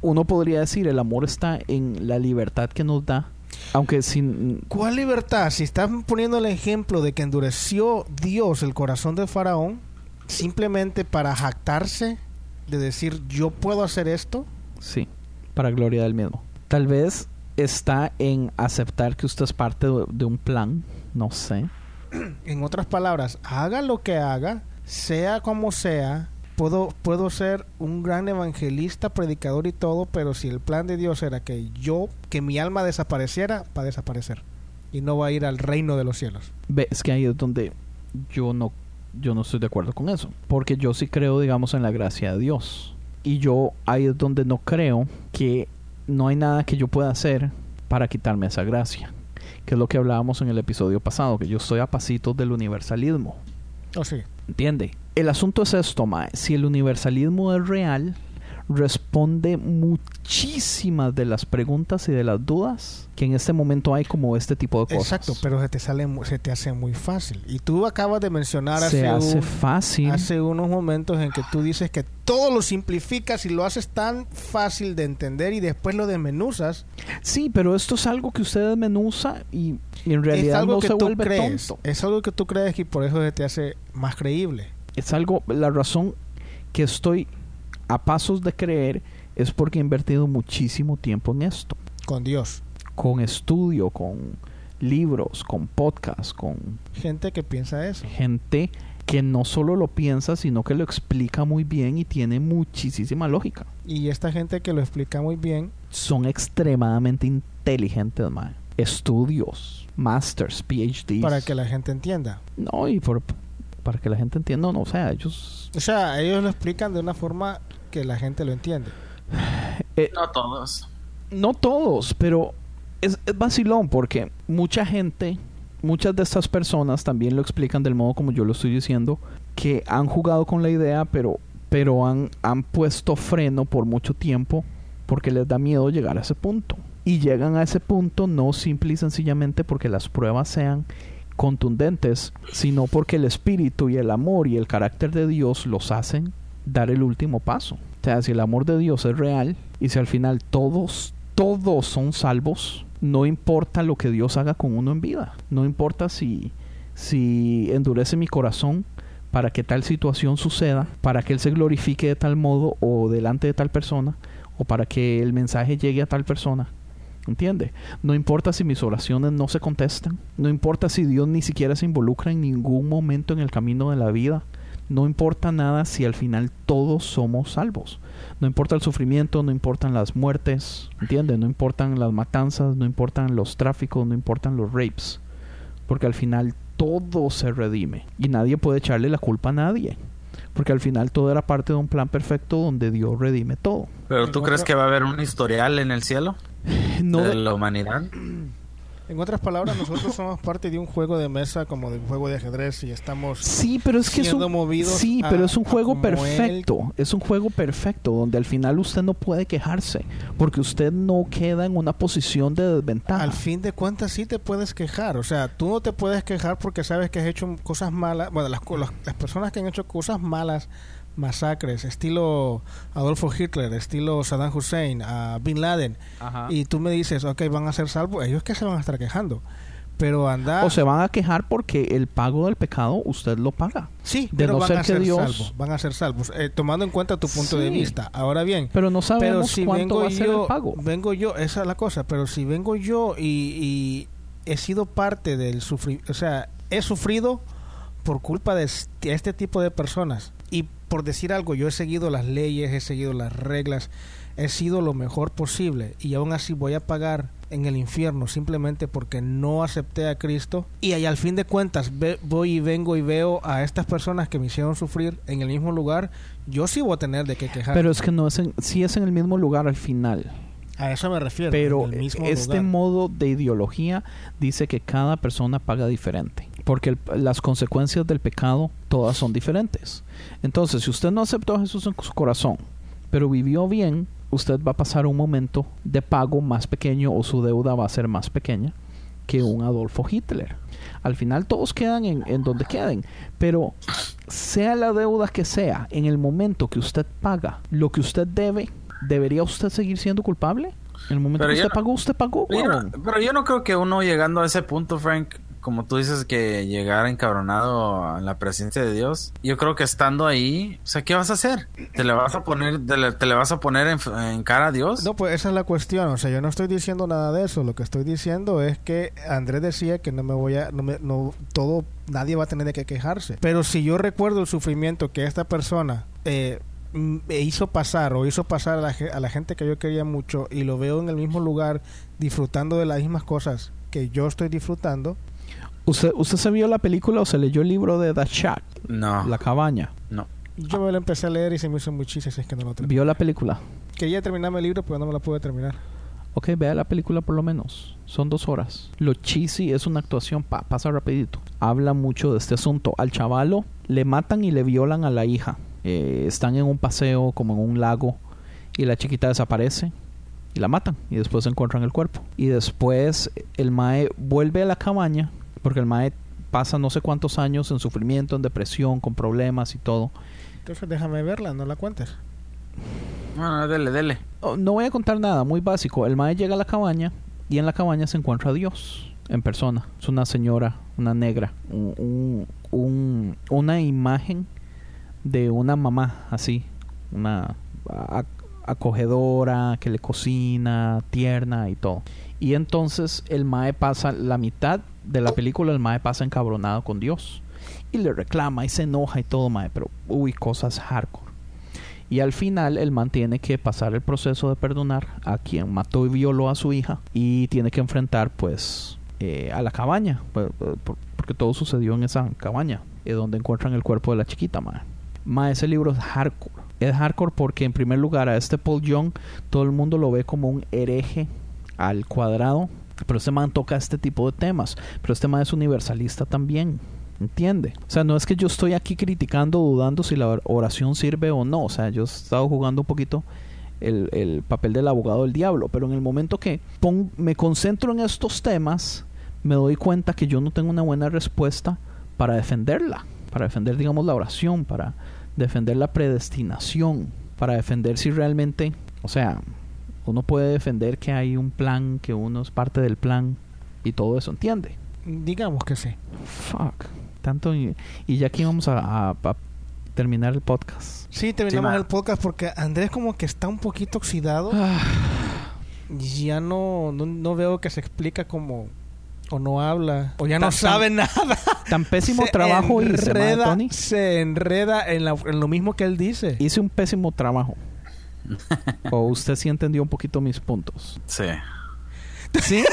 Speaker 3: uno podría decir el amor está en la libertad que nos da. Aunque sin
Speaker 4: ¿Cuál libertad? Si están poniendo el ejemplo de que endureció Dios el corazón de Faraón simplemente para jactarse de decir yo puedo hacer esto,
Speaker 3: sí, para gloria del mismo. Tal vez está en aceptar que usted es parte de, de un plan, no sé.
Speaker 4: en otras palabras, haga lo que haga, sea como sea, puedo, puedo ser un gran evangelista, predicador y todo, pero si el plan de Dios era que yo, que mi alma desapareciera, va a desaparecer y no va a ir al reino de los cielos.
Speaker 3: Ve, es que ahí es donde yo no yo no estoy de acuerdo con eso, porque yo sí creo, digamos, en la gracia de Dios. Y yo ahí es donde no creo que no hay nada que yo pueda hacer para quitarme esa gracia, que es lo que hablábamos en el episodio pasado, que yo estoy a pasitos del universalismo.
Speaker 4: ¿O Oh, sí?
Speaker 3: ¿Entiende? El asunto es esto, Mae. Si el universalismo es real, responde muchísimas de las preguntas y de las dudas que en este momento hay como este tipo de cosas.
Speaker 4: Exacto, pero se te, sale, mu- se te hace muy fácil. Y tú acabas de mencionar
Speaker 3: Se hace
Speaker 4: un-
Speaker 3: fácil.
Speaker 4: uh, hace unos momentos en que tú dices que todo lo simplificas y lo haces tan fácil de entender y después lo desmenuzas.
Speaker 3: Sí, pero esto es algo que usted desmenuza y, y en realidad
Speaker 4: es algo
Speaker 3: no
Speaker 4: que
Speaker 3: se
Speaker 4: tú
Speaker 3: vuelve
Speaker 4: crees.
Speaker 3: tonto.
Speaker 4: Es algo que tú crees y por eso se te hace más creíble.
Speaker 3: Es algo, la razón que estoy a pasos de creer es porque he invertido muchísimo tiempo en esto.
Speaker 4: Con Dios.
Speaker 3: Con estudio, con libros, con podcasts, con
Speaker 4: Gente que piensa eso.
Speaker 3: gente que no solo lo piensa, sino que lo explica muy bien y tiene muchísima lógica.
Speaker 4: Y esta gente que lo explica muy bien.
Speaker 3: Son extremadamente inteligentes, man. Estudios, masters, PhDs.
Speaker 4: Para que la gente entienda.
Speaker 3: No, y por, para que la gente entienda, no, o sea, ellos...
Speaker 4: O sea, ellos lo explican de una forma que la gente lo entiende.
Speaker 3: eh,
Speaker 5: No todos.
Speaker 3: no todos, pero es, es vacilón porque mucha gente, muchas de estas personas también lo explican del modo como yo lo estoy diciendo, que han jugado con la idea, pero, pero han, han puesto freno por mucho tiempo porque les da miedo llegar a ese punto. Y llegan a ese punto no simple y sencillamente porque las pruebas sean contundentes, sino porque el espíritu y el amor y el carácter de Dios los hacen dar el último paso. O sea, si el amor de Dios es real y si al final todos, todos son salvos, no importa lo que Dios haga con uno en vida, no importa si, si endurece mi corazón para que tal situación suceda, para que Él se glorifique de tal modo o delante de tal persona, o para que el mensaje llegue a tal persona. ¿Entiende? No importa si mis oraciones no se contestan, no importa si Dios ni siquiera se involucra en ningún momento en el camino de la vida, no importa nada si al final todos somos salvos. No importa el sufrimiento, no importan las muertes, ¿entiendes? No importan las matanzas, no importan los tráficos, no importan los rapes. Porque al final todo se redime y nadie puede echarle la culpa a nadie. Porque al final todo era parte de un plan perfecto donde Dios redime todo.
Speaker 5: ¿Pero tú
Speaker 4: Encuentro-
Speaker 5: crees que va a haber un historial en el cielo
Speaker 3: No
Speaker 5: de
Speaker 3: de-
Speaker 5: la humanidad?
Speaker 4: En otras palabras, nosotros somos parte de un juego de mesa como de un juego de ajedrez y estamos...
Speaker 3: Sí, pero es que es
Speaker 4: siendo
Speaker 3: un,
Speaker 4: movidos
Speaker 3: sí,
Speaker 4: a-
Speaker 3: pero es un
Speaker 4: a
Speaker 3: juego
Speaker 4: como él.
Speaker 3: perfecto. Es un juego perfecto donde al final usted no puede quejarse porque usted no queda en una posición de desventaja.
Speaker 4: Al fin de cuentas sí te puedes quejar, o sea, tú no te puedes quejar porque sabes que has hecho cosas malas, bueno, las, co- las- las personas que han hecho cosas malas, masacres, estilo Adolfo Hitler, estilo Saddam Hussein, a Bin Laden, y tú me dices, ok, van a ser salvos, ellos que se van a estar quejando, pero anda...
Speaker 3: O se van a quejar porque el pago del pecado usted lo paga.
Speaker 4: Sí,
Speaker 3: de
Speaker 4: pero
Speaker 3: no
Speaker 4: van
Speaker 3: ser
Speaker 4: a
Speaker 3: que
Speaker 4: ser
Speaker 3: Dios-
Speaker 4: salvos, van a ser salvos, eh, tomando en cuenta tu punto de
Speaker 3: Sí.
Speaker 4: vista. Ahora bien,
Speaker 3: Pero no
Speaker 4: pero
Speaker 3: sabemos
Speaker 4: si
Speaker 3: cuánto
Speaker 4: vengo
Speaker 3: va a ser
Speaker 4: yo,
Speaker 3: el pago.
Speaker 4: Vengo yo, esa es la cosa, pero si vengo yo y, y he sido parte del sufrir, o sea, he sufrido por culpa de este este tipo de personas. Y por decir algo, yo he seguido las leyes, he seguido las reglas, he sido lo mejor posible y aún así voy a pagar en el infierno simplemente porque no acepté a Cristo y ahí al fin de cuentas ve- voy y vengo y veo a estas personas que me hicieron sufrir en el mismo lugar, yo sí voy a tener de qué quejar.
Speaker 3: Pero es que no es en, sí es en el mismo lugar al final.
Speaker 4: A eso me refiero.
Speaker 3: Pero
Speaker 4: en el mismo
Speaker 3: este
Speaker 4: lugar.
Speaker 3: modo de ideología dice que cada persona paga diferente, porque el- las consecuencias del pecado todas son diferentes. Entonces, si usted no aceptó a Jesús en su corazón, pero vivió bien, usted va a pasar un momento de pago más pequeño o su deuda va a ser más pequeña que un Adolfo Hitler. Al final todos quedan en, en donde queden, pero sea la deuda que sea, en el momento que usted paga lo que usted debe, ¿debería usted seguir siendo culpable? En el momento
Speaker 5: Pero
Speaker 3: que
Speaker 5: yo
Speaker 3: usted
Speaker 5: no-
Speaker 3: pagó, usted pagó.
Speaker 5: Pero yo no-
Speaker 3: huevón.
Speaker 5: pero yo no creo que uno llegando a ese punto, Frank, como tú dices, que llegar encabronado en la presencia de Dios, yo creo que estando ahí, o sea, ¿qué vas a hacer? ¿Te le vas a poner, te le, te le vas a poner en, en cara a Dios?
Speaker 4: No, pues esa es la cuestión. O sea, yo no estoy diciendo nada de eso. Lo que estoy diciendo es que Andrés decía que no me voy a. No, me- no- todo. Nadie va a tener de que quejarse. Pero si yo recuerdo el sufrimiento que esta persona. eh, m- me hizo pasar o hizo pasar a la, ge- a la gente que yo quería mucho y lo veo en el mismo lugar disfrutando de las mismas cosas que yo estoy disfrutando
Speaker 3: ¿Usted, ¿Usted se vio la película o se leyó el libro de The Shack,
Speaker 5: No,
Speaker 3: La Cabaña?
Speaker 5: no.
Speaker 4: yo me lo empecé a leer y se me hizo muy chiste si es que no lo terminé
Speaker 3: ¿Vio la película?
Speaker 4: quería terminarme el libro pero no me lo pude terminar
Speaker 3: Ok, vea la película por lo menos. Son dos horas. Lo cheesy es una actuación, pa, pasa rapidito. Habla mucho de este asunto. Al chavalo le matan y le violan a la hija. Eh, están en un paseo, como en un lago, y la chiquita desaparece y la matan y después encuentran el cuerpo. Y después el mae vuelve a la cabaña porque el mae pasa no sé cuántos años en sufrimiento, en depresión, con problemas y todo.
Speaker 4: entonces déjame verla no la cuentes
Speaker 5: Bueno, dele, dele.
Speaker 3: Oh, No voy a contar nada, muy básico. El mae llega a la cabaña y en la cabaña se encuentra a Dios en persona. Es una señora, una negra, un- un- un- una imagen de una mamá así, una a- acogedora, que le cocina, tierna y todo. Y entonces el mae pasa la mitad de la película, el mae pasa encabronado con Dios y le reclama y se enoja y todo, mae, pero uy, cosas hardcore. Y al final el man tiene que pasar el proceso de perdonar a quien mató y violó a su hija y tiene que pues, eh, enfrentar pues eh, a la cabaña, por- por- porque todo sucedió en esa cabaña, eh, donde encuentran el cuerpo de la chiquita, mae. Mae, ese libro es hardcore. Es hardcore porque, en primer lugar, a este Paul Young todo el mundo lo ve como un hereje al cuadrado. Pero este man toca este tipo de temas. Pero este man es universalista también. ¿Entiende? O sea, no es que yo estoy aquí criticando, dudando si la or- oración sirve o no. O sea, yo he estado jugando un poquito el, el papel del abogado del diablo. Pero en el momento que pon- me concentro en estos temas, me doy cuenta que yo no tengo una buena respuesta para defenderla, para defender, digamos, la oración, para defender la predestinación, para defender si realmente, o sea, uno puede defender que hay un plan, que uno es parte del plan y todo eso, ¿entiende?
Speaker 4: Digamos que sí.
Speaker 3: Fuck. Tanto y, y ya aquí vamos a, a- a terminar el podcast. (sighs)
Speaker 4: Sí, terminamos
Speaker 5: ma.
Speaker 4: el podcast porque Andrés como que está un poquito oxidado.
Speaker 3: Ah.
Speaker 4: Ya no, no, no veo que se explica como... O no habla. O ya no
Speaker 3: Tan-
Speaker 4: sabe nada.
Speaker 3: Tan pésimo
Speaker 4: (laughs) Se
Speaker 3: trabajo hice, madre,
Speaker 4: enreda,
Speaker 3: Tony.
Speaker 4: Se enreda en, la- en lo mismo que él dice.
Speaker 3: Hice un pésimo
Speaker 4: (laughs)
Speaker 3: trabajo. o usted sí entendió un poquito mis puntos.
Speaker 5: Sí.
Speaker 3: (laughs) Sí.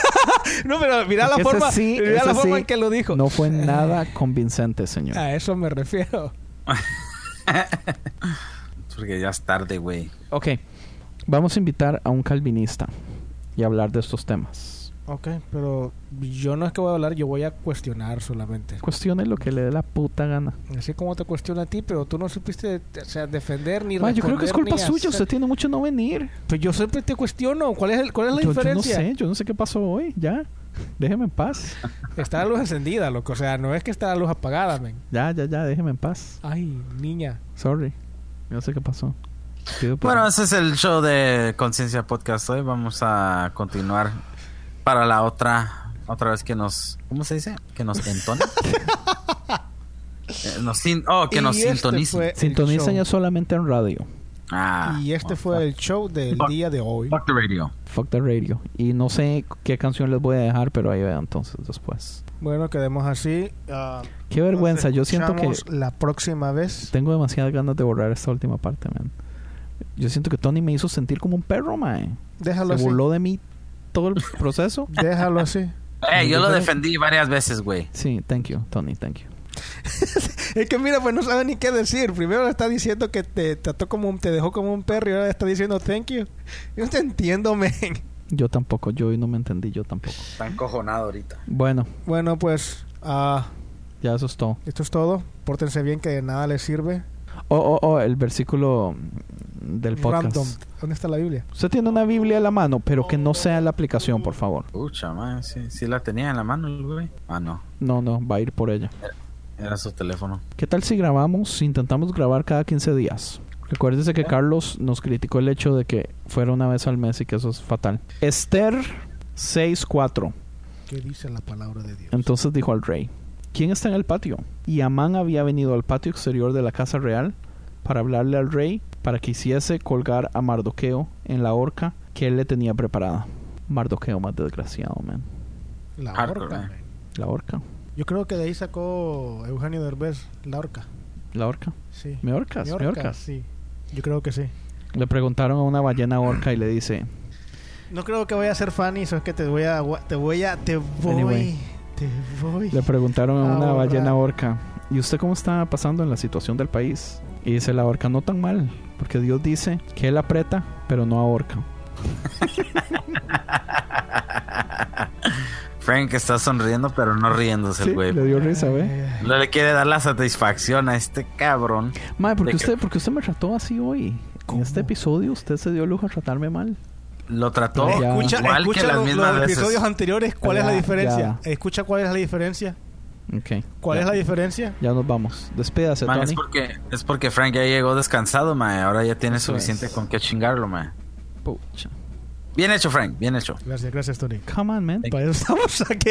Speaker 4: no, pero mira la
Speaker 3: Ese
Speaker 4: forma,
Speaker 3: sí,
Speaker 4: mira la
Speaker 3: ese
Speaker 4: forma
Speaker 3: sí
Speaker 4: en que lo dijo.
Speaker 3: No
Speaker 4: (laughs)
Speaker 3: fue nada convincente, señor.
Speaker 4: A eso me refiero.
Speaker 5: Porque ya es tarde, güey.
Speaker 3: Ok, vamos a invitar a un calvinista y hablar de estos temas.
Speaker 4: Ok, pero yo no es que voy a hablar, yo voy a cuestionar solamente.
Speaker 3: Cuestione lo que le dé la puta gana.
Speaker 4: Así como te cuestiona a ti, pero tú no supiste o sea, defender ni
Speaker 3: Ma, yo creo que es
Speaker 4: responder,
Speaker 3: culpa
Speaker 4: ni
Speaker 3: suya,
Speaker 4: hacer-
Speaker 3: usted tiene mucho no venir.
Speaker 4: Pues yo siempre te cuestiono. ¿Cuál es, el, cuál es la
Speaker 3: Yo, yo no
Speaker 4: diferencia?
Speaker 3: sé, yo no sé qué pasó hoy, ya. Déjeme en
Speaker 4: (laughs)
Speaker 3: paz.
Speaker 4: Está la luz encendida, loco. O sea, no es que está la luz apagada, men.
Speaker 3: Ya, ya, ya, déjeme en paz.
Speaker 4: Ay, niña.
Speaker 3: Sorry, no sé qué pasó. Pido perdón.
Speaker 5: Bueno, ese es el show de Conciencia Podcast. Hoy vamos a continuar para la otra, otra vez que nos, ¿cómo se dice? Que
Speaker 4: (laughs)
Speaker 5: nos entona. Eh, nos sin- oh, (laughs) que
Speaker 4: Y
Speaker 5: nos
Speaker 4: este
Speaker 5: sintonicen.
Speaker 4: fue el
Speaker 3: Sintonicen
Speaker 4: show.
Speaker 3: ya solamente en radio.
Speaker 5: Ah,
Speaker 4: Y este fue el show del
Speaker 5: Fuck.
Speaker 4: día de hoy.
Speaker 5: Fuck the radio.
Speaker 3: Fuck the radio. Y no sé qué canción les voy a dejar, pero ahí vean entonces después.
Speaker 4: Bueno, quedemos así. Ah,
Speaker 3: Qué vergüenza,
Speaker 4: nos
Speaker 3: yo siento que
Speaker 4: escuchamos La próxima vez.
Speaker 3: Tengo demasiadas ganas de borrar esta última parte, man. Yo siento que Tony me hizo sentir como un perro, man.
Speaker 4: Déjalo
Speaker 3: Se
Speaker 4: así.
Speaker 3: burló de mí todo
Speaker 4: (laughs)
Speaker 3: el proceso.
Speaker 4: Déjalo así.
Speaker 5: Eh, yo lo
Speaker 3: Yo-
Speaker 5: defendí varias veces, güey.
Speaker 3: Sí, thank you, Tony, thank you.
Speaker 4: (laughs) Es que mira, pues no sabe ni qué decir. Primero está diciendo que te trató como un, te dejó como un perro y ahora está diciendo thank you. Yo no te entiendo, men. (laughs)
Speaker 3: Yo tampoco, yo hoy no me entendí, yo tampoco.
Speaker 5: Está encojonado ahorita.
Speaker 3: Bueno,
Speaker 4: Bueno, pues ah,
Speaker 3: ya eso es todo.
Speaker 4: esto es todo. Pórtense bien que de nada les sirve.
Speaker 3: Oh, oh, oh, el versículo del podcast.
Speaker 4: Random. ¿Dónde está la Biblia?
Speaker 3: Usted tiene una Biblia a la mano, pero que no sea la aplicación, por favor.
Speaker 5: Pucha, man, sí, sí la tenía en la mano, el güey. Ah, no.
Speaker 3: No, no, va a ir por ella.
Speaker 5: Era su teléfono. (laughs)
Speaker 3: ¿Qué tal si grabamos, si intentamos grabar cada 15 días? Recuérdese que Carlos nos criticó el hecho de que fuera una vez al mes y que eso es fatal. Esther 6.4.
Speaker 4: ¿Qué dice la palabra de Dios?
Speaker 3: Entonces dijo al rey, ¿quién está en el patio? Y Amán había venido al patio exterior de la casa real para hablarle al rey para que hiciese colgar a Mardoqueo en la horca que él le tenía preparada. Mardoqueo más desgraciado, man.
Speaker 4: La
Speaker 5: Hardcore,
Speaker 4: horca,
Speaker 5: eh.
Speaker 4: men.
Speaker 3: La horca.
Speaker 4: Yo creo que de ahí sacó Eugenio Derbez la horca.
Speaker 3: La horca.
Speaker 4: Sí.
Speaker 3: Me horcas,
Speaker 4: Mi
Speaker 3: me
Speaker 4: horca,
Speaker 3: horcas.
Speaker 4: sí. Yo creo que sí.
Speaker 3: Le preguntaron a una ballena horca y le dice,
Speaker 4: No creo que vaya a ser Fanny, eso es que te voy a agua- te voy a te voy
Speaker 3: Anyway.
Speaker 4: te voy.
Speaker 3: Le preguntaron a una
Speaker 4: Ahora.
Speaker 3: ballena orca, ¿y usted cómo está pasando en la situación del país? Y dice la orca, no tan mal, porque Dios dice que él aprieta, pero no ahorca.
Speaker 5: Frank está sonriendo, pero no riéndose
Speaker 3: Sí,
Speaker 5: el güey.
Speaker 3: le dio risa, ¿ve?
Speaker 4: Eh,
Speaker 5: No le quiere dar la satisfacción a este cabrón.
Speaker 3: Mae, ¿por
Speaker 5: ¿De
Speaker 3: qué
Speaker 5: qué?
Speaker 3: usted, porque usted me trató así hoy? En este episodio usted se dio el lujo de tratarme mal.
Speaker 5: Lo trató
Speaker 3: Ya.
Speaker 4: Escucha,
Speaker 5: igual
Speaker 4: escucha
Speaker 5: que las
Speaker 4: los,
Speaker 5: mismas
Speaker 4: los
Speaker 5: veces.
Speaker 4: episodios anteriores, ¿cuál es la
Speaker 3: Ya,
Speaker 4: diferencia? Escucha cuál es la diferencia.
Speaker 3: Ok.
Speaker 4: ¿Cuál
Speaker 3: ya,
Speaker 4: es la diferencia?
Speaker 3: Ya nos vamos. Despídase,
Speaker 5: Man, es
Speaker 3: Tony.
Speaker 5: porque, es porque Frank ya llegó descansado, mae. Ahora ya tiene
Speaker 3: Eso
Speaker 5: suficiente
Speaker 3: es.
Speaker 5: con qué chingarlo, mae.
Speaker 3: Pucha.
Speaker 5: Bien hecho, Frank, bien hecho.
Speaker 4: Gracias, gracias, Tony.
Speaker 3: Come on, man.
Speaker 4: Para eso (laughs) estamos aquí.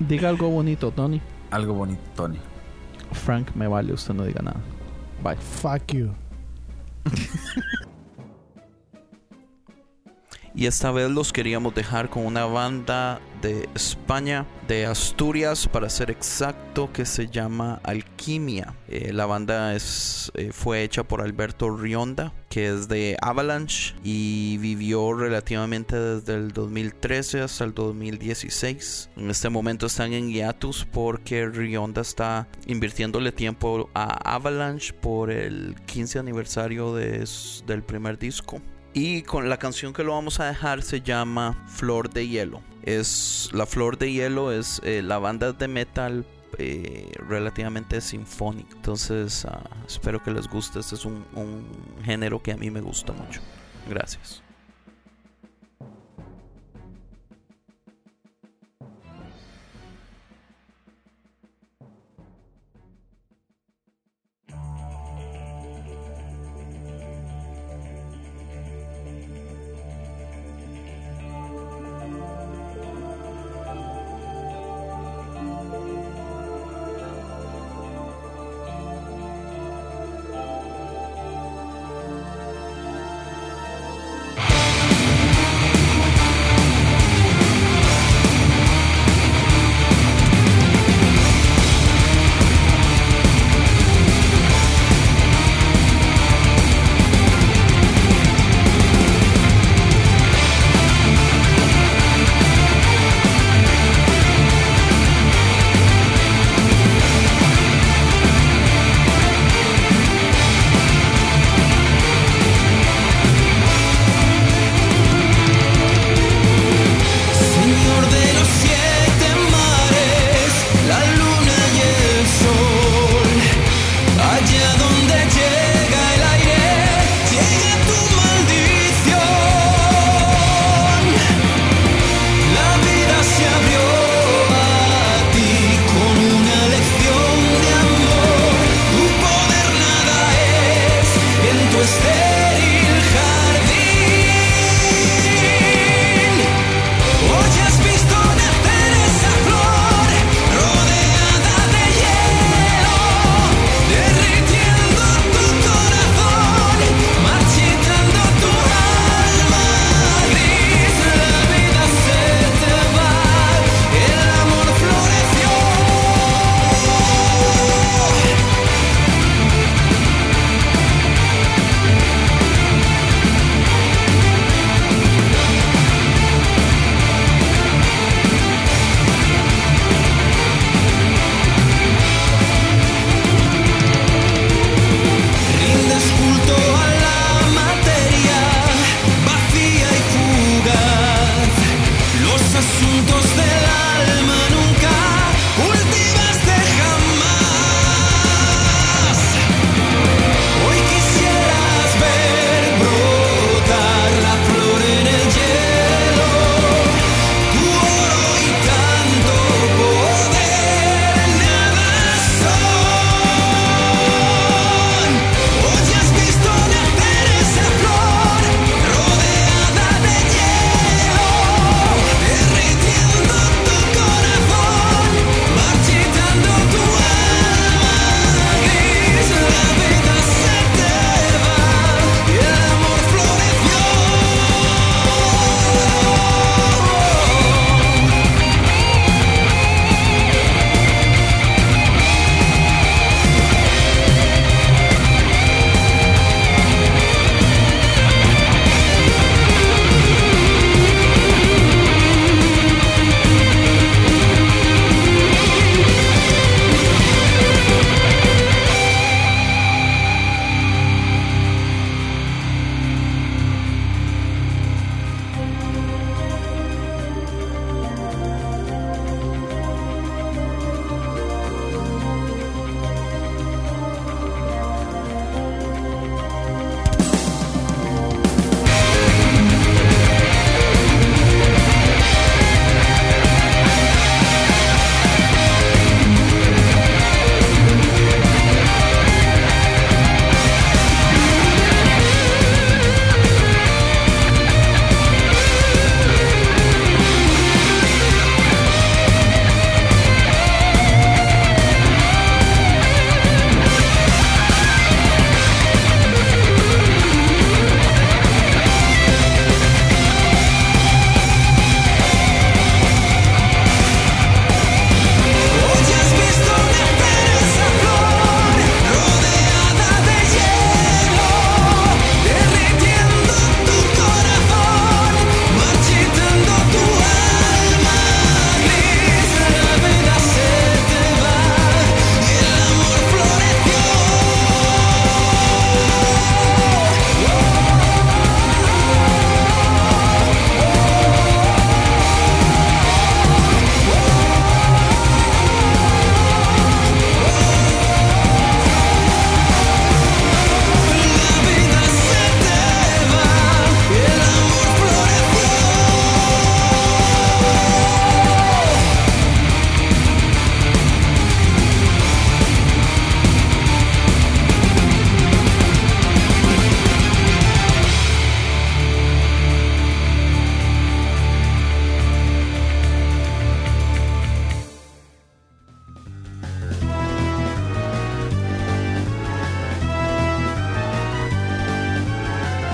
Speaker 3: Diga algo bonito, Tony.
Speaker 5: Algo bonito, Tony.
Speaker 3: Frank, me vale, usted no diga nada. Bye.
Speaker 4: Fuck you.
Speaker 2: y esta vez los queríamos dejar con una banda
Speaker 3: de España, de Asturias, para ser exacto, que se llama Alquimia. Eh, la banda es, eh, fue hecha por Alberto Rionda, que es de Avalanche y vivió relativamente desde el 2013 hasta el 2016. En este momento están en hiatus porque Rionda está invirtiéndole tiempo a Avalanche por el 15 aniversario de s- del primer disco. Y con la canción que lo vamos a dejar se llama Flor de Hielo. Es la Flor de Hielo es eh, la banda de metal eh, relativamente sinfónica. Entonces ah, espero que les guste. Este es un, un género que a mí me gusta mucho. Gracias.
Speaker 7: Flor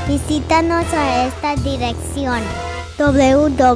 Speaker 8: Visítanos a esta dirección www.concienciamedia.com